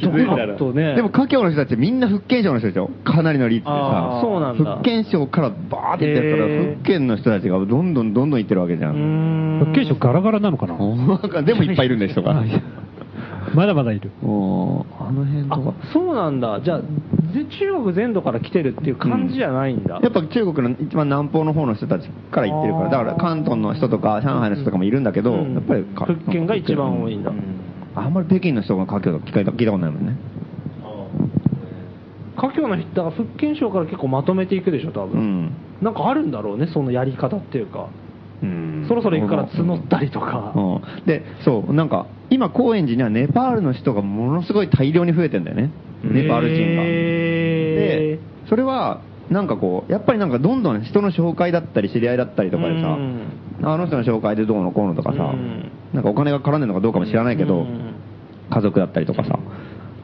Speaker 1: 気づい
Speaker 3: ド
Speaker 1: た
Speaker 3: カ
Speaker 1: ら
Speaker 3: ッとね。
Speaker 5: でも、華僑の人たちみんな福建省の人でしょかなりの率で
Speaker 3: あ
Speaker 5: さ
Speaker 3: あ、そうなんだ
Speaker 5: 福建省からバーって行ってるから
Speaker 3: へえ、
Speaker 5: 福建の人たちがどんどんどんどん行ってるわけじゃ
Speaker 3: うー
Speaker 5: ん。
Speaker 3: ん
Speaker 4: 福建省ガラガラなのかな
Speaker 3: *laughs*
Speaker 5: でもいっぱいいるんで人が。
Speaker 4: まだまだいる。
Speaker 5: おーあの辺とか。
Speaker 3: あそうなんだじゃあぜ中国全土から来てるっていう感じじゃないんだ、
Speaker 5: やっぱ中国の一番南方の方の人たちから行ってるから、だから関東の人とか上海の人とかもいるんだけど、
Speaker 3: うん
Speaker 5: やっぱりか
Speaker 3: 福建が一番多いんだ、
Speaker 5: あんまり北京の人が書き聞かれた聞いたことないもんね。
Speaker 3: 華僑の人だから福建省から結構まとめていくでしょ多
Speaker 5: う
Speaker 3: 分、
Speaker 5: ん。
Speaker 3: なんかあるんだろうねそのやり方っていうか
Speaker 5: うん
Speaker 3: そろそろ行くから募ったりとか、
Speaker 5: うん、でそうなんか今高円寺にはネパールの人がものすごい大量に増えてんだよねネパール人が、
Speaker 3: へ
Speaker 5: でそれはなんかこうやっぱりなんかどんどん人の紹介だったり知り合いだったりとかでさ、
Speaker 3: うん
Speaker 5: あの人の紹介でどうのこうのとかさ、
Speaker 3: うん
Speaker 5: なんかお金が絡んでるのかどうかも知らないけど、
Speaker 3: うん
Speaker 5: 家族だったりとかさ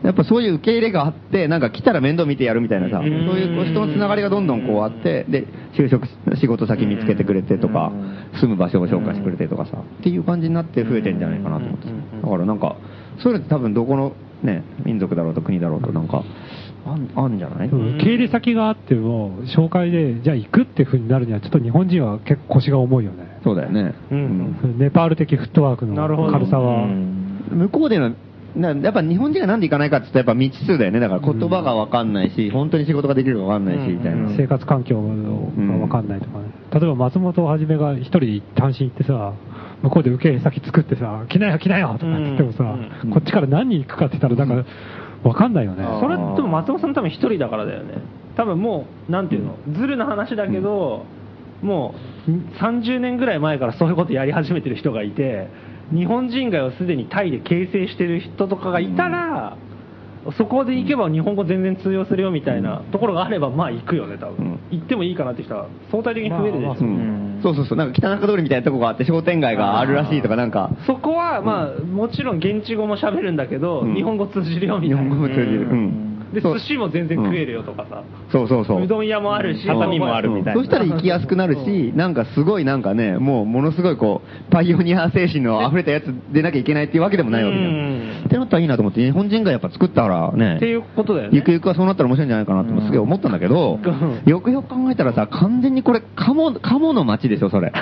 Speaker 5: やっぱそういう受け入れがあってなんか来たら面倒見てやるみたいなさ、
Speaker 3: うん
Speaker 5: そういうこう人のつながりがどんどんこうあってで就職仕事先見つけてくれてとか、住む場所を紹介してくれてとかさ、っていう感じになって増えてんじゃないかなと思って、
Speaker 3: うん
Speaker 5: だからなんかそういうのって多分どこのね民族だろうと国だろうとなんかあんあんじゃない、
Speaker 4: 受け入れ先があっても、紹介で、じゃあ行くって風になるには、ちょっと日本人は結構腰が重いよね。
Speaker 5: そうだよね、
Speaker 3: うん
Speaker 4: ネパール的フットワークの
Speaker 3: なるほど
Speaker 4: 軽さは。
Speaker 5: 向こうでのなやっぱ日本人がなんで行かないかって言ったらやっぱ未知数だよねだから言葉がわかんないし、本当に仕事ができるかわかんないし、みたいな、
Speaker 4: 生活環境が分かんないとかね、例えば松本はじめが一人単身行ってさ、向こうで受け入れ先作ってさ、来なよ来なよとか言っててもさ、
Speaker 5: うん
Speaker 4: こっちから何人行くかって言ったら、なんか分かんないよね、
Speaker 5: あ
Speaker 3: それとも松本さん多分一人だからだよね多分もうなんていうのズルな話だけど、もう30年ぐらい前からそういうことやり始めてる人がいて日本人街をすでにタイで形成してる人とかがいたら、そこで行けば日本語全然通用するよみたいなところがあればまあ行くよね多分、行ってもいいかなって人は相対的に増えるでしょ、
Speaker 4: まあまあ
Speaker 5: うんそうそうそう、なんか北中通りみたいなとこがあって商店街があるらしいとか、なんか、
Speaker 3: そこは、まあ、もちろん現地語も喋るんだけど、
Speaker 5: うん
Speaker 3: 日本語通じるよみ
Speaker 5: 日
Speaker 3: たい
Speaker 5: 本語
Speaker 3: な。
Speaker 5: も通じる。う
Speaker 3: で、
Speaker 5: ん。そう
Speaker 3: 寿司も全然食えるよとかさ。
Speaker 5: そうそうそうう。
Speaker 3: どん屋もあるし、
Speaker 1: 畳もあるみたいな
Speaker 5: そうしたら行きやすくなるし、なんかすごいなんかね、もうものすごいこう、パイオニア精神の溢れたやつでなきゃいけないっていうわけでもないわけじゃ
Speaker 3: うんん。
Speaker 5: ってなったらいいなと思って、日本人がやっぱ作ったからね。
Speaker 3: っていうことだよね。
Speaker 5: ゆくゆくはそうなったら面白いんじゃないかなってすげえ思ったんだけど、よくよく考えたらさ、完全にこれ、カモ、カモの街でしょ、そ
Speaker 4: *laughs*
Speaker 5: れ。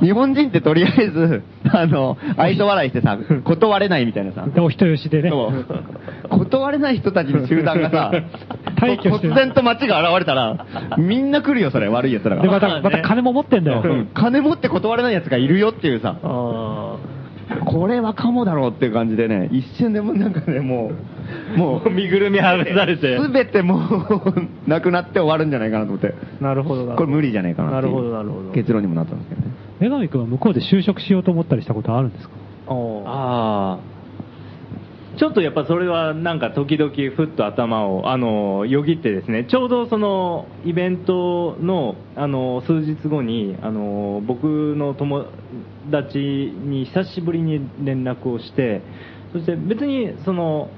Speaker 5: 日本人ってとりあえず、あの、愛想笑いしてさ、断れないみたいなさ。
Speaker 4: でお人よしでね、
Speaker 5: そう断れない人たちの集団がさ、
Speaker 4: *laughs* 退去して
Speaker 5: 突然と街が現れたら、みんな来るよ、それ、悪い奴ら
Speaker 4: で
Speaker 5: が。
Speaker 4: またまた金も持ってんだよ、
Speaker 5: うん金持って断れない奴がいるよっていうさ、
Speaker 3: あ
Speaker 5: これはカモだろうっていう感じでね、一瞬でもうなんかね、もう、もう、
Speaker 1: 身ぐるみはめされて。
Speaker 5: すべてもう、なくなって終わるんじゃないかなと思って。
Speaker 3: ーなるほどなるほど。
Speaker 5: これ無理じゃないかなっていう
Speaker 3: なるほど、なるほど。
Speaker 5: 結論にもなったんですけどね。
Speaker 4: 女神君は向こうで就職しようと思ったりしたことあるんですか
Speaker 3: おー
Speaker 1: ああ。ちょっとやっぱそれはなんか時々ふっと頭をあのよぎってですねちょうどそのイベントのあの数日後にあの僕の友達に久しぶりに連絡をしてそして別にその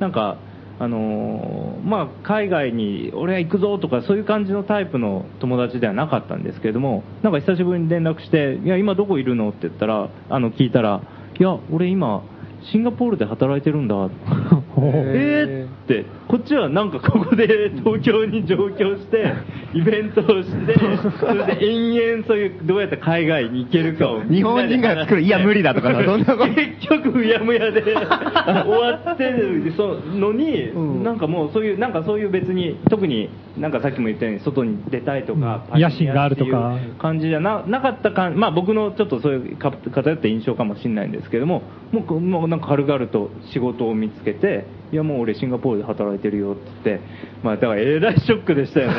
Speaker 1: なんかあのまあ、海外に俺は行くぞとかそういう感じのタイプの友達ではなかったんですけれどもなんか久しぶりに連絡して「いや今どこいるの?」って言ったらあの聞いたら「いや俺今シンガポールで働いてるんだ」
Speaker 5: *laughs*
Speaker 1: えーってこっちはなんかこ
Speaker 5: *laughs*
Speaker 1: こで東京に上京してイベントをしてそれで延々そういうどうやって海外に行けるかを
Speaker 5: 日本人が作る、いや、無理だとかさ、そん
Speaker 3: *laughs*
Speaker 5: なこと。
Speaker 1: 結局うやむやで終わってるそのに、なんかもうそういうなんかそういう別に特になんかさっきも言ったように外に出たいとか、
Speaker 4: うん野心があるとか
Speaker 1: っていう感じじゃななかったかまあ僕のちょっとそういうか偏った印象かもしれないんですけどももうもうなんか軽々と仕事を見つけていやもう俺シンガポールで働いてるよって言ってまあだからえらいショックでしたよね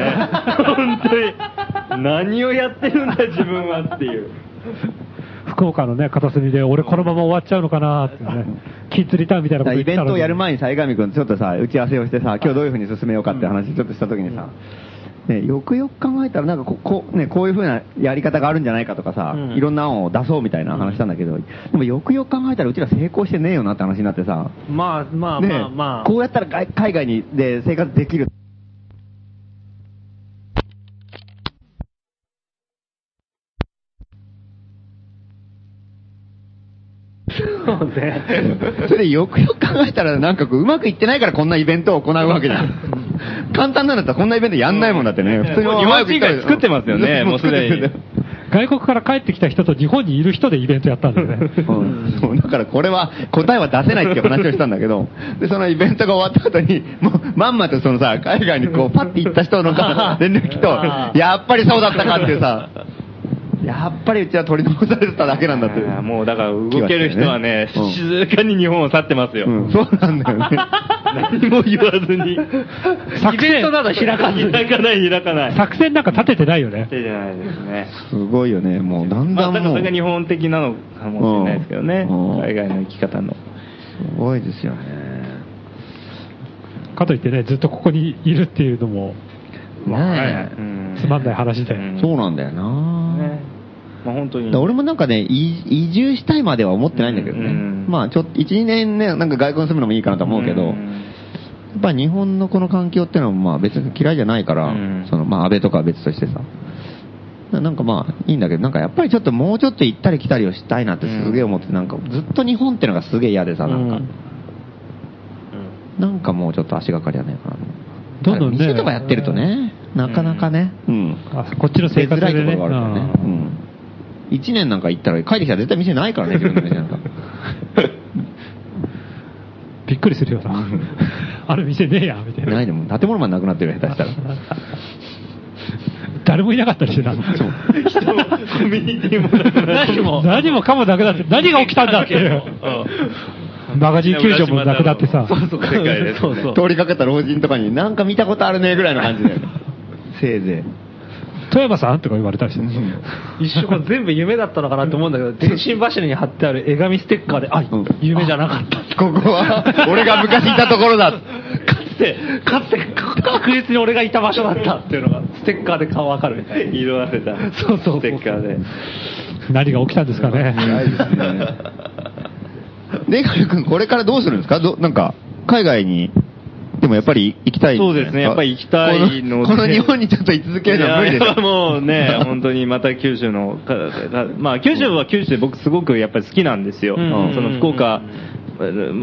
Speaker 1: 本当に何をやってるんだ自分はっていう。
Speaker 4: 福岡のね片隅で、俺、このまま終わっちゃうのかなってね、キッズリターンみたいなこと言
Speaker 5: イ
Speaker 4: って
Speaker 5: ベ
Speaker 4: たの
Speaker 5: ン
Speaker 4: に
Speaker 5: トをやる前に、さ江上君、ちょっ
Speaker 3: *laughs*
Speaker 5: とさ、打ち合わせをしてさ、今日どういうふうに進めようかって話、ちょっとしたときにさ、ね、よくよく考えたら、なんかここう、ね、こういうふうなやり方があるんじゃないかとかさ、
Speaker 3: うん
Speaker 5: いろんな案を出そうみたいな話したんだけど、でもよくよく考えたら、うちら成功してねえよなって話になってさ、
Speaker 3: まあまあ
Speaker 5: ね
Speaker 3: まあまあ。
Speaker 5: こうやったら外海外にで生活できる。 *laughs* それでよくよく考えたら、なんかこう、うまくいってないからこんなイベントを行うわけじゃ
Speaker 1: *laughs*
Speaker 5: ん。簡単なんだったらこんなイベントやんないもんだってね。普通に *laughs*
Speaker 1: もう日本人が作ってますよね
Speaker 5: ん
Speaker 1: もうすで
Speaker 5: 作
Speaker 1: に
Speaker 5: ってる
Speaker 4: 外国から帰ってきた人と日本にいる人でイベントやったんだ
Speaker 5: *laughs*
Speaker 4: よね。
Speaker 5: うんそうだからこれは答えは出せないっていう話をしたんだけど、で、そのイベントが終わった後に、もう、まんまとそのさ、海外に
Speaker 1: *laughs*
Speaker 5: こう、パッて行った人のさ連絡来と、やっぱりそうだったかっていう
Speaker 1: *laughs*
Speaker 5: さ、やっぱりうちは取り残されてただけなんだってい
Speaker 1: あーもうだから動ける人はね、
Speaker 5: うん
Speaker 1: 静かに日本を去ってますよ。
Speaker 5: うんそうなんだよね。
Speaker 1: *laughs* 何も言わずに。
Speaker 4: 作
Speaker 3: イベント
Speaker 4: 戦、
Speaker 3: など開かずに。
Speaker 1: 開かない、開かない。
Speaker 4: 作戦なんか立ててないよね。
Speaker 1: 手じゃないですね。
Speaker 5: すごいよね、もうだん
Speaker 1: *laughs* ま
Speaker 5: だ
Speaker 1: あ、
Speaker 5: ん
Speaker 1: だから
Speaker 5: も、
Speaker 1: そうれが日
Speaker 5: す
Speaker 1: 本的なのかもしれないですけどね。
Speaker 5: うん
Speaker 1: 海外の生き方の。
Speaker 5: ごいですよね。
Speaker 4: かといってね、ずっとここにいるっていうのも、
Speaker 5: ねえ
Speaker 1: う
Speaker 4: つまんない話で。
Speaker 1: うん
Speaker 5: そうなんだよな、
Speaker 1: ね。まあ本当
Speaker 5: だ
Speaker 1: に。
Speaker 5: から俺もなんかね、移移住したいまでは思ってないんだけどね。
Speaker 1: うん
Speaker 5: まあちょっと、1、2年ね、なんか外国に住むのもいいかなと思うけど、
Speaker 1: ん
Speaker 5: やっぱ日本のこの環境ってのはまあ別に嫌いじゃないから、
Speaker 1: うん
Speaker 5: そのまあ安倍とかは別としてさ。ななんかまあいいんだけど、なんかやっぱりちょっともうちょっと行ったり来たりをしたいなってすげえ思って、なんかずっと日本ってのがすげえ嫌でさ、なんか、なんかもうちょっと足がかりじゃないかな。
Speaker 4: どんどんね
Speaker 5: 店とかやってるとね、なかなかね、うん
Speaker 4: あこっちの生活
Speaker 5: 出づらい
Speaker 4: で
Speaker 5: ところ
Speaker 4: ね。
Speaker 5: があるからね。
Speaker 4: う
Speaker 5: うんん。一年なんか行ったら、帰ってきたら絶対店ないからね、自分の店なんか。
Speaker 4: *laughs* びっくりするよな。ある店ねえや、みたいな。
Speaker 5: ないでも、建物までなくなってるよ、下手したら。
Speaker 4: 誰もいなかったりしてな。
Speaker 1: コミュニティもなくなって
Speaker 3: 何も。*laughs*
Speaker 4: *laughs* 何もかもなくなって、何が起きたんだって
Speaker 1: *laughs*
Speaker 4: いう。マガジン球場もなくなってさ。
Speaker 1: そうそう、世界です。
Speaker 3: そうそう
Speaker 5: 通りかけた老人とかに、なんか見たことあるね、ぐらいの感じだよね。せいぜ
Speaker 4: 富山さんとか言われたりして。
Speaker 3: 一瞬これ全部夢だったのかなと思うんだけど、電信柱に貼ってある絵紙ステッカーで、あ
Speaker 5: うん、
Speaker 3: 夢じゃなかった。
Speaker 5: い。ここは、俺が昔いたところだ。
Speaker 3: かつて、かつて確実に俺がいた場所だったっていうのが、ステッカーで顔わかるみたいな。
Speaker 1: 色あせ *laughs* た。
Speaker 3: そうそうそう
Speaker 1: ステッカーで。
Speaker 4: 何が起きたんですか
Speaker 5: ない
Speaker 4: ね。
Speaker 5: ですね。で、かゆくん、これからどうするんですかどなんか、海外に、でもやっぱり行きたいんじゃない
Speaker 1: そうですねやっぱり行きたいので
Speaker 5: このこの *laughs* 日本にちょっと居続けるのは無理です
Speaker 1: いやも
Speaker 5: *laughs*
Speaker 1: うね、本当にまた九州のか、かまあ九州は九州で僕すごくやっぱり好きなんですよ。
Speaker 3: うん
Speaker 1: その福岡、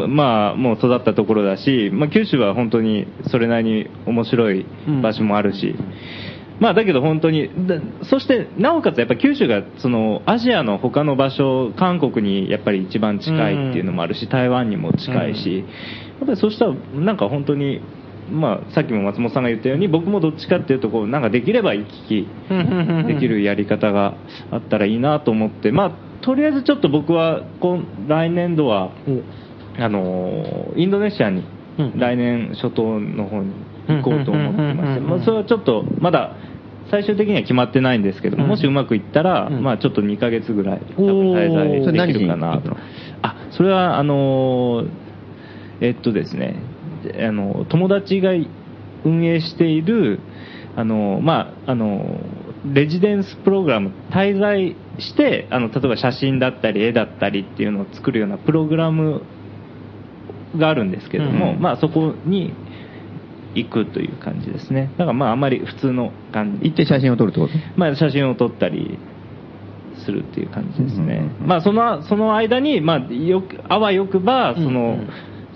Speaker 1: まあもう育ったところだし、まあ九州は本当にそれなりに面白い場所もあるし、まあだけど本当に、だそしてなおかつやっぱ九州がそのアジアの他の場所、韓国にやっぱり一番近いっていうのもあるし、台湾にも近いし、やっぱりそうしたらなんか本当に、まあさっきも松本さんが言ったように僕もどっちかっていうとこうなんかできれば行き来できるやり方があったらいいなと思って、まあとりあえずちょっと僕は今来年度はあのーインドネシアに
Speaker 3: うん
Speaker 1: 来年初頭の方に行こうと思ってまして、
Speaker 3: うん
Speaker 1: まあ、それはちょっとまだ最終的には決まってないんですけど、
Speaker 3: うん
Speaker 1: もしうまくいったら、
Speaker 3: うん
Speaker 1: まあちょっと2ヶ月ぐらい多
Speaker 3: おー
Speaker 1: 分滞在できるかな
Speaker 5: それ何しに行く
Speaker 1: と
Speaker 5: の。
Speaker 1: あ、それはあのーえっとですね、あの友達が運営しているあのまああのレジデンスプログラム滞在してあの例えば写真だったり絵だったりっていうのを作るようなプログラムがあるんですけども、
Speaker 3: うん
Speaker 1: まあそこに行くという感じですね。だからまああんまり普通の感じ
Speaker 5: 行って写真を撮るってこと
Speaker 1: まあ、写真を撮ったりするっていう感じです
Speaker 5: うんう
Speaker 1: ね、
Speaker 5: んうん
Speaker 1: まあ、そのその間に、まあ、よくあわよくばその、
Speaker 3: うんうん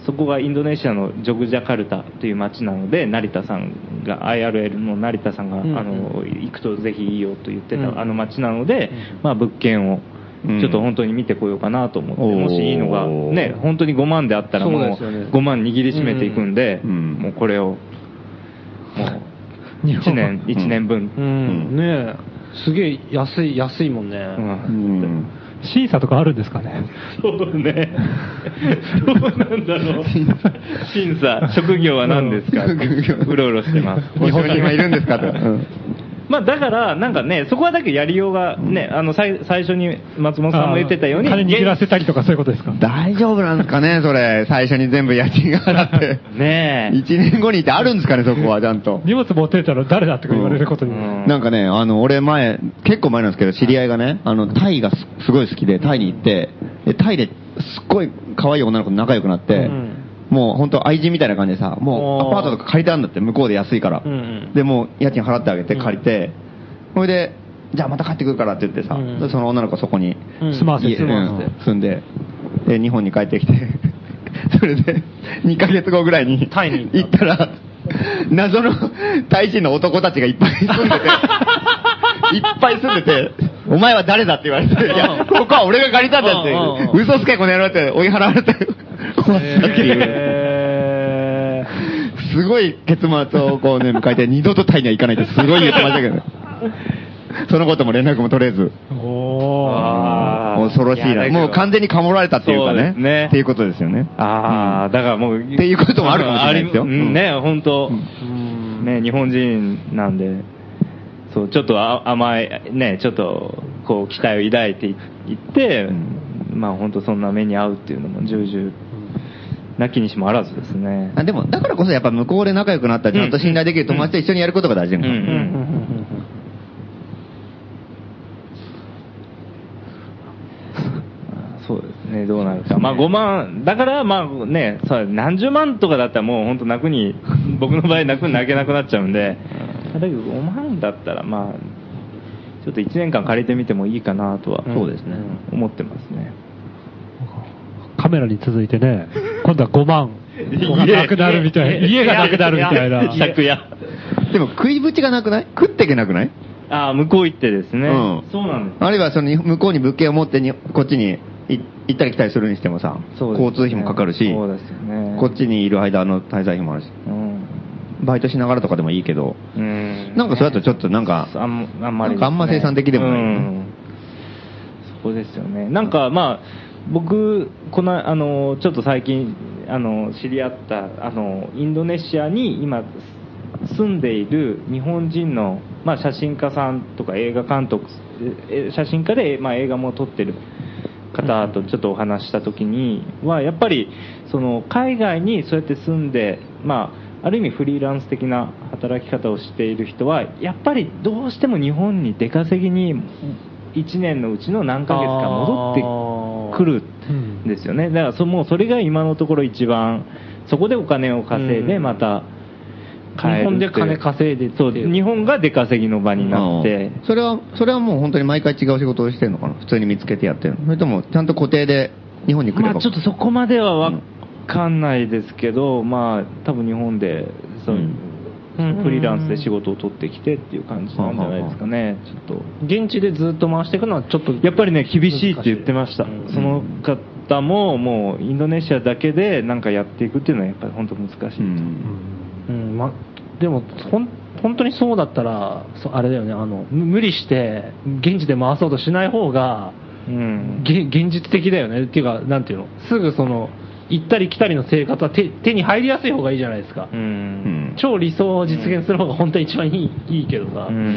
Speaker 1: そこがインドネシアのジョグジャカルタという街なので成田さんが IRL の成田さんが、
Speaker 3: うんうん
Speaker 1: あの行くとぜひいいよと言ってた、
Speaker 3: うん
Speaker 1: あの街なので、
Speaker 3: うん
Speaker 1: まあ、物件を。
Speaker 5: うん
Speaker 1: ちょっと本当に見てこようかなと思って、
Speaker 5: おー
Speaker 1: もしいいのが、ね、本当に5万であったら
Speaker 3: そうで
Speaker 1: も
Speaker 3: すよね
Speaker 1: う5万握りしめていくんで、
Speaker 5: うん
Speaker 1: もうこれを、もう
Speaker 4: 日
Speaker 1: 1
Speaker 4: 本は
Speaker 1: 年、一年分、
Speaker 3: うん、ねえ。すげえ安い、安いもんね。
Speaker 5: うん。
Speaker 4: 審査とかあるんですかね。
Speaker 1: そうね。どうなんだろう。審査、職業は何ですかうろうろしてます。
Speaker 5: 日本に今いるんですかと。
Speaker 1: まあだから、なんかね、そこはだけやりようが、ね、あの、最最初に松本さんも言ってたように、
Speaker 4: あー金握らせ
Speaker 1: 現
Speaker 4: たりとかそういうことですか。
Speaker 5: 大丈夫なんですかね、それ。最初に全部家賃が払って。
Speaker 1: ねえ。
Speaker 5: 一年後にってあるんですかね、そこは、ちゃんと。
Speaker 4: 荷物持ってたら誰だって言われることに。
Speaker 1: うん
Speaker 5: なんかね、あの、俺前、結構前なんですけど、知り合いがね、あの、タイがすすごい好きで、タイに行って、で、タイですっごい可愛い女の子と仲良くなって、
Speaker 3: うん
Speaker 5: もう本当愛人みたいな感じでさ、もう
Speaker 3: お
Speaker 5: ア
Speaker 3: ー
Speaker 5: パートとか借りたんだって、向こうで安いから。
Speaker 3: うんうん
Speaker 5: で、もう家賃払ってあげて
Speaker 3: うん
Speaker 5: 借りて、それで、じゃあまた帰ってくるからって言ってさ、
Speaker 3: うん
Speaker 5: でその女の子そこに
Speaker 3: うん
Speaker 4: 住まわせ
Speaker 5: 家
Speaker 4: て。
Speaker 5: う
Speaker 4: うん
Speaker 5: ん住んで、で、日本に帰って *laughs* きて、それで、2ヶ月後ぐらいに、
Speaker 1: タイに
Speaker 5: 行ったら、謎のタイ人の男たちがいっぱい住んでて、いっぱい住んでて、お前は誰だって言われて、いや、ここは俺が借りたんだっ
Speaker 3: うん
Speaker 5: て、嘘つけこの野郎って追い払われて、壊したっていう。すごい結末をこうね、迎えて、二度とタイには行かないってすごい言ってましたけどね。そのことも連絡も取れず。
Speaker 4: おー。
Speaker 1: あー
Speaker 5: 恐ろしい
Speaker 1: やだ
Speaker 5: な。
Speaker 1: けど
Speaker 5: もう完全にかもられたっていうか
Speaker 1: そうで
Speaker 5: ね。
Speaker 1: すね
Speaker 5: っていうことですよね。
Speaker 1: ああ、だからもう。って
Speaker 5: いうこともあるかもしれないですようん
Speaker 1: ね、本当
Speaker 3: ん
Speaker 1: ね、日本人なんで、そう、ちょっとあ甘い、ね、ちょっと、こう、期待を抱いていって、まあ本当そんな目に遭うっていうのも重々、なきにしもあらずですね。
Speaker 5: あでも、だからこそやっぱ向こうで仲良くなったり、ちゃんと信頼できる友達と一緒にやることが大事な
Speaker 1: うんん
Speaker 5: だ
Speaker 1: う
Speaker 5: よ
Speaker 1: ん。そうですね、どうなるか。まあ5万、だからまあね、そう何十万とかだったらもう本当泣くに、 *laughs* 僕の場合泣くに泣けなくなっちゃうんで、だけど5万だったらまあ、ちょっと1年間借りてみてもいいかなとは、
Speaker 5: そうですね
Speaker 1: 思ってますね。
Speaker 4: カメラに続いてね、今度は5万。がなくなるみたい。家がなくなるみたいな。
Speaker 1: 借家。
Speaker 5: でも食いぶちがなくない食っていけなくない
Speaker 1: ああ、向こう行ってですね。
Speaker 5: うん
Speaker 1: そうなんです。
Speaker 5: あるいはそのに向こうに物件を持ってにこっちにい行ったり来たりするにしてもさ、
Speaker 1: そうですね
Speaker 5: 交通費もかかるし、
Speaker 1: そうですよね
Speaker 5: こっちにいる間の滞在費もあるし、
Speaker 1: うん。
Speaker 5: バイトしながらとかでもいいけど、
Speaker 1: うん
Speaker 5: なんかそれだとちょっとなんか、
Speaker 1: あんあんまり
Speaker 5: なんかあんま生産的でもないよね
Speaker 1: うんそうですよねなんかまあ僕このあのちょっと最近あの知り合ったあのインドネシアに今住んでいる日本人の、まあ、写真家さんとか映画監督ええ写真家で、まあ、映画も撮ってる方とちょっとお話しした時にはやっぱりその海外にそうやって住んで、まあ、ある意味フリーランス的な働き方をしている人はやっぱりどうしても日本に出稼ぎに1年のうちの何ヶ月か戻ってくる
Speaker 4: うん
Speaker 1: んですよねだからそもうそれが今のところ一番そこでお金を稼いで
Speaker 3: うん
Speaker 1: また
Speaker 3: 日本で金
Speaker 1: 稼
Speaker 3: 稼いで
Speaker 1: そう日本が出稼ぎの場になって
Speaker 5: うんそれは、それはもう本当に毎回違う仕事をしてるのかな普通に見つけてやってるのそれともちゃんと固定で日本に来れば、
Speaker 1: まあ、ちょっとそこまではわかんないですけど、まあ多分日本でその、
Speaker 5: うん
Speaker 1: フリーランスで仕事を取ってきてっていう感じなんじゃないですかね、ちょっと。
Speaker 3: 現地でずっと回していくのはちょっと
Speaker 1: やっぱりね、厳しいって言ってました、
Speaker 3: 難しいうん
Speaker 1: その方ももうインドネシアだけでなんかやっていくっていうのは、やっぱり本当難しい
Speaker 5: う
Speaker 1: と、
Speaker 5: ん
Speaker 3: うんま、でもほん本当にそうだったらそあれだよねあのむ無理して現地で回そうとしない方が
Speaker 1: うん
Speaker 3: げ現実的だよねっていうかなんていうのすぐその行ったり来たりの生活は手手に入りやすい方がいいじゃないですか、
Speaker 1: う
Speaker 5: うんん
Speaker 3: 超理想を実現する方が本当は一番いいいいけどさ、
Speaker 1: うん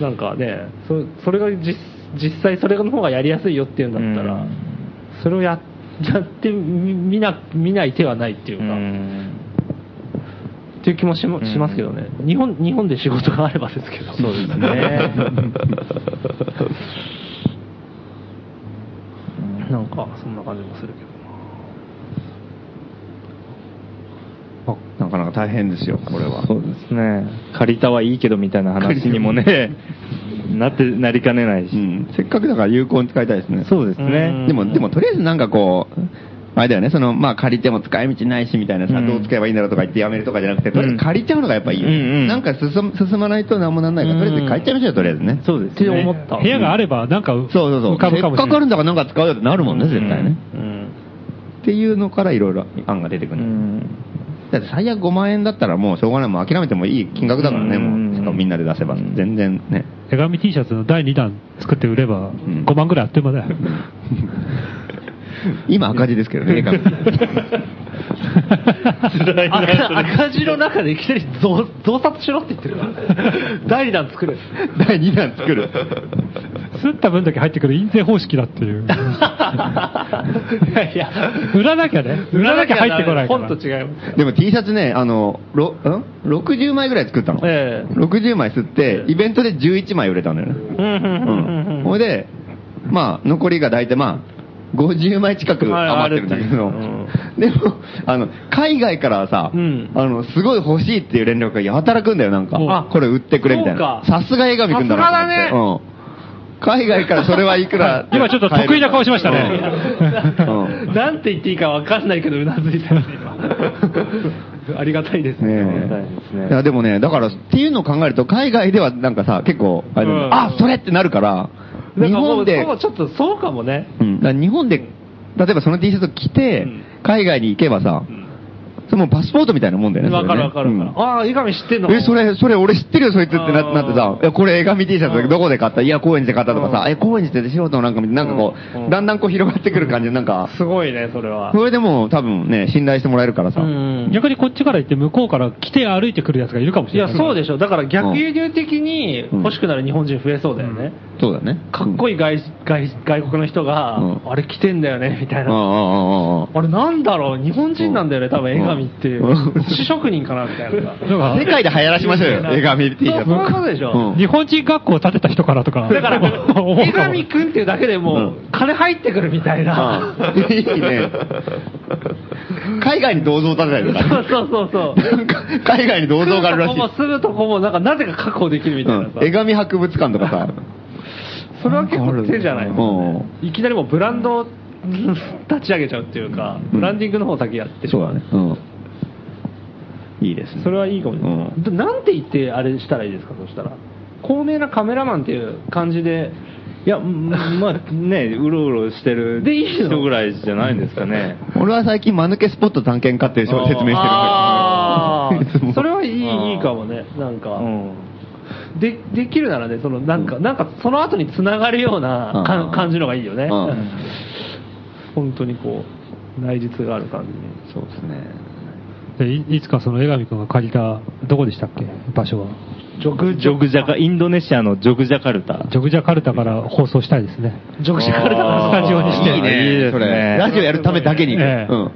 Speaker 3: なんかねそそれが実実際それの方がやりやすいよっていうんだったら、
Speaker 1: うん
Speaker 3: それをややってみ見な見ない手はないっていう
Speaker 1: う
Speaker 3: か、
Speaker 1: ん
Speaker 3: っていう気もしもしますけどね、日本日本で仕事があればですけど
Speaker 1: そうですね
Speaker 3: *laughs* なんかそんな感じもするけどな
Speaker 5: なかなか大変ですよ、これは。
Speaker 1: そうですね借りたはいいけどみたいな話にもね *laughs* なってなりかねないし、
Speaker 5: うんせっかくだから有効に使いたいですね。
Speaker 1: そうですね
Speaker 3: ん
Speaker 5: でも、でもとりあえずなんかこう、あれだよね、その、まあ借りても使い道ないしみたいなさ、
Speaker 1: うん
Speaker 5: どう使えばいいんだろうとか言ってやめるとかじゃなくて、とりあえず借りちゃうのがやっぱいいよね、
Speaker 1: うんうん
Speaker 5: なんか進む進まないと何もなんないから、とりあえず借りちゃいましょうよ、とりあえずね。
Speaker 1: そうですね
Speaker 3: って思った
Speaker 4: 部屋があれば、なんか浮
Speaker 5: そうそうそう。
Speaker 4: 浮かぶかもし
Speaker 5: せっか
Speaker 4: れ
Speaker 5: くあるん
Speaker 4: ない。
Speaker 5: だからなんか使うよってなるもんね、絶対ね。
Speaker 3: うん
Speaker 5: っていうのからいろいろ案が出てく
Speaker 1: う
Speaker 5: る、
Speaker 1: ん
Speaker 5: だって最悪5万円だったらもうしょうがない、もう諦めてもいい金額だからね、
Speaker 1: うん
Speaker 5: もう。しかもみんなで出せば、
Speaker 1: うん
Speaker 5: 全然ね。
Speaker 4: 手紙 T シャツの第2弾作って売れば、
Speaker 5: ん
Speaker 4: 5万ぐらいあっという間だよ。
Speaker 5: 今赤字ですけどね、
Speaker 3: *laughs*
Speaker 5: 映
Speaker 1: 辛いな
Speaker 3: 赤赤字の中でいきなり増増刷しろって言ってるから第二弾作る
Speaker 5: 画 *laughs* 第2弾作る。
Speaker 4: すった分だけ入ってくる印税方式だっていう。
Speaker 3: *laughs* いやいや
Speaker 4: 売らなきゃね。売らなきゃ入ってこないか
Speaker 3: 本
Speaker 4: ら。。
Speaker 3: と違います
Speaker 5: でも T シャツね、あの、ろん ?60 枚ぐらい作ったの。
Speaker 3: ええ
Speaker 5: 60枚吸って、イベントで11枚売れたのよね。
Speaker 3: うんうん
Speaker 5: うん
Speaker 3: うん
Speaker 5: ほいで、まあ、残りが大体まあ、50枚近く余ってるんだけど、でも、あの、海外からはさ、
Speaker 3: うん
Speaker 5: あの、すごい欲しいっていう連絡がやたらくんだよ、なんか。
Speaker 3: うん
Speaker 5: あこれ売ってくれみたいな。
Speaker 3: そう
Speaker 5: さすが江上くんだなと思って
Speaker 3: さすがだね
Speaker 5: うん。海外からそれはいくら
Speaker 3: *laughs*
Speaker 4: 今ちょっと得意な顔しましたね
Speaker 5: うんうん
Speaker 3: なんて言っていいかわかんないけどうなずいてるね今ありがたいですね
Speaker 5: ね
Speaker 1: たいですね
Speaker 5: えいやでもね、だから、っていうのを考えると、海外ではなんかさ、結構、あれだよね
Speaker 3: うん
Speaker 5: あ、それってなるから、
Speaker 3: なん
Speaker 5: 日
Speaker 3: かもう
Speaker 5: 本で、
Speaker 3: そうちょっとそうかもね。
Speaker 5: うん、だから日本で、例えばその T シャツを着て、
Speaker 3: うん
Speaker 5: 海外に行けばさ、
Speaker 3: ん
Speaker 5: それもうパスポートみたいなもんだよね。
Speaker 3: わかるわかるわかる。ああ、井上知ってんの
Speaker 5: え、それ、それ俺知ってるよ、そいつって
Speaker 3: あ
Speaker 5: な
Speaker 3: ー
Speaker 5: なってさ、いや、これ、絵紙 T シャツ
Speaker 3: うん
Speaker 5: どこで買ったいや、高円寺で買ったとかさ、
Speaker 3: うん
Speaker 5: え、高円寺って素人のなんか見て、なんかこ
Speaker 3: うんう
Speaker 5: う、
Speaker 3: ん
Speaker 5: だんだんこう広がってくる感じで、なんか、
Speaker 3: すごいね、それは。
Speaker 5: それでもう多分ね、信頼してもらえるからさ。
Speaker 3: うん
Speaker 4: 逆にこっちから行って向こうから来て歩いてくるやつがいるかもし
Speaker 3: い
Speaker 4: れ
Speaker 3: や
Speaker 4: ない。、
Speaker 3: そうでしょ。だから逆輸入的に欲しくなる日本人増えそうだよね。
Speaker 5: そうだね。
Speaker 3: かっこ
Speaker 5: いい。
Speaker 3: いい外外外国の人が、
Speaker 5: うん
Speaker 3: あれ着てんだよね、みたい
Speaker 5: ああ、
Speaker 3: な。
Speaker 5: ああ、あ
Speaker 3: あれなんだろう、日本人なんだよね、多分、絵紙っていう
Speaker 5: うん。
Speaker 3: 主職人かな、みたいな。
Speaker 4: だ
Speaker 5: あ。
Speaker 4: か
Speaker 5: 世界で流行らしましょうよ、絵紙 T シャツ。
Speaker 3: そうそういうことでしょ
Speaker 5: うん
Speaker 4: ら、日本人学校を建てた人からとか。
Speaker 3: だ
Speaker 5: *laughs*
Speaker 3: から、
Speaker 4: 思うかも
Speaker 3: 江上くんっていうだけでも
Speaker 5: う
Speaker 3: う、金入ってくるみたいな。
Speaker 5: うん *laughs* いいね。海外に銅像建てたりとかね。
Speaker 3: そうそうそうそう。
Speaker 5: なんか海外に銅像があるらし
Speaker 3: 来
Speaker 5: い。
Speaker 3: とこも住むとこも、なんか、なぜか確保できるみたいなさ
Speaker 5: うん。絵紙博物館とかさ。
Speaker 3: それは結構手じゃない
Speaker 5: うん
Speaker 3: いきなりもうブランドを立ち上げちゃうっていうか、ブランディングの方先やってしまう。
Speaker 5: うん。いいですね。
Speaker 3: それはいいかもしれな
Speaker 5: う
Speaker 3: い。なんて言ってあれしたらいいですか、そしたら。高名なカメラマンっていう感じで、
Speaker 1: いや、うんまあね、うろうろしてる
Speaker 3: でいいの
Speaker 1: 人ぐらいじゃないんですかね。
Speaker 5: 俺は最近、間抜けスポット探検家っていう説明してるん
Speaker 3: *laughs* あ
Speaker 5: だ *laughs* けどいつも
Speaker 3: ーそれはい
Speaker 1: あ
Speaker 3: い
Speaker 1: ー
Speaker 3: いいかもね、なんか。
Speaker 1: うん。
Speaker 3: でできるならね、そのなんか、なんかその後につながるようなか
Speaker 5: うん
Speaker 3: 感じのがいいよね、
Speaker 5: うん
Speaker 3: 本当にこう、内実がある感じに。
Speaker 5: そうですね。
Speaker 4: でいいつかその江上くんが借りた、どこでしたっけ場所は。
Speaker 1: ジョグジョグジャカ、インドネシアのジョグジャカルタ。
Speaker 4: ジョグジャカルタから放送したいですね。
Speaker 3: ジョグジャカルタ
Speaker 1: あ
Speaker 3: の
Speaker 1: ー
Speaker 4: スタジオにして
Speaker 5: いいね、
Speaker 1: いいですね
Speaker 5: それ。ラジオやるためだけに。
Speaker 4: ええ
Speaker 5: うん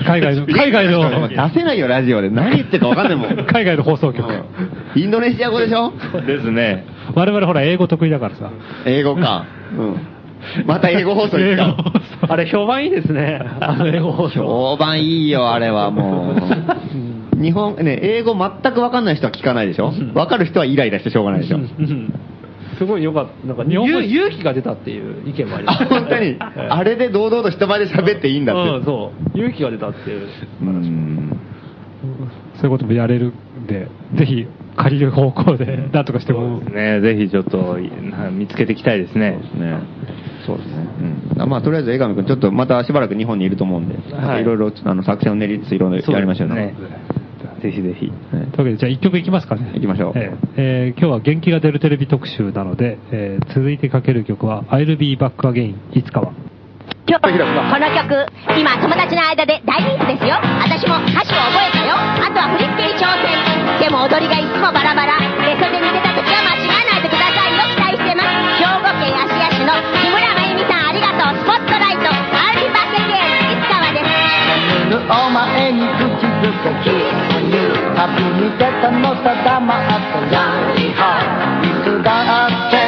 Speaker 4: 海外の、海外の、
Speaker 5: 出せないよ、ラジオで。何言ってるか分かんないもん。
Speaker 4: 海外の放送局。
Speaker 5: *laughs* インドネシア語でしょ
Speaker 1: ですね。
Speaker 4: 我々ほら英語得意だからさ。
Speaker 5: 英語か。うん。また英語放送行っ
Speaker 4: 英語放送
Speaker 5: た。
Speaker 3: あれ、評判いいですね、あの英語放送。
Speaker 5: 評判いいよ、あれはもう。日本、ね、英語全く分かんない人は聞かないでしょ分かる人はイライラしてしょうがないでしょ
Speaker 3: うんすごいよかった、なんか
Speaker 4: 日本語
Speaker 3: 勇勇気が出たっていう意見もありま
Speaker 5: あ
Speaker 3: す
Speaker 5: 本当に、あれで堂々と人前で喋っていいんだ
Speaker 3: うん、
Speaker 5: っ
Speaker 3: そう、勇気が出たっていう、
Speaker 5: て。うん。
Speaker 4: そういうこともやれるんで、ぜひ借りる方向で、なんとかしても。
Speaker 1: ね、ぜひちょっといな見つけていきたいですね。
Speaker 5: ね。そうですね。うん。まあ、とりあえず、江上君、ちょっとまたしばらく日本にいると思うんで、
Speaker 3: はい
Speaker 5: いろいろ、あの、作戦を練りつつ、いろいろやりましょうね。
Speaker 1: ぜひぜひ。
Speaker 5: はい
Speaker 4: というわけで、じゃあ一曲いきますかね。
Speaker 5: 行きましょう
Speaker 4: えええー今日は元気が出るテレビ特集なので、えー続いてかける曲は、I'll be back again、いつかは。
Speaker 2: 今日、この曲、今友達の間で大人気ですよ。私も歌詞を覚えたよ。あとは振り付けに挑戦。でも踊りがいつもバラバラ。ゲソで抜けた時は間違えないでくださいよ。期待してます。兵庫県芦屋市の木村真由美さんありがとう。スポットライト、アルビバケゲーム、いつかはです。
Speaker 6: お前に口づけキスハッピー見てたのさだまったやりはいつだって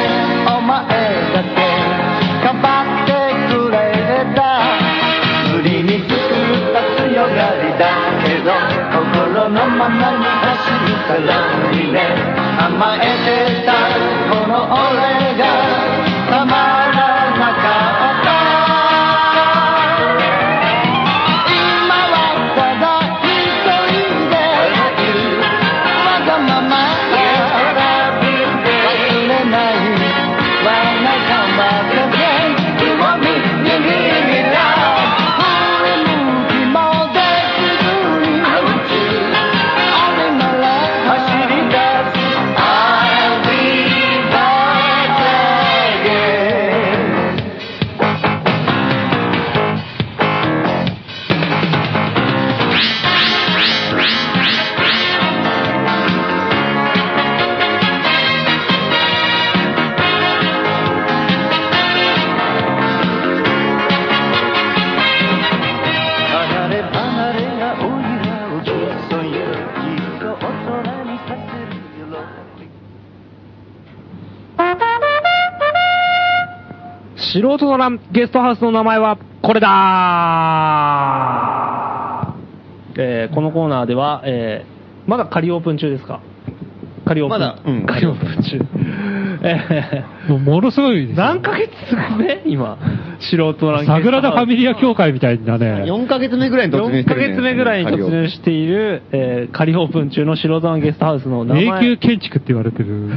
Speaker 6: お前だけ頑張ってくれた釣りに作った強がりだけど心のままに走ったらいいね甘えてたこの俺がたまらなかった今はただ一人でまだまだまま忘れないわなかまで手を握りだ振り向きもできずに俺なら走り出す I'll be back again 離れ離れがお似合うそういう一を空にさせる喜び
Speaker 3: 素人のランゲストハウスの名前はこれだえーこのコーナーでは、えーまだ仮オープン中ですか仮オープン。
Speaker 5: まだうん
Speaker 3: 仮オープン中。え
Speaker 4: もうものすごいで
Speaker 3: ー
Speaker 4: すよ
Speaker 3: 何ヶ月目 *laughs* 今、素人のランゲストハウス。
Speaker 4: サグラダ・ファミリア協会みたいなね。
Speaker 5: 4ヶ月
Speaker 3: *laughs*
Speaker 5: 目ぐらいに突入
Speaker 3: 4
Speaker 5: して
Speaker 3: ヶ
Speaker 5: る、ね。
Speaker 3: 月目ぐらいに突入している、えー仮オープン中の素人のゲストハウスの名前。
Speaker 4: 永久建築って言われてる。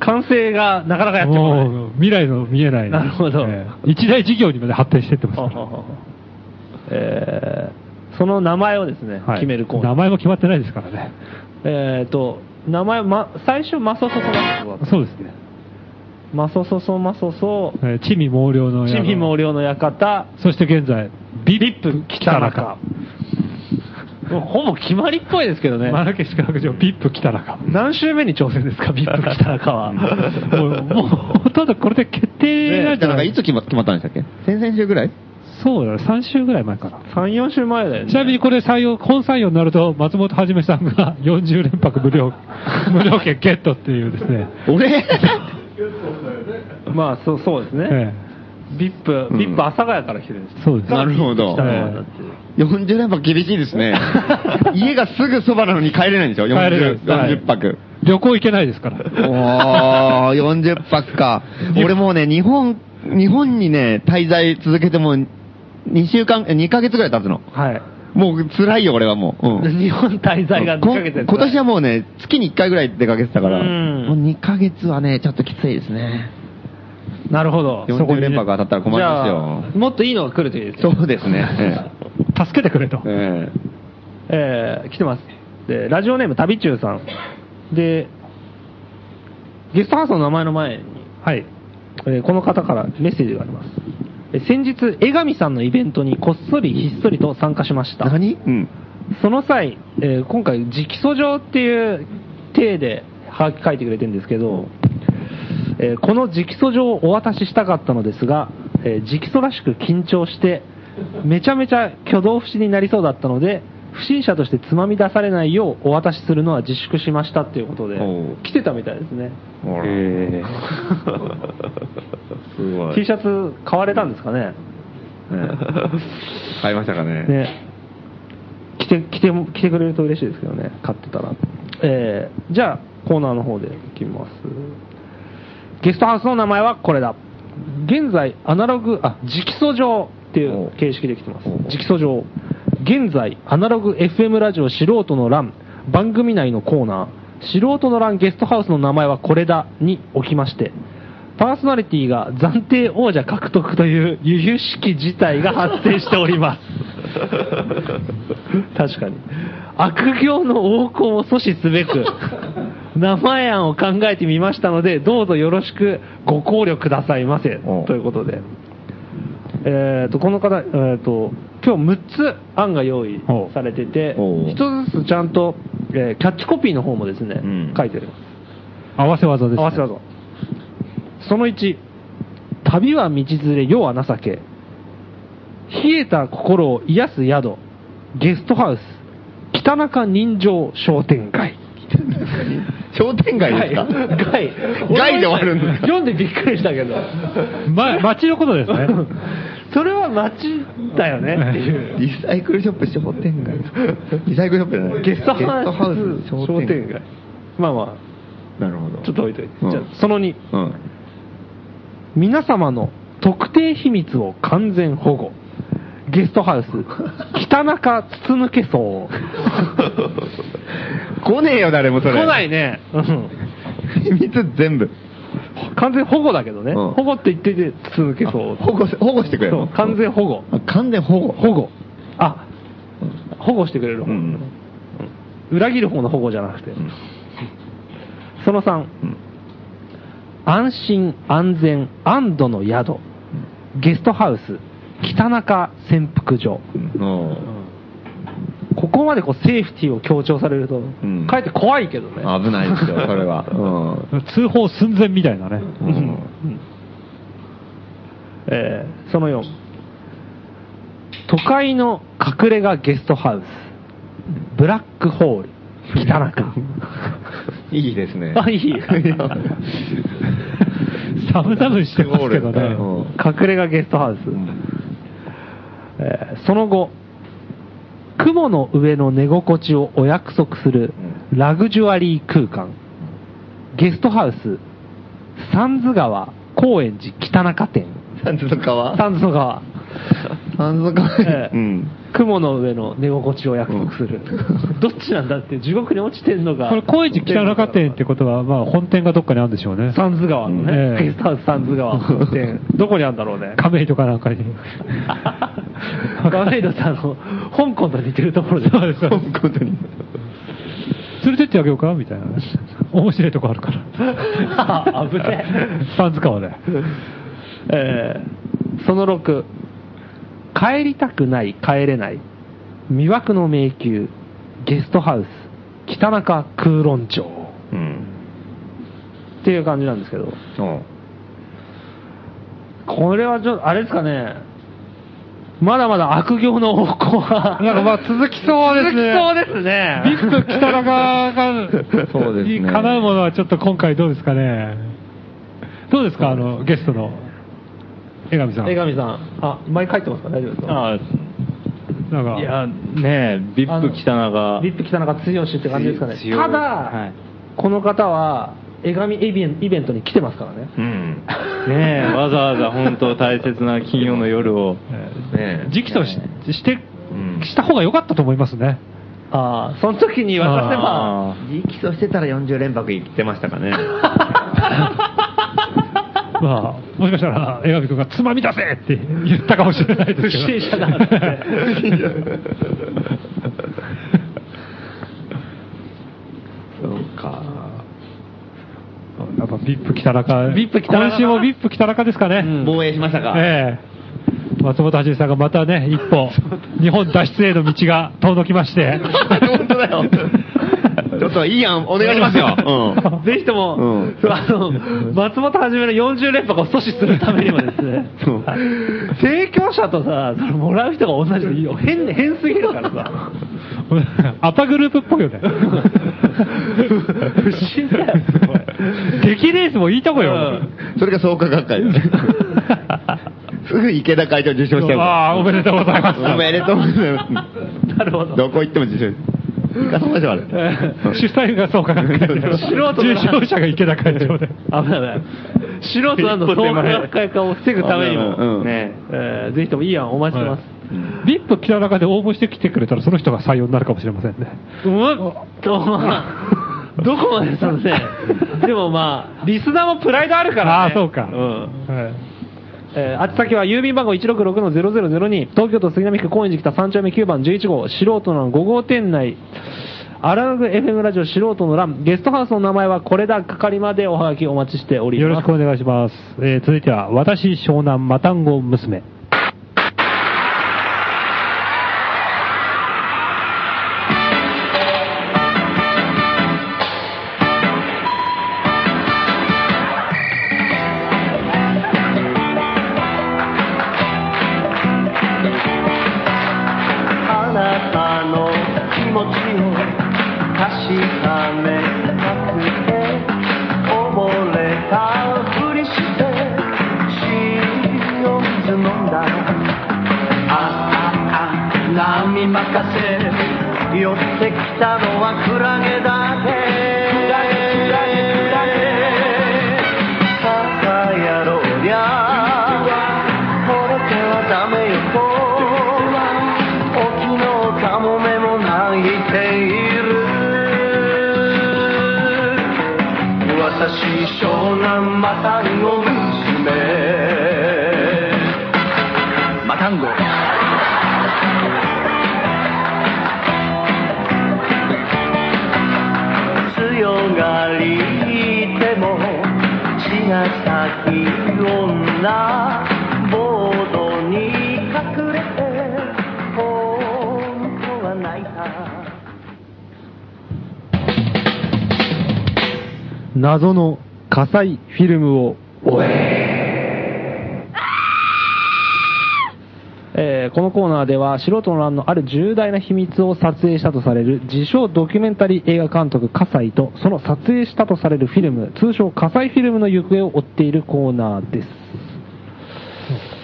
Speaker 3: 完成がなか *laughs* なかやってこない。
Speaker 4: もう未来の見えない。
Speaker 3: なるほど
Speaker 4: ええ一大事業にまで発展していってます
Speaker 3: ほう
Speaker 4: か
Speaker 3: ほうほう *laughs* えーその名前をですね、
Speaker 4: ら。はい
Speaker 3: 決めるコーナー。
Speaker 4: 名前も決まってないですからね。
Speaker 3: えっ、と、名前、ま、最初、マソソソマソソ。
Speaker 4: そうですね。
Speaker 3: マソソソマソソ、
Speaker 4: えー地味猛量の
Speaker 3: チミ毛
Speaker 4: 量。
Speaker 3: 量の館、
Speaker 4: そして現在、ビップ北
Speaker 3: 北
Speaker 4: 中
Speaker 3: 中。。もうほぼ決まりっぽいですけどね。
Speaker 4: マラケシュ学場、ビップ北中。
Speaker 3: 何週目に挑戦ですか、ビップ北中 *laughs* は。
Speaker 4: もう、もう、ほとんどこれで決定なんじゃ
Speaker 5: なん
Speaker 4: な
Speaker 5: か
Speaker 4: い
Speaker 5: いつ決ま決まったんでしたっけ先々週ぐらい
Speaker 4: そうだね、3週ぐらい前かな。
Speaker 3: 3、4週前だよね。
Speaker 4: ちなみにこれ採用、本採用になると、松本はじめさんが40連泊無料、無料券ゲットっていうですね。
Speaker 5: 俺
Speaker 3: まあ、そうそうですね。
Speaker 4: え
Speaker 3: ビップ、
Speaker 5: うん
Speaker 3: ビップ阿佐ヶ谷から来てるんです
Speaker 4: え。そうです
Speaker 5: *laughs*
Speaker 4: ね。
Speaker 5: なるほど
Speaker 3: 北。中だっていう
Speaker 5: 40連泊厳しいです *laughs* ね。家がすぐそばなのに帰れないんでしょ
Speaker 4: 帰れる
Speaker 5: ?40 40泊。
Speaker 4: 旅行行けないですから。
Speaker 5: おー、40泊か。俺もうね、日本、日本にね、滞在続けても2週間、2ヶ月ぐらい経つの。
Speaker 3: はい。
Speaker 5: もう辛いよ、俺はもう。うん
Speaker 3: 日本滞在が
Speaker 5: こ
Speaker 3: 2
Speaker 5: ん
Speaker 3: ヶ月ですね
Speaker 5: 今年はもうね、月に1回ぐらい出かけてたから、
Speaker 3: うん
Speaker 5: もう2ヶ月はね、ちょっときついですね。
Speaker 3: なるほど。
Speaker 5: 40
Speaker 3: そこにね
Speaker 5: 連泊当たったら困りますよ
Speaker 3: じゃあもっといいのが来るといいですね
Speaker 5: そうですね。
Speaker 4: 助けてくれと。
Speaker 5: えええ
Speaker 3: えー、来てます。で、ラジオネーム、旅中さん。で、ゲストハウスの名前の前に、はい。えーこの方からメッセージがあります。えー先日、江上さんのイベントにこっそりひっそりと参加しまし
Speaker 5: え
Speaker 3: た。
Speaker 5: 何うん。
Speaker 3: その際、えー今回、直訴状っていう体ではがき書いてくれてるんですけど、えーこの直訴状をお渡ししたかったのですが、えー直訴らしく緊張して、めちゃめちゃ挙動不審になりそうだったので、不審者としてつまみ出されないようお渡しするのは自粛しましたっていうことで
Speaker 5: おう、
Speaker 3: 来てたみたいですね。
Speaker 5: ええ *laughs* す *laughs* ご
Speaker 3: T シャツ買われたんですかね。
Speaker 5: 買いましたかね
Speaker 3: ね、来て、来ても、来てくれると嬉しいですけどね、買ってたら。えー、じゃあ、コーナーの方でいきます。ゲストハウスの名前はこれだ。現在、アナログ、あ、直訴状っていう形式で来てます。
Speaker 5: おう
Speaker 3: 直訴状。現在、アナログ FM ラジオ素人の欄、番組内のコーナー、素人の欄ゲストハウスの名前はこれだにおきまして、パーソナリティが暫定王者獲得という由々しき事態が発生しております。 *laughs* 確かに。悪行の横行を阻止すべく、名前案を考えてみましたので、どうぞよろしくご考慮くださいませ。
Speaker 5: お
Speaker 3: ということで。えっ、と、この方、えっ、と、今日6つ案が用意
Speaker 4: お
Speaker 3: されてて、
Speaker 5: お
Speaker 3: 1つずつちゃんと、えーキャッチコピーの方もですね、
Speaker 5: うん
Speaker 3: 書いてあります。
Speaker 4: 合わせ技です、ね。
Speaker 3: 合わせ技。その1、旅は道連れ、世は情け。冷えた心を癒す宿、ゲストハウス、北中人情商店街。
Speaker 5: 商店街ですか
Speaker 3: 街。
Speaker 5: *laughs* 街で終わるんですか
Speaker 3: 読んでびっくりしたけど。
Speaker 4: ま、町のことですね。
Speaker 3: *laughs* それは街だよねっていう。
Speaker 5: リサイクルショップ商店街。リサイクルショップじゃない。
Speaker 3: ゲストハウス
Speaker 5: ゲストハウス商
Speaker 3: 商
Speaker 5: 店
Speaker 3: 店
Speaker 5: 街
Speaker 3: 街。。まあま
Speaker 5: なるほど。
Speaker 3: あ、ちょっと置いといて。
Speaker 5: うん
Speaker 3: じゃあ、その2。
Speaker 5: うん。
Speaker 3: 皆様の特定秘密を完全保護。ゲストハウス、北中筒抜け荘。
Speaker 5: 来ねえよ、誰もそ
Speaker 3: 来
Speaker 5: れ。
Speaker 3: ないね。うん。
Speaker 5: 秘密全部。
Speaker 3: 完全保護だけどね。
Speaker 5: うん
Speaker 3: 保護って言ってて、筒抜け荘。
Speaker 5: 保護、保護してくれる
Speaker 3: そう
Speaker 5: の
Speaker 3: 完全保護。
Speaker 5: あ完全保護。
Speaker 3: 保護。あ、保護してくれる
Speaker 5: う
Speaker 3: 方。
Speaker 5: ん。
Speaker 3: 裏切る方の保護じゃなくて。その3、
Speaker 5: うん
Speaker 3: 安心、安全、安堵の宿。ゲストハウス、北中潜伏所。
Speaker 5: うん
Speaker 3: ここまでこうセーフティーを強調されると、
Speaker 5: ん
Speaker 3: かえって怖いけどね。
Speaker 5: 危ないですよ、そ
Speaker 3: *laughs*
Speaker 5: れは。
Speaker 4: 通報寸前みたいなね。
Speaker 5: うん。うん
Speaker 3: えーその4都会の隠れ家ゲストハウスブラックホール北 *laughs* 中
Speaker 5: いいですね。
Speaker 3: あいい
Speaker 4: 寒々してますけど
Speaker 5: ゴー
Speaker 4: ね
Speaker 5: ル。うん
Speaker 3: 隠れ家ゲストハウス、
Speaker 5: うん
Speaker 3: えーその後雲の上の寝心地をお約束するラグジュアリー空間ゲストハウス三津川高円寺北中店
Speaker 5: 三途の川
Speaker 3: 三津の川
Speaker 5: 反則は、
Speaker 3: ええ
Speaker 5: うん。
Speaker 3: 雲の上の寝心地を約束
Speaker 4: *laughs*
Speaker 3: する。どっちなんだって、地獄に落ちてんのが。
Speaker 4: これ、高一北中店ってことは、まあ、本店がどっかにあるんでしょうね。
Speaker 3: サンズ川の
Speaker 4: うん
Speaker 3: ね、
Speaker 4: ええ
Speaker 3: クリ *laughs* スタウスサンズ川本
Speaker 4: *laughs*
Speaker 3: 店。どこにあるんだろうね。
Speaker 4: 亀戸かなんかに。
Speaker 3: *laughs* ガメイドさんの、香港と似てるところで。そうです。
Speaker 4: 連れてってあげようかみたいなね。面白いとこあるから。
Speaker 3: *laughs* あぶね
Speaker 4: サンズ川で。
Speaker 3: えーその6、帰りたくない、帰れない、魅惑の迷宮、ゲストハウス、北中空論町っ
Speaker 5: うん。
Speaker 3: ていう感じなんですけど、
Speaker 5: そう。
Speaker 3: これはちょっと、あれですかね、まだまだ悪行の方向は、
Speaker 4: なんかまあ続きそうですね
Speaker 3: 続きそうですね。
Speaker 4: ビップ北中が、
Speaker 5: そうですね
Speaker 4: にかなうものはちょっと今回どうですかね。どうですか、あの、ゲストの、江上さん。
Speaker 3: 江上さん、あ、前書いてますか大丈夫ですか
Speaker 1: あ
Speaker 4: なんか
Speaker 1: あ、いや、ねえ、ビップ北
Speaker 3: あ
Speaker 1: 長
Speaker 3: のビップ北中剛って感じですかね。
Speaker 5: 強い
Speaker 3: ただ、
Speaker 1: はい
Speaker 3: この方は、江上イベンイベントに来てますからね。
Speaker 5: うん。
Speaker 1: ねえ、わざわざ本当大切な金曜の夜
Speaker 5: ね
Speaker 1: を。
Speaker 5: え
Speaker 4: 時期としして
Speaker 5: うん、
Speaker 4: した方が良かったと思いますね。
Speaker 3: ああ、その時に渡せば、
Speaker 1: あ
Speaker 5: 時期としてたら40連泊行ってましたか *laughs* ね。
Speaker 4: まあ、もしかしたら、江上君がつまみ出せって言ったかもしれないです
Speaker 3: 不
Speaker 4: けど。
Speaker 3: 審者だって
Speaker 4: *laughs*
Speaker 5: そうか。
Speaker 4: やっぱビップ北中。
Speaker 3: ビップ北中
Speaker 4: 今週もビップ北中ですかね。
Speaker 5: *laughs* 防衛しましたか。
Speaker 4: ええ松本はじめさんがまたね、一歩、日本脱出への道が遠のきまして。
Speaker 5: 本当だよ。ちょっといい案お願いします *laughs* よ。うん。
Speaker 3: ぜひとも、
Speaker 5: うん
Speaker 3: そうあの、松本はじめの40連覇を阻止するためにもですね
Speaker 5: そう、
Speaker 3: 提供者とさ、そのもらう人が同じでいいよ変、変すぎるからさ、
Speaker 4: *laughs* アパグループっぽいよね。
Speaker 3: 不審だよ、
Speaker 4: 激レースもいいとこよ。
Speaker 5: それが創価学会 *laughs* です。すぐ池田会長受賞して
Speaker 4: ああ、おめでとうございます。
Speaker 5: おめでとうございます。
Speaker 3: なるほど。
Speaker 5: どこ行っても受賞です。いかそうでしょ、あれ。
Speaker 4: 主催がそうかなんか
Speaker 5: 素
Speaker 3: 人だ
Speaker 4: 重症者が池田会長で。
Speaker 3: 危ない危ない。素人なんの総合会化を防ぐために
Speaker 5: 危ない
Speaker 3: も、
Speaker 5: うん
Speaker 3: ねえーぜひともいい案お待ちしてます。
Speaker 4: ビップ北中で応募してきてくれたら、その人が採用になるかもしれませんね。
Speaker 3: うまっと、ま
Speaker 4: *laughs*
Speaker 3: あ、どこまでそのね、でもまあ、リスナーもプライドあるから、ね。
Speaker 4: あーそうか
Speaker 3: うん。
Speaker 4: はい
Speaker 3: えー、宛先は郵便番号166-0002、東京都杉並区高円寺北3丁目9番11号、素人の5号店内、アラグ FM ラジオ素人の欄、ゲストハウスの名前はこれだ係までおはがきお待ちしております。
Speaker 4: よろしくお願いします。えー続いては、私、湘南、マタンゴ娘。
Speaker 6: あなたの気持ちを確かめたくて溺れたふりして塩水飲んだあああ波任せ寄ってきたのはクラゲだけクラゲクラゲクラゲバカ野郎りゃこれてはダメよ沖のカモメも泣いている私湘南マタンゴ娘マタンゴ強がりでも血が咲き女ボードに隠れて本当は泣いた
Speaker 3: 謎の火災フィルムを追えーこのコーナーでは素人の乱のある重大な秘密を撮影したとされる自称ドキュメンタリー映画監督葛西とその撮影したとされるフィルム通称葛西フィルムの行方を追っているコーナーです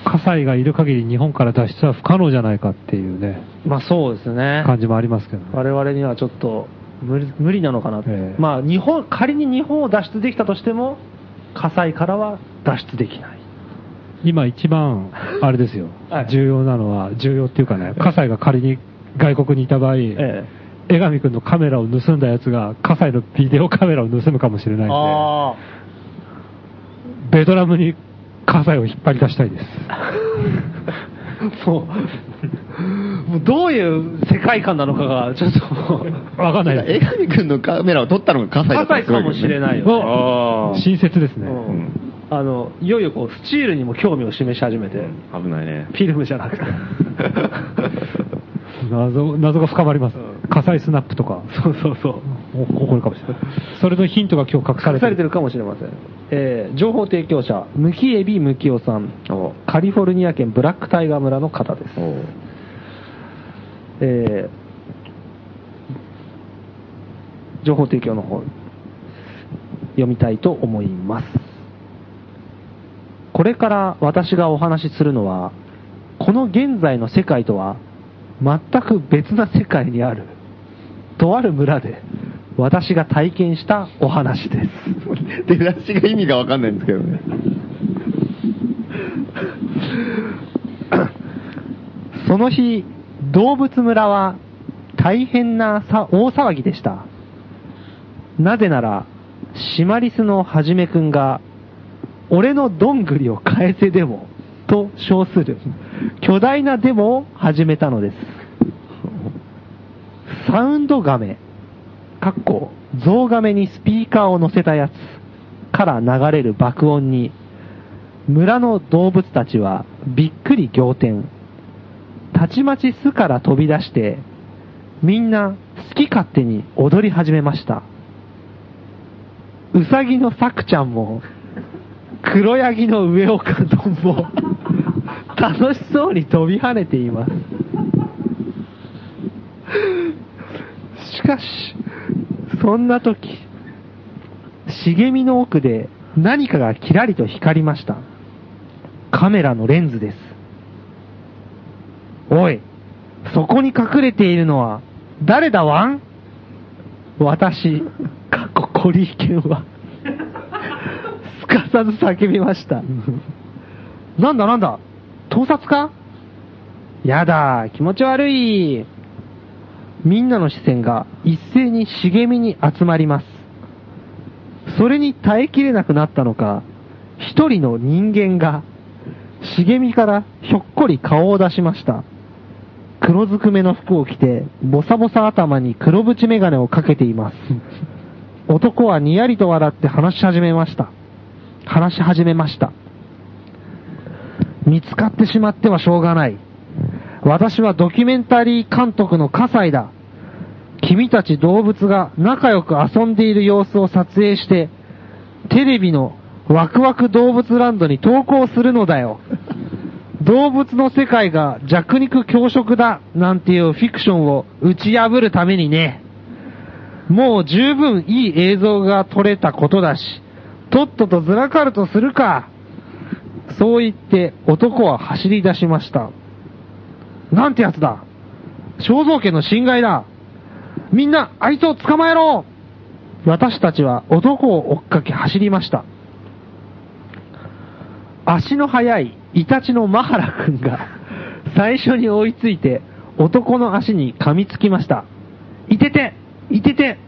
Speaker 4: 葛西がいる限り日本から脱出は不可能じゃないかっていうね、
Speaker 3: まあそうですね
Speaker 4: 感じもありますけどね。
Speaker 3: 我々にはちょっと無理無理なのかなと、
Speaker 4: ええ
Speaker 3: まあ日本仮に日本を脱出できたとしても火災からは脱出できない
Speaker 4: 今一番、あれですよ
Speaker 3: はい、
Speaker 4: 重要なのは、重要っていうかね、葛西が仮に外国にいた場合、
Speaker 3: え
Speaker 4: 江上くんのカメラを盗んだやつが、葛西のビデオカメラを盗むかもしれないんで、
Speaker 3: あ
Speaker 4: ベトナムに葛西を引っ張り出したいです。
Speaker 3: あ、 *laughs* もう、も *laughs* うどういう世界観なのかが、ちょっともう、
Speaker 4: わかんない
Speaker 5: 江
Speaker 4: で
Speaker 5: 上くんのカメラを撮ったのが葛西だった
Speaker 3: 葛西かもしれない
Speaker 4: す。
Speaker 3: よね。
Speaker 4: お親切ですね。
Speaker 3: うんあの、いよいよこう、スチールにも興味を示し始めて、
Speaker 5: 危ないね。
Speaker 3: フィルムじゃなくて。
Speaker 4: 謎謎が深まります。火災スナップとか、
Speaker 3: そうそうそう。
Speaker 4: お起こるかもしれない。それのヒントが今日隠さ
Speaker 3: 隠
Speaker 4: れ
Speaker 3: さ
Speaker 4: て
Speaker 3: れて
Speaker 4: る。
Speaker 3: るかもしれません。えー情報提供者、ムキエビムキオさん、カリフォルニア県ブラックタイガー村の方です。えー情報提供の方、読みたいと思います。これから私がお話しするのは、この現在の世界とは全く別な世界にある、とある村で、私が体験したお話です。
Speaker 5: *laughs* 出だしが意味がわかんないんですけどね。
Speaker 3: その日、動物村は大変なさ大騒ぎでした。なぜなら、シマリスのはじめくんが、俺のどんぐりを返せデモと称する巨大なデモを始めたのです。サウンド画面、かっこ、象画面にスピーカーを乗せたやつから流れる爆音に、村の動物たちはびっくり仰天。たちまち巣から飛び出して、みんな好き勝手に踊り始めました。うさぎのさくちゃんも、黒ヤギの上岡どんも、楽しそうに飛び跳ねています。しかし、そんな時、茂みの奥で何かがキラリと光りました。カメラのレンズです。おい、そこに隠れているのは、誰だわん私、かっこコリヒケンは、 *laughs* すかさず叫びました。なんだなんだ盗撮かやだ、気持ち悪い。みんなの視線が一斉に茂みに集まります。それに耐えきれなくなったのか、一人の人間が、茂みからひょっこり顔を出しました。黒ずくめの服を着て、ボサボサ頭に黒縁メガネをかけています。男はにやりと笑って話し始めました。話し始めました。見つかってしまってはしょうがない。私はドキュメンタリー監督の葛西だ。君たち動物が仲良く遊んでいる様子を撮影して、テレビのワクワク動物ランドに投稿するのだよ。動物の世界が弱肉強食だなんていうフィクションを打ち破るためにね。もう十分いい映像が撮れたことだし、とっととずらかるとするか。そう言って男は走り出しました。なんてやつだ肖像権の侵害だみんなあいつを捕まえろ私たちは男を追っかけ走りました。足の速いイタチのマハラ君が *laughs* 最初に追いついて男の足に噛みつきました。いてていてて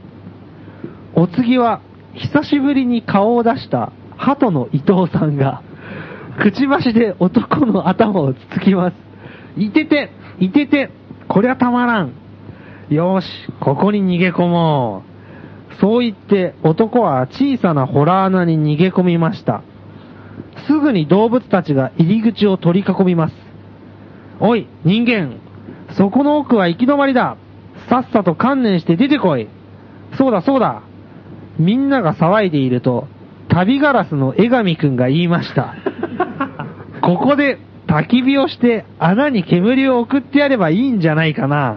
Speaker 3: お次は久しぶりに顔を出した鳩の伊藤さんがくちばしで男の頭をつつきます。いてていててこりゃたまらんよーし、ここに逃げ込もう。そう言って男は小さなホラー穴に逃げ込みました。すぐに動物たちが入り口を取り囲みます。おい、人間、そこの奥は行き止まりだ。さっさと観念して出てこい。そうだそうだ。みんなが騒いでいると、旅ガラスの江上くんが言いま *laughs* した。ここで焚き火をして穴に煙を送ってやればいいんじゃないかな。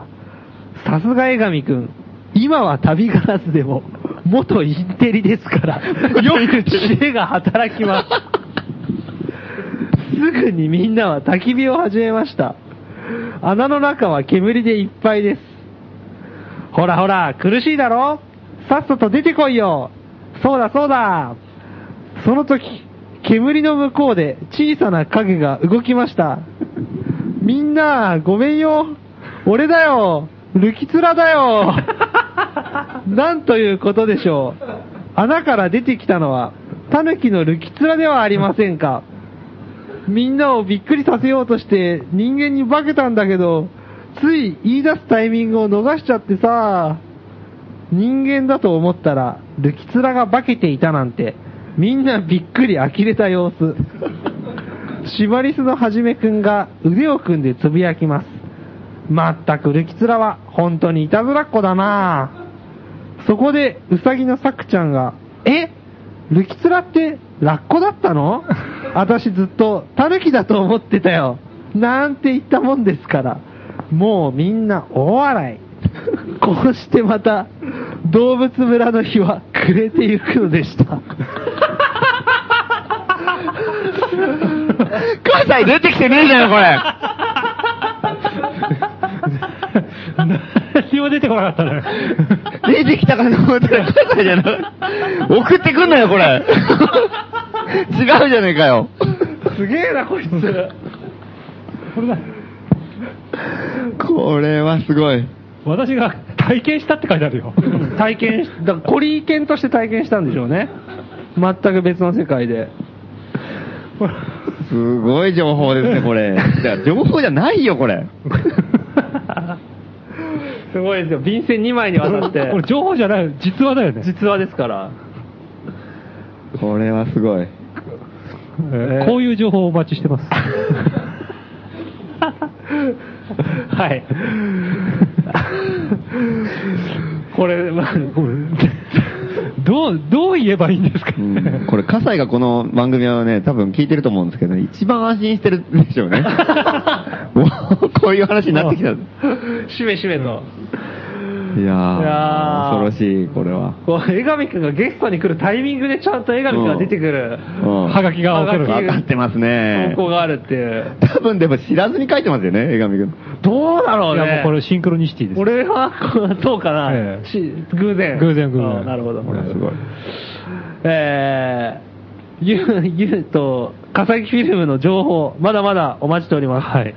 Speaker 3: さすが江上くん、今は旅ガラスでも、元インテリですから、よく知恵が働きます。すぐにみんなは焚き火を始めました。穴の中は煙でいっぱいです。ほらほら、苦しいだろさっさと出てこいよそうだそうだその時、煙の向こうで小さな影が動きました。みんな、ごめんよ。俺だよ。ルキツラだよ。なんということでしょう。穴から出てきたのは、タヌキのルキツラではありませんか。みんなをびっくりさせようとして人間に化けたんだけど、つい言い出すタイミングを逃しちゃってさ、人間だと思ったら、ルキツラが化けていたなんて、みんなびっくり呆れた様子。シマリスのはじめくんが腕を組んでつぶやきます。まったくルキツラは本当にいたずらっ子だなぁ。そこでウサギのサクちゃんが、えルキツラってラッコだった *laughs* の私ずっとタヌキだと思ってたよ。なんて言ったもんですから。もうみんな大 *laughs* 笑い。こうしてまた動物村の日は暮れてゆくのでした。
Speaker 5: 関西出てきてねえじゃん、これ。
Speaker 4: 何も出てこなかったね。
Speaker 5: *laughs* 出てきたかと思ったら関西じゃない。送ってくんなよ、これ。 *laughs* 違うじゃねえかよ。
Speaker 3: すげえな、こいつ。
Speaker 5: これはすごい。
Speaker 4: 私が体験したって書いてあるよ。
Speaker 3: *laughs* 体験し、だからコリー犬として体験したんでしょうね。全く別の世界で。
Speaker 5: すごい情報ですね、これ。いや情報じゃないよ、これ。
Speaker 3: *laughs* すごいですよ。便箋2枚にわた *laughs* って。
Speaker 4: これ情報じゃない、実話だよね。
Speaker 3: 実話ですから。
Speaker 5: これはすごい。
Speaker 4: えーこういう情報をお待ちして *laughs* ます。
Speaker 3: はい。これ、まあ、
Speaker 4: どう、どう言えばいいんですか
Speaker 5: う
Speaker 4: ね。
Speaker 5: んこれ、葛西がこの番組をね、多分聞いてると思うんですけど、ね、一番安心してるでしょう
Speaker 3: *laughs*
Speaker 5: ね。もう、こういう話になってきた。い
Speaker 3: しめしめと。
Speaker 5: やー、
Speaker 3: いやー
Speaker 5: 恐ろしい、これは。
Speaker 3: こう、江上くんがゲストに来るタイミングでちゃんと江上くんが出てくる
Speaker 5: うん
Speaker 4: はがきが送る
Speaker 3: はが
Speaker 5: 分かってますね
Speaker 3: 投。稿があるっていう。
Speaker 5: 多分でも知らずに書いてますよね、江上くん。
Speaker 3: どうだろう
Speaker 4: いやも
Speaker 3: ね
Speaker 4: う。これシンクロニシティです。
Speaker 3: 俺は、こうそうかな、
Speaker 4: ええ
Speaker 3: し偶然。
Speaker 4: 偶然偶然
Speaker 3: あなるほど。
Speaker 5: これはすごい。
Speaker 3: えー、ゆう、ゆうと、かさぎフィルムの情報、まだまだお待ちしております。
Speaker 4: はい。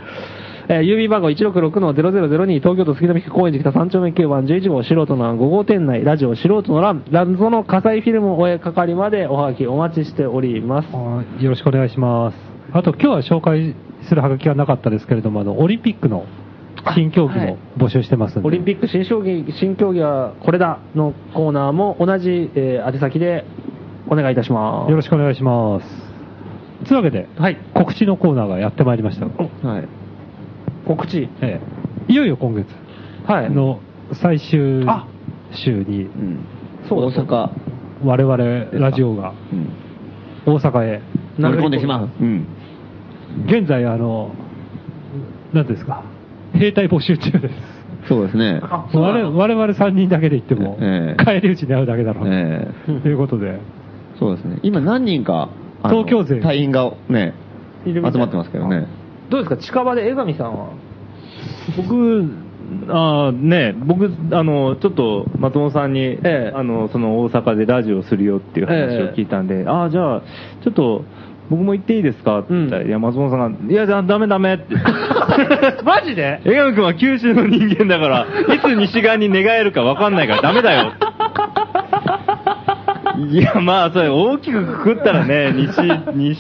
Speaker 3: えー郵便番号166-0002、東京都杉並区高円寺北3丁目9番11号、素人の欄5号店内、ラジオ素人の欄、ランゾの火災フィルムを終えかかりまでおはがきお待ちしております。
Speaker 4: はいよろしくお願いします。あと今日は紹介するハガキがなかったですけれども、あの、オリンピックの新競技も募集してますんで。
Speaker 3: オリンピック新競技、新競技はこれだのコーナーも同じ、えー宛先でお願いいたします。
Speaker 4: よろしくお願いします。というわけで、
Speaker 3: はい。
Speaker 4: 告知のコーナーがやってまいりました。
Speaker 5: はい。
Speaker 3: 告知。
Speaker 4: ええいよいよ今月
Speaker 3: はい。
Speaker 4: の最終
Speaker 3: あ
Speaker 4: 週に
Speaker 5: うん。
Speaker 3: そうだ
Speaker 5: 大阪。
Speaker 4: 我々ラジオが
Speaker 5: うん。
Speaker 4: 大阪へ、
Speaker 3: 乗り込んでしまう。
Speaker 5: うん。
Speaker 4: 現在あの、何ですか、兵隊募集中です。
Speaker 5: そうですね。
Speaker 4: 我々我々3人だけで行っても、
Speaker 5: ええ
Speaker 4: 帰り討ちに会うだけだろう、
Speaker 5: え
Speaker 4: ということで、
Speaker 5: ーそうですね。今何人か、あの
Speaker 4: 東京勢
Speaker 5: 隊員がね、
Speaker 3: い
Speaker 5: 集
Speaker 3: るみたい
Speaker 5: まってますけどね。
Speaker 3: どうですか近場で江上さんは
Speaker 1: 僕、あーね、僕、あの、ちょっと松本さんに、
Speaker 3: ええ
Speaker 1: あの、その大阪でラジオするよっていう話を聞いたんで、ああ、じゃあ、ちょっと、僕も行っていいですかって言ったら、
Speaker 3: うん
Speaker 1: いや、松本さんが、いや、だダメダメって。
Speaker 3: *laughs* マジで
Speaker 1: 江上君は九州の人間だから、いつ西側に寝返るか分かんないからダメだよ。いや、まあ、それ大きくくくったらね、西、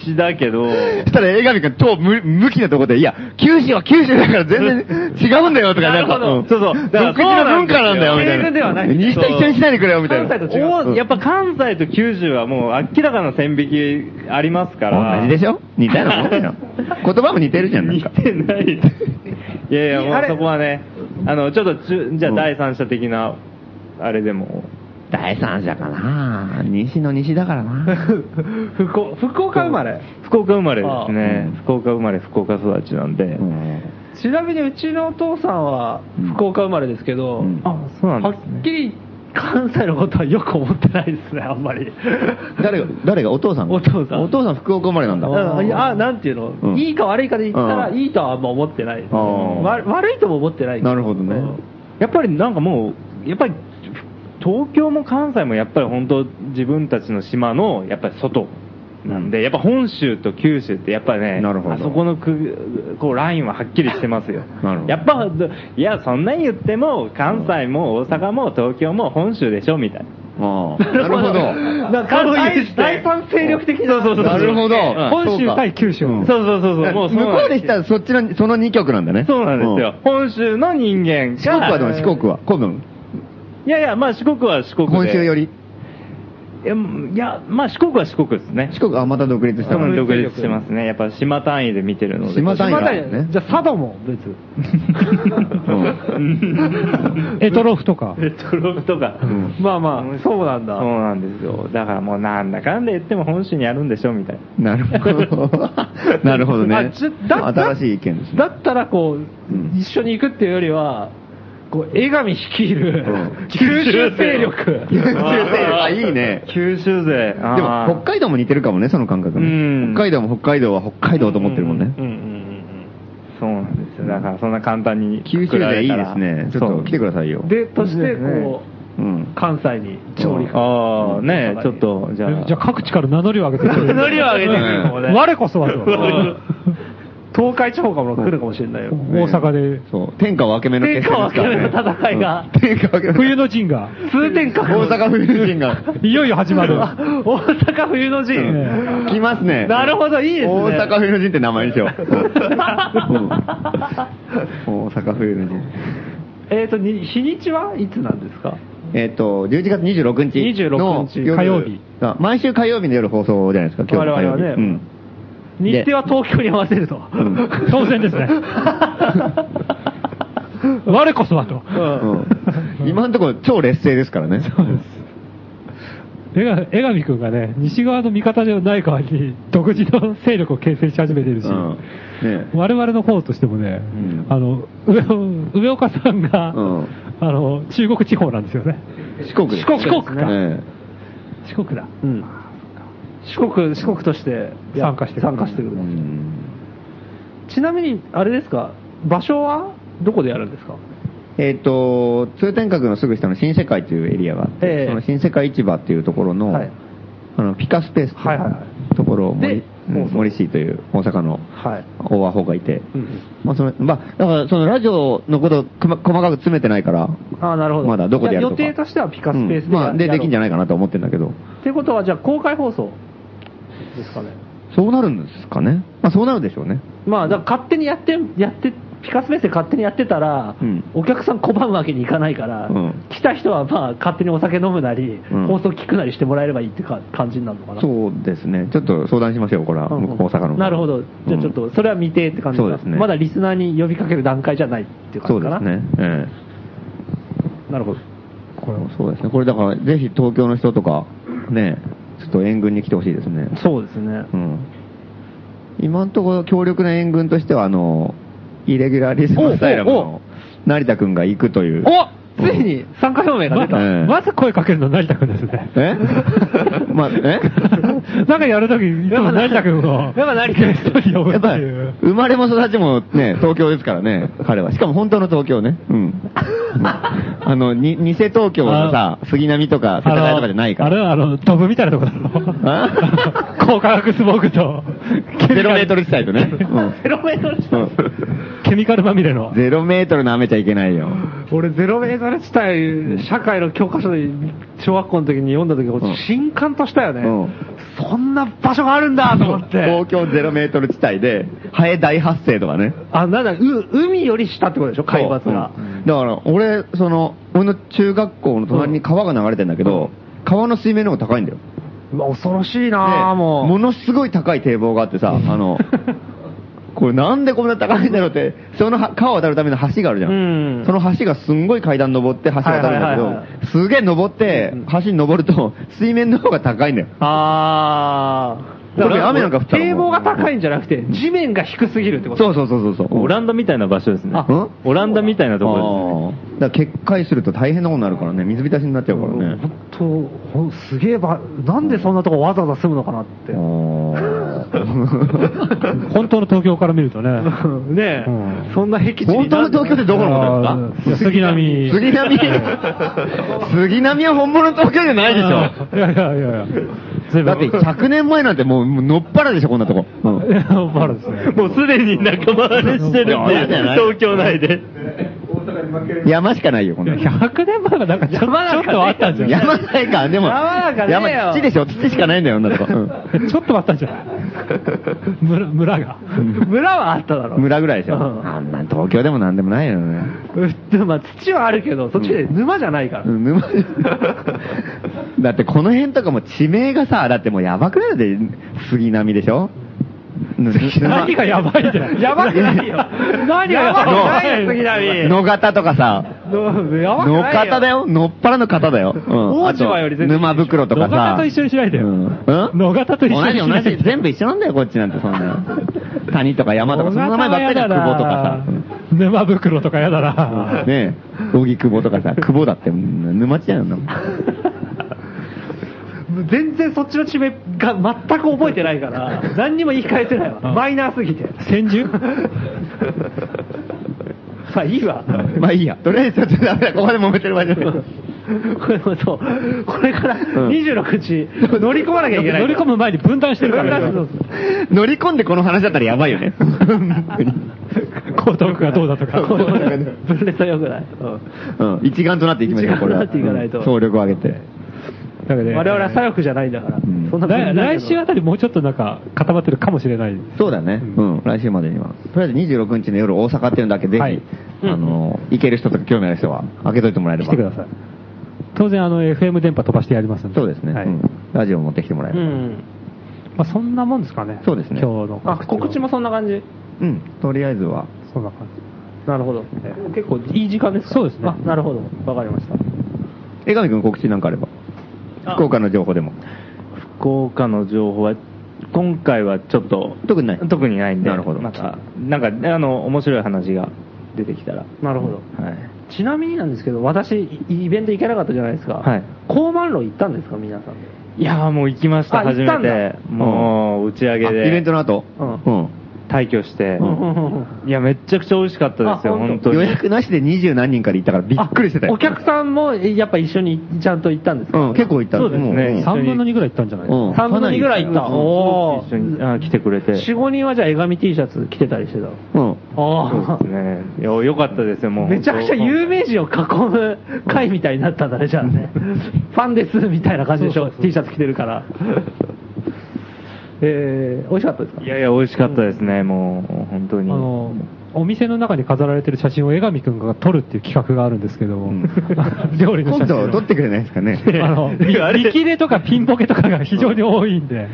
Speaker 1: 西だけど、
Speaker 5: そ *laughs* したら江上くん、超無無気なとこで、いや、九州は九州だから全然違うんだよとか、なん
Speaker 3: なるほ
Speaker 5: か、
Speaker 3: ど
Speaker 5: うんそうそう、
Speaker 1: だから
Speaker 5: 独自の文化なんだよ、
Speaker 1: そう
Speaker 5: みたい
Speaker 3: なんですよ英語
Speaker 5: な。
Speaker 3: ではない
Speaker 5: 西と一緒にしないでくれよ、みたいな。
Speaker 3: 関西と違う
Speaker 1: おやっぱ関西と九州はもう明らかな線引きありますから。
Speaker 5: 同じでしょ似たようなもんだよ。言葉も似てるじゃん、なん
Speaker 1: 似
Speaker 5: か。*laughs*
Speaker 1: てない。いやいや、も
Speaker 3: あ
Speaker 1: う
Speaker 3: れ
Speaker 1: そこはね、あの、ちょっとち、じゃあ
Speaker 5: うん
Speaker 1: 第三者的な、あれでも。
Speaker 5: 第三者かな西の西だからな
Speaker 3: *laughs* 福岡福岡生まれ
Speaker 1: 福岡生まれです
Speaker 5: あ
Speaker 1: ね
Speaker 5: あ。
Speaker 1: 福岡生まれ、福岡育ちなんで
Speaker 5: う。ん
Speaker 3: ちなみにうちのお父さんは
Speaker 5: うん
Speaker 3: 福岡生まれですけど、
Speaker 5: うん
Speaker 1: あ、そうなん
Speaker 3: は
Speaker 1: です
Speaker 3: っきり関西のことはよく思ってないですねあんまり
Speaker 5: 誰が、誰がお父さん
Speaker 3: お父さん
Speaker 5: お父さん福岡生まれなんだ。
Speaker 3: *laughs* あいやあなんていうの、
Speaker 5: うん
Speaker 3: いいか悪いかで言ったら
Speaker 5: うん
Speaker 3: いいとはあんま思ってないです、
Speaker 5: あー
Speaker 3: わ悪いとも思ってない
Speaker 5: なるほどね
Speaker 3: うん
Speaker 1: やっぱりなんかもう、やっぱり、東京も関西もやっぱり本当自分たちの島の、やっぱり外なんで、やっぱ本州と九州ってやっぱね、
Speaker 5: なるほど
Speaker 1: あそこのくこうラインははっきりしてますよ。
Speaker 5: *laughs* なるほど
Speaker 1: やっぱ、いや、そんなん言っても、関西も大阪も東京も本州でしょ、みたいな。
Speaker 5: ああ、なるほど。
Speaker 3: だから第第三勢力的な。そうそう
Speaker 5: なるほど。
Speaker 4: 本州対九州。
Speaker 1: そうそうそうそう、も
Speaker 5: 向
Speaker 1: うそうなん
Speaker 5: こう
Speaker 1: す
Speaker 5: でしたらそっちの、その2曲なんだね。
Speaker 1: そうなんですよ。本州の人間
Speaker 5: うん。四国はどう四国は。今度の
Speaker 1: いやいや、まあ四国は四国で。
Speaker 5: 本州より。
Speaker 1: いや、うんいやまあ四国は四国ですね。
Speaker 5: 四国、あ、また独立した
Speaker 1: 多
Speaker 5: の
Speaker 1: 分独立してますね。やっぱ島単位で見てるので。
Speaker 5: 島単位があるね
Speaker 7: じ。ゃあ、佐渡も別。
Speaker 3: *laughs*
Speaker 1: うん
Speaker 4: エトロフとか。
Speaker 1: ペトロフとか。
Speaker 3: まあまあ、そうなん
Speaker 1: そ
Speaker 3: だ
Speaker 1: う。なんですよ。だからもうなんだかんだ言っても本州にあるんでしょみたいな。
Speaker 5: なるほど。なるほどね
Speaker 3: あちょだ。だ
Speaker 5: 新しい意見ですね。
Speaker 3: だったらこう、一緒に行くっていうよりは、こう、江上率いる
Speaker 5: うん、
Speaker 3: 九州勢力。
Speaker 5: 九州勢あ、いいね。
Speaker 1: 九州勢。で
Speaker 5: でも北海道も似てるかもね、その感覚
Speaker 1: うん
Speaker 5: ね。北海道も北海道は北海道と思ってるもんね。
Speaker 1: うんうんうんうん。そうなんですよ。だからそんな簡単に。
Speaker 5: 九州勢いいですね。ちょっと来てくださいよ。
Speaker 3: で、として、こ
Speaker 5: うん
Speaker 3: う、。関西に調理か。
Speaker 1: ああ、ねえ、ちょっと、じ
Speaker 4: じ
Speaker 1: ゃあ。
Speaker 4: ゃあ各地から名乗りを上げてくる。
Speaker 3: 乗りを上げてくるかもね。
Speaker 4: 我こそはと。
Speaker 3: 東海地方からも来るかもしれないよ。
Speaker 4: 大阪で
Speaker 5: そう。天下分け目の
Speaker 3: 天
Speaker 5: 決
Speaker 3: 下
Speaker 5: 戦
Speaker 3: 分け
Speaker 5: ですから
Speaker 3: 目の
Speaker 5: ね。
Speaker 3: 戦いが、
Speaker 5: 天下分け目の
Speaker 4: 冬の陣が、
Speaker 3: 通天閣
Speaker 5: 大阪冬
Speaker 3: *laughs*
Speaker 5: 陣が。
Speaker 4: いよいよ始ま
Speaker 3: 大
Speaker 4: る。
Speaker 3: 阪冬の陣。
Speaker 5: 来ますね。
Speaker 3: なるほど、いいですね。
Speaker 5: 大阪冬の陣って名前にしよう。うん大阪冬の陣。
Speaker 3: *laughs* えっと、に日にちはいつなんですか
Speaker 5: えっ、と、11月26日の
Speaker 3: 26日
Speaker 5: 夜
Speaker 4: 火曜日
Speaker 5: あ毎週火曜日の夜放送じゃないですか、今日の火曜
Speaker 3: 我
Speaker 5: 日
Speaker 3: 々はね日程は東京に合わせると。
Speaker 5: うんうん
Speaker 4: 当然ですね。我こそはと。
Speaker 5: うん今のところ超劣勢ですからね。
Speaker 4: 江上江上君がね、西側の味方ではない代わりに、独自の勢力を形成し始めてるし、
Speaker 5: うんね
Speaker 4: 我々の方としてもね、
Speaker 5: ん
Speaker 4: あの上上岡さんが、
Speaker 5: うん
Speaker 4: あの中国地方なんですよね、
Speaker 5: 四国です
Speaker 4: 四国か
Speaker 5: ね
Speaker 4: 四国だ、
Speaker 3: *laughs* うん四国、四国としていや
Speaker 4: 参加してくる
Speaker 3: 参加してくる
Speaker 5: う。ん
Speaker 3: ちなみに、あれですか、場所はどこでやるんですか
Speaker 5: えっ、と、通天閣のすぐ下の新世界というエリアがあって、
Speaker 3: ええ
Speaker 5: その新世界市場っていうところの、
Speaker 3: はい
Speaker 5: あのピカスペースと
Speaker 3: はいはいは
Speaker 5: いうところを森、
Speaker 3: で
Speaker 5: うん森市という大阪の
Speaker 3: はい。
Speaker 5: 大和法がいて、
Speaker 3: うん
Speaker 5: まあその、まあ、だからそのラジオのことをくま細かく詰めてないから、
Speaker 3: ああ、なるほど。
Speaker 5: まだどこでやるとか
Speaker 3: い予定としてはピカスペースで
Speaker 5: うんまあ、で、できんじゃ
Speaker 3: ない
Speaker 5: ないかなと思ってるんだけど、
Speaker 3: ってことは、じゃあ公開放送ですかね。
Speaker 5: そうなるんですかね。まあ、そうなるでしょうね。
Speaker 3: まあ、だから勝手にやって、やって、ピカスペースで勝手にやってたら、
Speaker 5: うん
Speaker 3: お客さん拒むわけにいかないから、
Speaker 5: うん
Speaker 3: 来た人はまあ勝手にお酒飲むなり、
Speaker 5: うん
Speaker 3: 放送聞くなりしてもらえればいいってか感じになるのかな。
Speaker 5: そうですね。ちょっと相談しましょう、これは、
Speaker 3: うんうん
Speaker 5: 大阪の。
Speaker 3: なるほど。じゃあちょっ
Speaker 5: うん
Speaker 3: と、それは未定って感じか
Speaker 5: そうですね
Speaker 3: まだリスナーに呼びかける段階じゃないっていう
Speaker 5: そ
Speaker 3: 感
Speaker 5: う
Speaker 3: じ
Speaker 5: で
Speaker 3: かな。
Speaker 5: すね。え
Speaker 3: なるほど。
Speaker 5: え。これもそうですね。これだから、ぜひ東京の人とか、ね、ちょっと援軍に来てほしいですね。
Speaker 3: そうですね。
Speaker 5: うん。今のところ強力な援軍としては、あの、イレギュラーリズムスタイル
Speaker 3: おおお
Speaker 5: の成田くんが行くという。
Speaker 3: おついに参加表明が
Speaker 4: ま
Speaker 3: 出た。
Speaker 5: ええ
Speaker 4: まず声かけるのは成田君ですね。
Speaker 5: え *laughs* まあ、
Speaker 3: *laughs*
Speaker 5: え
Speaker 4: なんかやるとき、いつも成田君を、やっ
Speaker 3: ぱ成田
Speaker 4: ゲストに呼ぶ
Speaker 5: や
Speaker 4: っ
Speaker 5: ってぱり
Speaker 4: いう、。
Speaker 5: 生まれも育ちもね、東京ですからね、彼は。しかも本当の東京ね。
Speaker 3: *laughs*
Speaker 5: うん。あの、に、偽東京のさ、杉並とか世田谷とかじゃないか
Speaker 4: あれ
Speaker 5: ら。
Speaker 4: はあの、ドブみたいなとこだろ。
Speaker 5: あ *laughs*
Speaker 4: 高化学スモークと、
Speaker 5: ゼロメートル地帯とね。うん
Speaker 3: ゼロメートル地帯
Speaker 4: ケミカルまみれの。
Speaker 5: ゼロメートル舐めちゃいけないよ。
Speaker 3: 俺、ゼロメートル地帯、社会の教科書で、小学校の時に読んだ時、
Speaker 5: ん
Speaker 3: 新刊としたよね、
Speaker 5: うん
Speaker 3: そんな場所があるんだと思って
Speaker 5: 東。京ゼロメートル地帯で、ハエ大発生とかね。
Speaker 3: あ、なんだ、う、海より下ってことでしょ海抜が
Speaker 5: そう。うんだから、俺、その、俺の中学校の隣に川が流れてんだけど、川の水面の方が高いんだよ。
Speaker 3: うわ、恐ろしいな
Speaker 5: で
Speaker 3: ぁ、もう。
Speaker 5: ものすごい高い堤防があってさ、あの、これなんでこんな高いんだろうって、そのは川を渡るための橋があるじゃん。
Speaker 3: うん
Speaker 5: その橋がすんごい階段登って橋渡るんだ
Speaker 3: はい
Speaker 5: け
Speaker 3: はい
Speaker 5: ど、
Speaker 3: はいはい
Speaker 5: すげえ登って、橋に登ると、水面の方が高いんだよ。
Speaker 3: あー。
Speaker 5: だから雨なんか降ったらもう
Speaker 3: 堤防が高いんじゃなくて、地面が低すぎるってこと
Speaker 5: そうそうそうそうそう。
Speaker 1: オランダみたいな場所ですね
Speaker 5: あん。
Speaker 1: オランダみたいなところ
Speaker 5: あーだから決壊すると大変なことになるからね、水浸しになっちゃうからね。
Speaker 3: 本当ほんすげえば、なんでそんなとこわざわざ住むのかなって。
Speaker 5: あー
Speaker 4: 本当の東京から見るとね。
Speaker 3: ねえ、
Speaker 4: うん
Speaker 3: そんな僻地
Speaker 5: 本
Speaker 3: に
Speaker 5: 当の東京ってどこのことですか
Speaker 4: いや *laughs* 杉並。
Speaker 5: 杉並杉並は本物の東京じゃないでしょ
Speaker 4: いやいやいやいや。そうい
Speaker 5: *laughs*
Speaker 4: え
Speaker 5: だっ
Speaker 4: ば
Speaker 5: て100年前なんてもう、もうのっぱらでしょ、こんなとこ。うん
Speaker 4: バラですね。
Speaker 1: もうすでに仲間割れしてるって
Speaker 5: いやいやいや
Speaker 1: 東京内で。
Speaker 5: 山しかないよ、こんなの。
Speaker 4: 100年前はなんかちょちょっとあったんじゃない
Speaker 5: 山ないか、でも。
Speaker 3: 山なんかねえよ
Speaker 5: 山土でしょ、土しかないんだよ、女の子。うん
Speaker 4: *laughs* ちょっとあったんじ
Speaker 5: *laughs*
Speaker 4: ゃない村村が。
Speaker 3: 村はあっただろ。
Speaker 5: 村ぐらいでしょ。
Speaker 3: うん
Speaker 5: あんなん東京でもなんでもないよね。
Speaker 3: うっとまあ土はあるけど、そっちで沼じゃないから。
Speaker 5: うん沼 *laughs* だってこの辺とかも地名がさ、だってもうやばくないで、杉並でしょ
Speaker 3: *laughs*
Speaker 4: 何がやばいんだよ。
Speaker 3: やばくないよ。何がやばくないよ、杉並。
Speaker 5: 野方とかさ、
Speaker 3: のやばく
Speaker 5: 野
Speaker 3: ないよ。
Speaker 5: 方だよ。野っ腹の方だよ。うん
Speaker 3: 大島より全然
Speaker 5: あと沼袋とか
Speaker 4: 野
Speaker 5: さ
Speaker 4: 方。と一緒にしないでよ。
Speaker 5: うん
Speaker 4: 野方と一緒
Speaker 5: 同
Speaker 4: に
Speaker 5: じ
Speaker 4: しな
Speaker 5: 同
Speaker 4: いで
Speaker 5: じ。全部一緒なんだよ、こっちなんて、そん
Speaker 4: *laughs*
Speaker 5: な。谷とか山とか、その名前ばっかりじゃん、久保とか
Speaker 4: さ。沼袋とかやだ
Speaker 5: さ。
Speaker 4: な。
Speaker 5: ねえ、荻窪とかさ、久保だって、沼地だよ
Speaker 4: *laughs*
Speaker 5: な。
Speaker 3: 全然そっちの地名が全く覚えてないから、 *laughs* 何にも言い返せないわ。
Speaker 4: ん
Speaker 3: マイナーすぎて。
Speaker 4: 千住
Speaker 3: *laughs* さあ、いいわ。
Speaker 5: まあいいや。とりあえず、ちょっとダメだ、ここで揉めてる場合じゃない。
Speaker 3: こ
Speaker 4: *laughs*
Speaker 3: れもそう。これから26日、 *laughs* 乗り込まなきゃいけない。
Speaker 4: 乗り込む前に分断してるからね。
Speaker 3: そうそうそう
Speaker 5: 乗り込んでこの話だったらやばいよ
Speaker 4: *laughs*
Speaker 5: ね。
Speaker 4: 江東区がどうだ
Speaker 5: *laughs*
Speaker 4: とか。
Speaker 3: 分裂は良くない。 *laughs* うん
Speaker 5: うん、一丸となっていきましょう、これは。
Speaker 3: 一丸となっていかないと
Speaker 5: うん総力を上げて。
Speaker 4: だけどね
Speaker 3: 我々は左翼じゃないんだから。
Speaker 5: ん
Speaker 3: そんな
Speaker 4: 来来週あたりもうちょっとなんか固まってるかもしれない。
Speaker 5: そうだね。うん、来週までには。とりあえず26日の夜大阪っていうのだけぜひ、
Speaker 4: はい
Speaker 5: あの、行ける人とか興味ある人は開けといてもらえれば。
Speaker 4: 来てください。当然あの FM 電波飛ばしてやりますんで。
Speaker 5: そうですね。
Speaker 4: はい。
Speaker 5: うんラジオ持ってきてもらえ
Speaker 3: う
Speaker 5: れば。
Speaker 3: ん。
Speaker 4: まあそんなもんですかね。
Speaker 5: そうですね
Speaker 4: 今日の
Speaker 3: あ、告知もそんな感じ。
Speaker 5: うん、とりあえずは。
Speaker 4: そんな感じ。
Speaker 3: なるほど。結構いい時間ですか
Speaker 4: そうですね
Speaker 3: あ、なるほど。わかりました。
Speaker 5: 江上くん告知なんかあれば。福岡の情報でも。
Speaker 1: 福岡の情報は、今回はちょっと、
Speaker 5: 特にない
Speaker 1: 特にないんで、
Speaker 5: なるほど
Speaker 1: また、なんか、あの、面白い話が出てきたら。は
Speaker 3: なるほど。
Speaker 1: い。
Speaker 3: ちなみになんですけど、私、イイベント行けなかったじゃないですか。
Speaker 1: はい。
Speaker 3: 高慢路行ったんですか、皆さん。
Speaker 1: いやーもう行きました、
Speaker 3: あ
Speaker 1: 初
Speaker 3: 行った
Speaker 1: め
Speaker 3: んだ
Speaker 1: て。もう、打ち上げ
Speaker 5: あ
Speaker 1: で。
Speaker 5: イベントの後。
Speaker 3: う
Speaker 1: 退去して。いや、めっちゃくちゃ美味しかったですよ、
Speaker 3: あ
Speaker 1: 本
Speaker 3: 本
Speaker 5: う
Speaker 1: 当
Speaker 5: ん。
Speaker 1: に。
Speaker 5: 予約なしで二十何人から行ったからびっくりしてた
Speaker 3: あ
Speaker 5: よ。
Speaker 3: お客さんも、やっぱ一緒にちゃんと行ったんですか
Speaker 5: うん、結構行った
Speaker 1: そうですね
Speaker 5: うん
Speaker 1: 一緒に
Speaker 4: 3分の2ぐらい行ったんじゃない
Speaker 5: うん
Speaker 3: 3分の2ぐらい行った。
Speaker 5: うん
Speaker 3: お
Speaker 1: 一緒にあ来てくれて。
Speaker 3: 4、5人はじゃあ、絵紙 T シャツ着てたりしてた
Speaker 5: うん。
Speaker 1: そう
Speaker 3: あ
Speaker 1: ですね。いや、良かったですよ、もう。
Speaker 3: めちゃくちゃ有名人を囲む会みたいになったんだね、じゃあね。ファンですみたいな感じでしょ、T シャツ着てる
Speaker 5: *laughs*
Speaker 3: から。えー、美味しかったですか
Speaker 1: いやいや、美味しかったですね、もう、本当
Speaker 4: あ
Speaker 1: に。
Speaker 4: の、お店の中に飾られてる写真を江上くんが撮るっていう企画があるんですけど、 *laughs* 料理の
Speaker 5: 今
Speaker 4: 写真
Speaker 5: 度
Speaker 4: を。
Speaker 5: 撮ってくれないですかね。
Speaker 4: *laughs* あの、見見切れとかピンボケとかが非常に多いんで、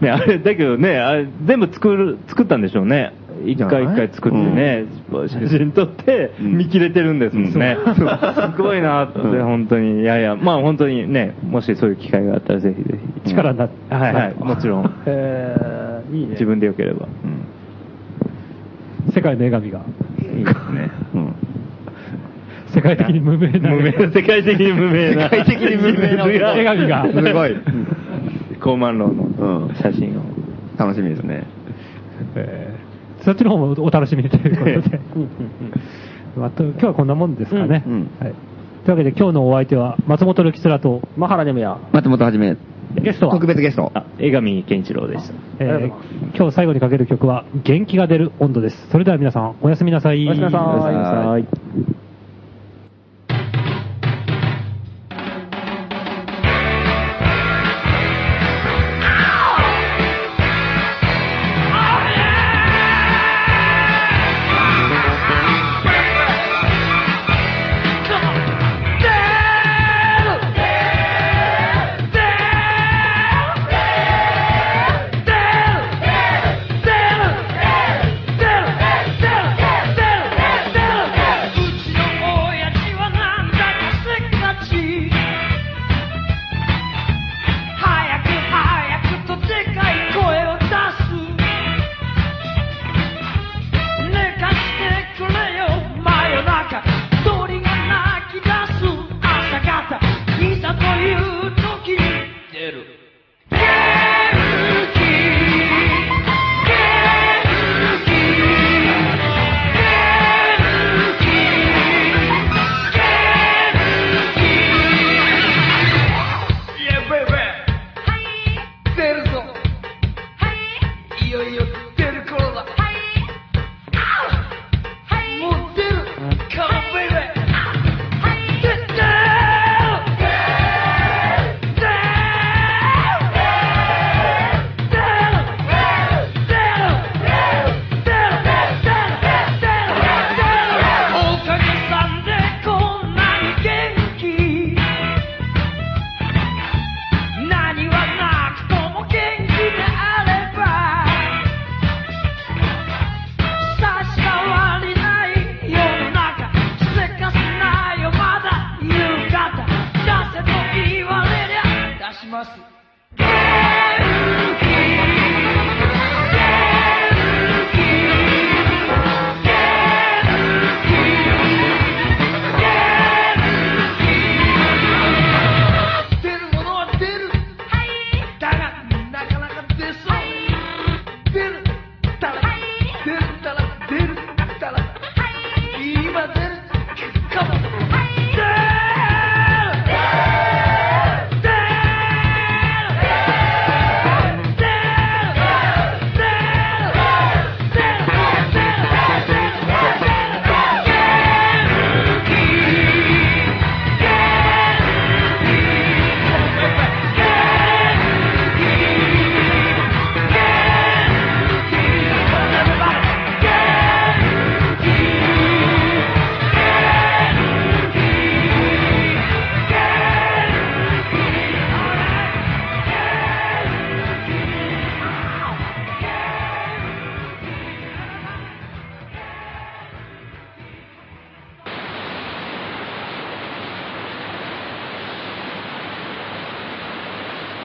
Speaker 1: ね、あれ、だけどね、あれ、全部作る、作ったんでしょうね。一回一回作ってね、写真撮って、
Speaker 5: うん
Speaker 1: 見切れてるん *laughs* ですもんね。すごいなって、
Speaker 5: うん
Speaker 1: 本当に。いやいや、まあ本当にね、もしそういう機会があったらぜひぜひ。
Speaker 4: 力になっ
Speaker 1: はいはい、もちろ
Speaker 5: *laughs*
Speaker 1: ん。
Speaker 3: えー、いいね。
Speaker 1: 自分でよければ。
Speaker 5: うん
Speaker 4: 世界の女神が、
Speaker 5: いいですね。うん。
Speaker 4: 世界的に無名な
Speaker 1: 無名、世界的に無名な。
Speaker 5: 世界的に無名な
Speaker 1: 人物
Speaker 4: 女
Speaker 1: *laughs* が
Speaker 4: 神が、
Speaker 5: すごい。
Speaker 1: 高慢楼の
Speaker 5: うん
Speaker 1: 写真を。
Speaker 5: 楽しみですね。
Speaker 4: えーそっちの方もお楽しみにと
Speaker 5: *laughs*
Speaker 4: いうことで、あと今日はこんなもんですかね。
Speaker 5: うんうん
Speaker 4: はい、というわけで今日のお相手は松本るきつらと、
Speaker 3: マハラネムヤ。
Speaker 5: 松本はじめ、
Speaker 4: ゲストは
Speaker 5: 特、別ゲスト。
Speaker 1: あ、江上健一郎でした。
Speaker 3: あ
Speaker 4: え
Speaker 3: りがとう
Speaker 4: ー
Speaker 3: ござい
Speaker 4: 今日最後にかける曲は元気が出る温度です。それでは皆さんおやすみなさい。
Speaker 3: おやすみなさい。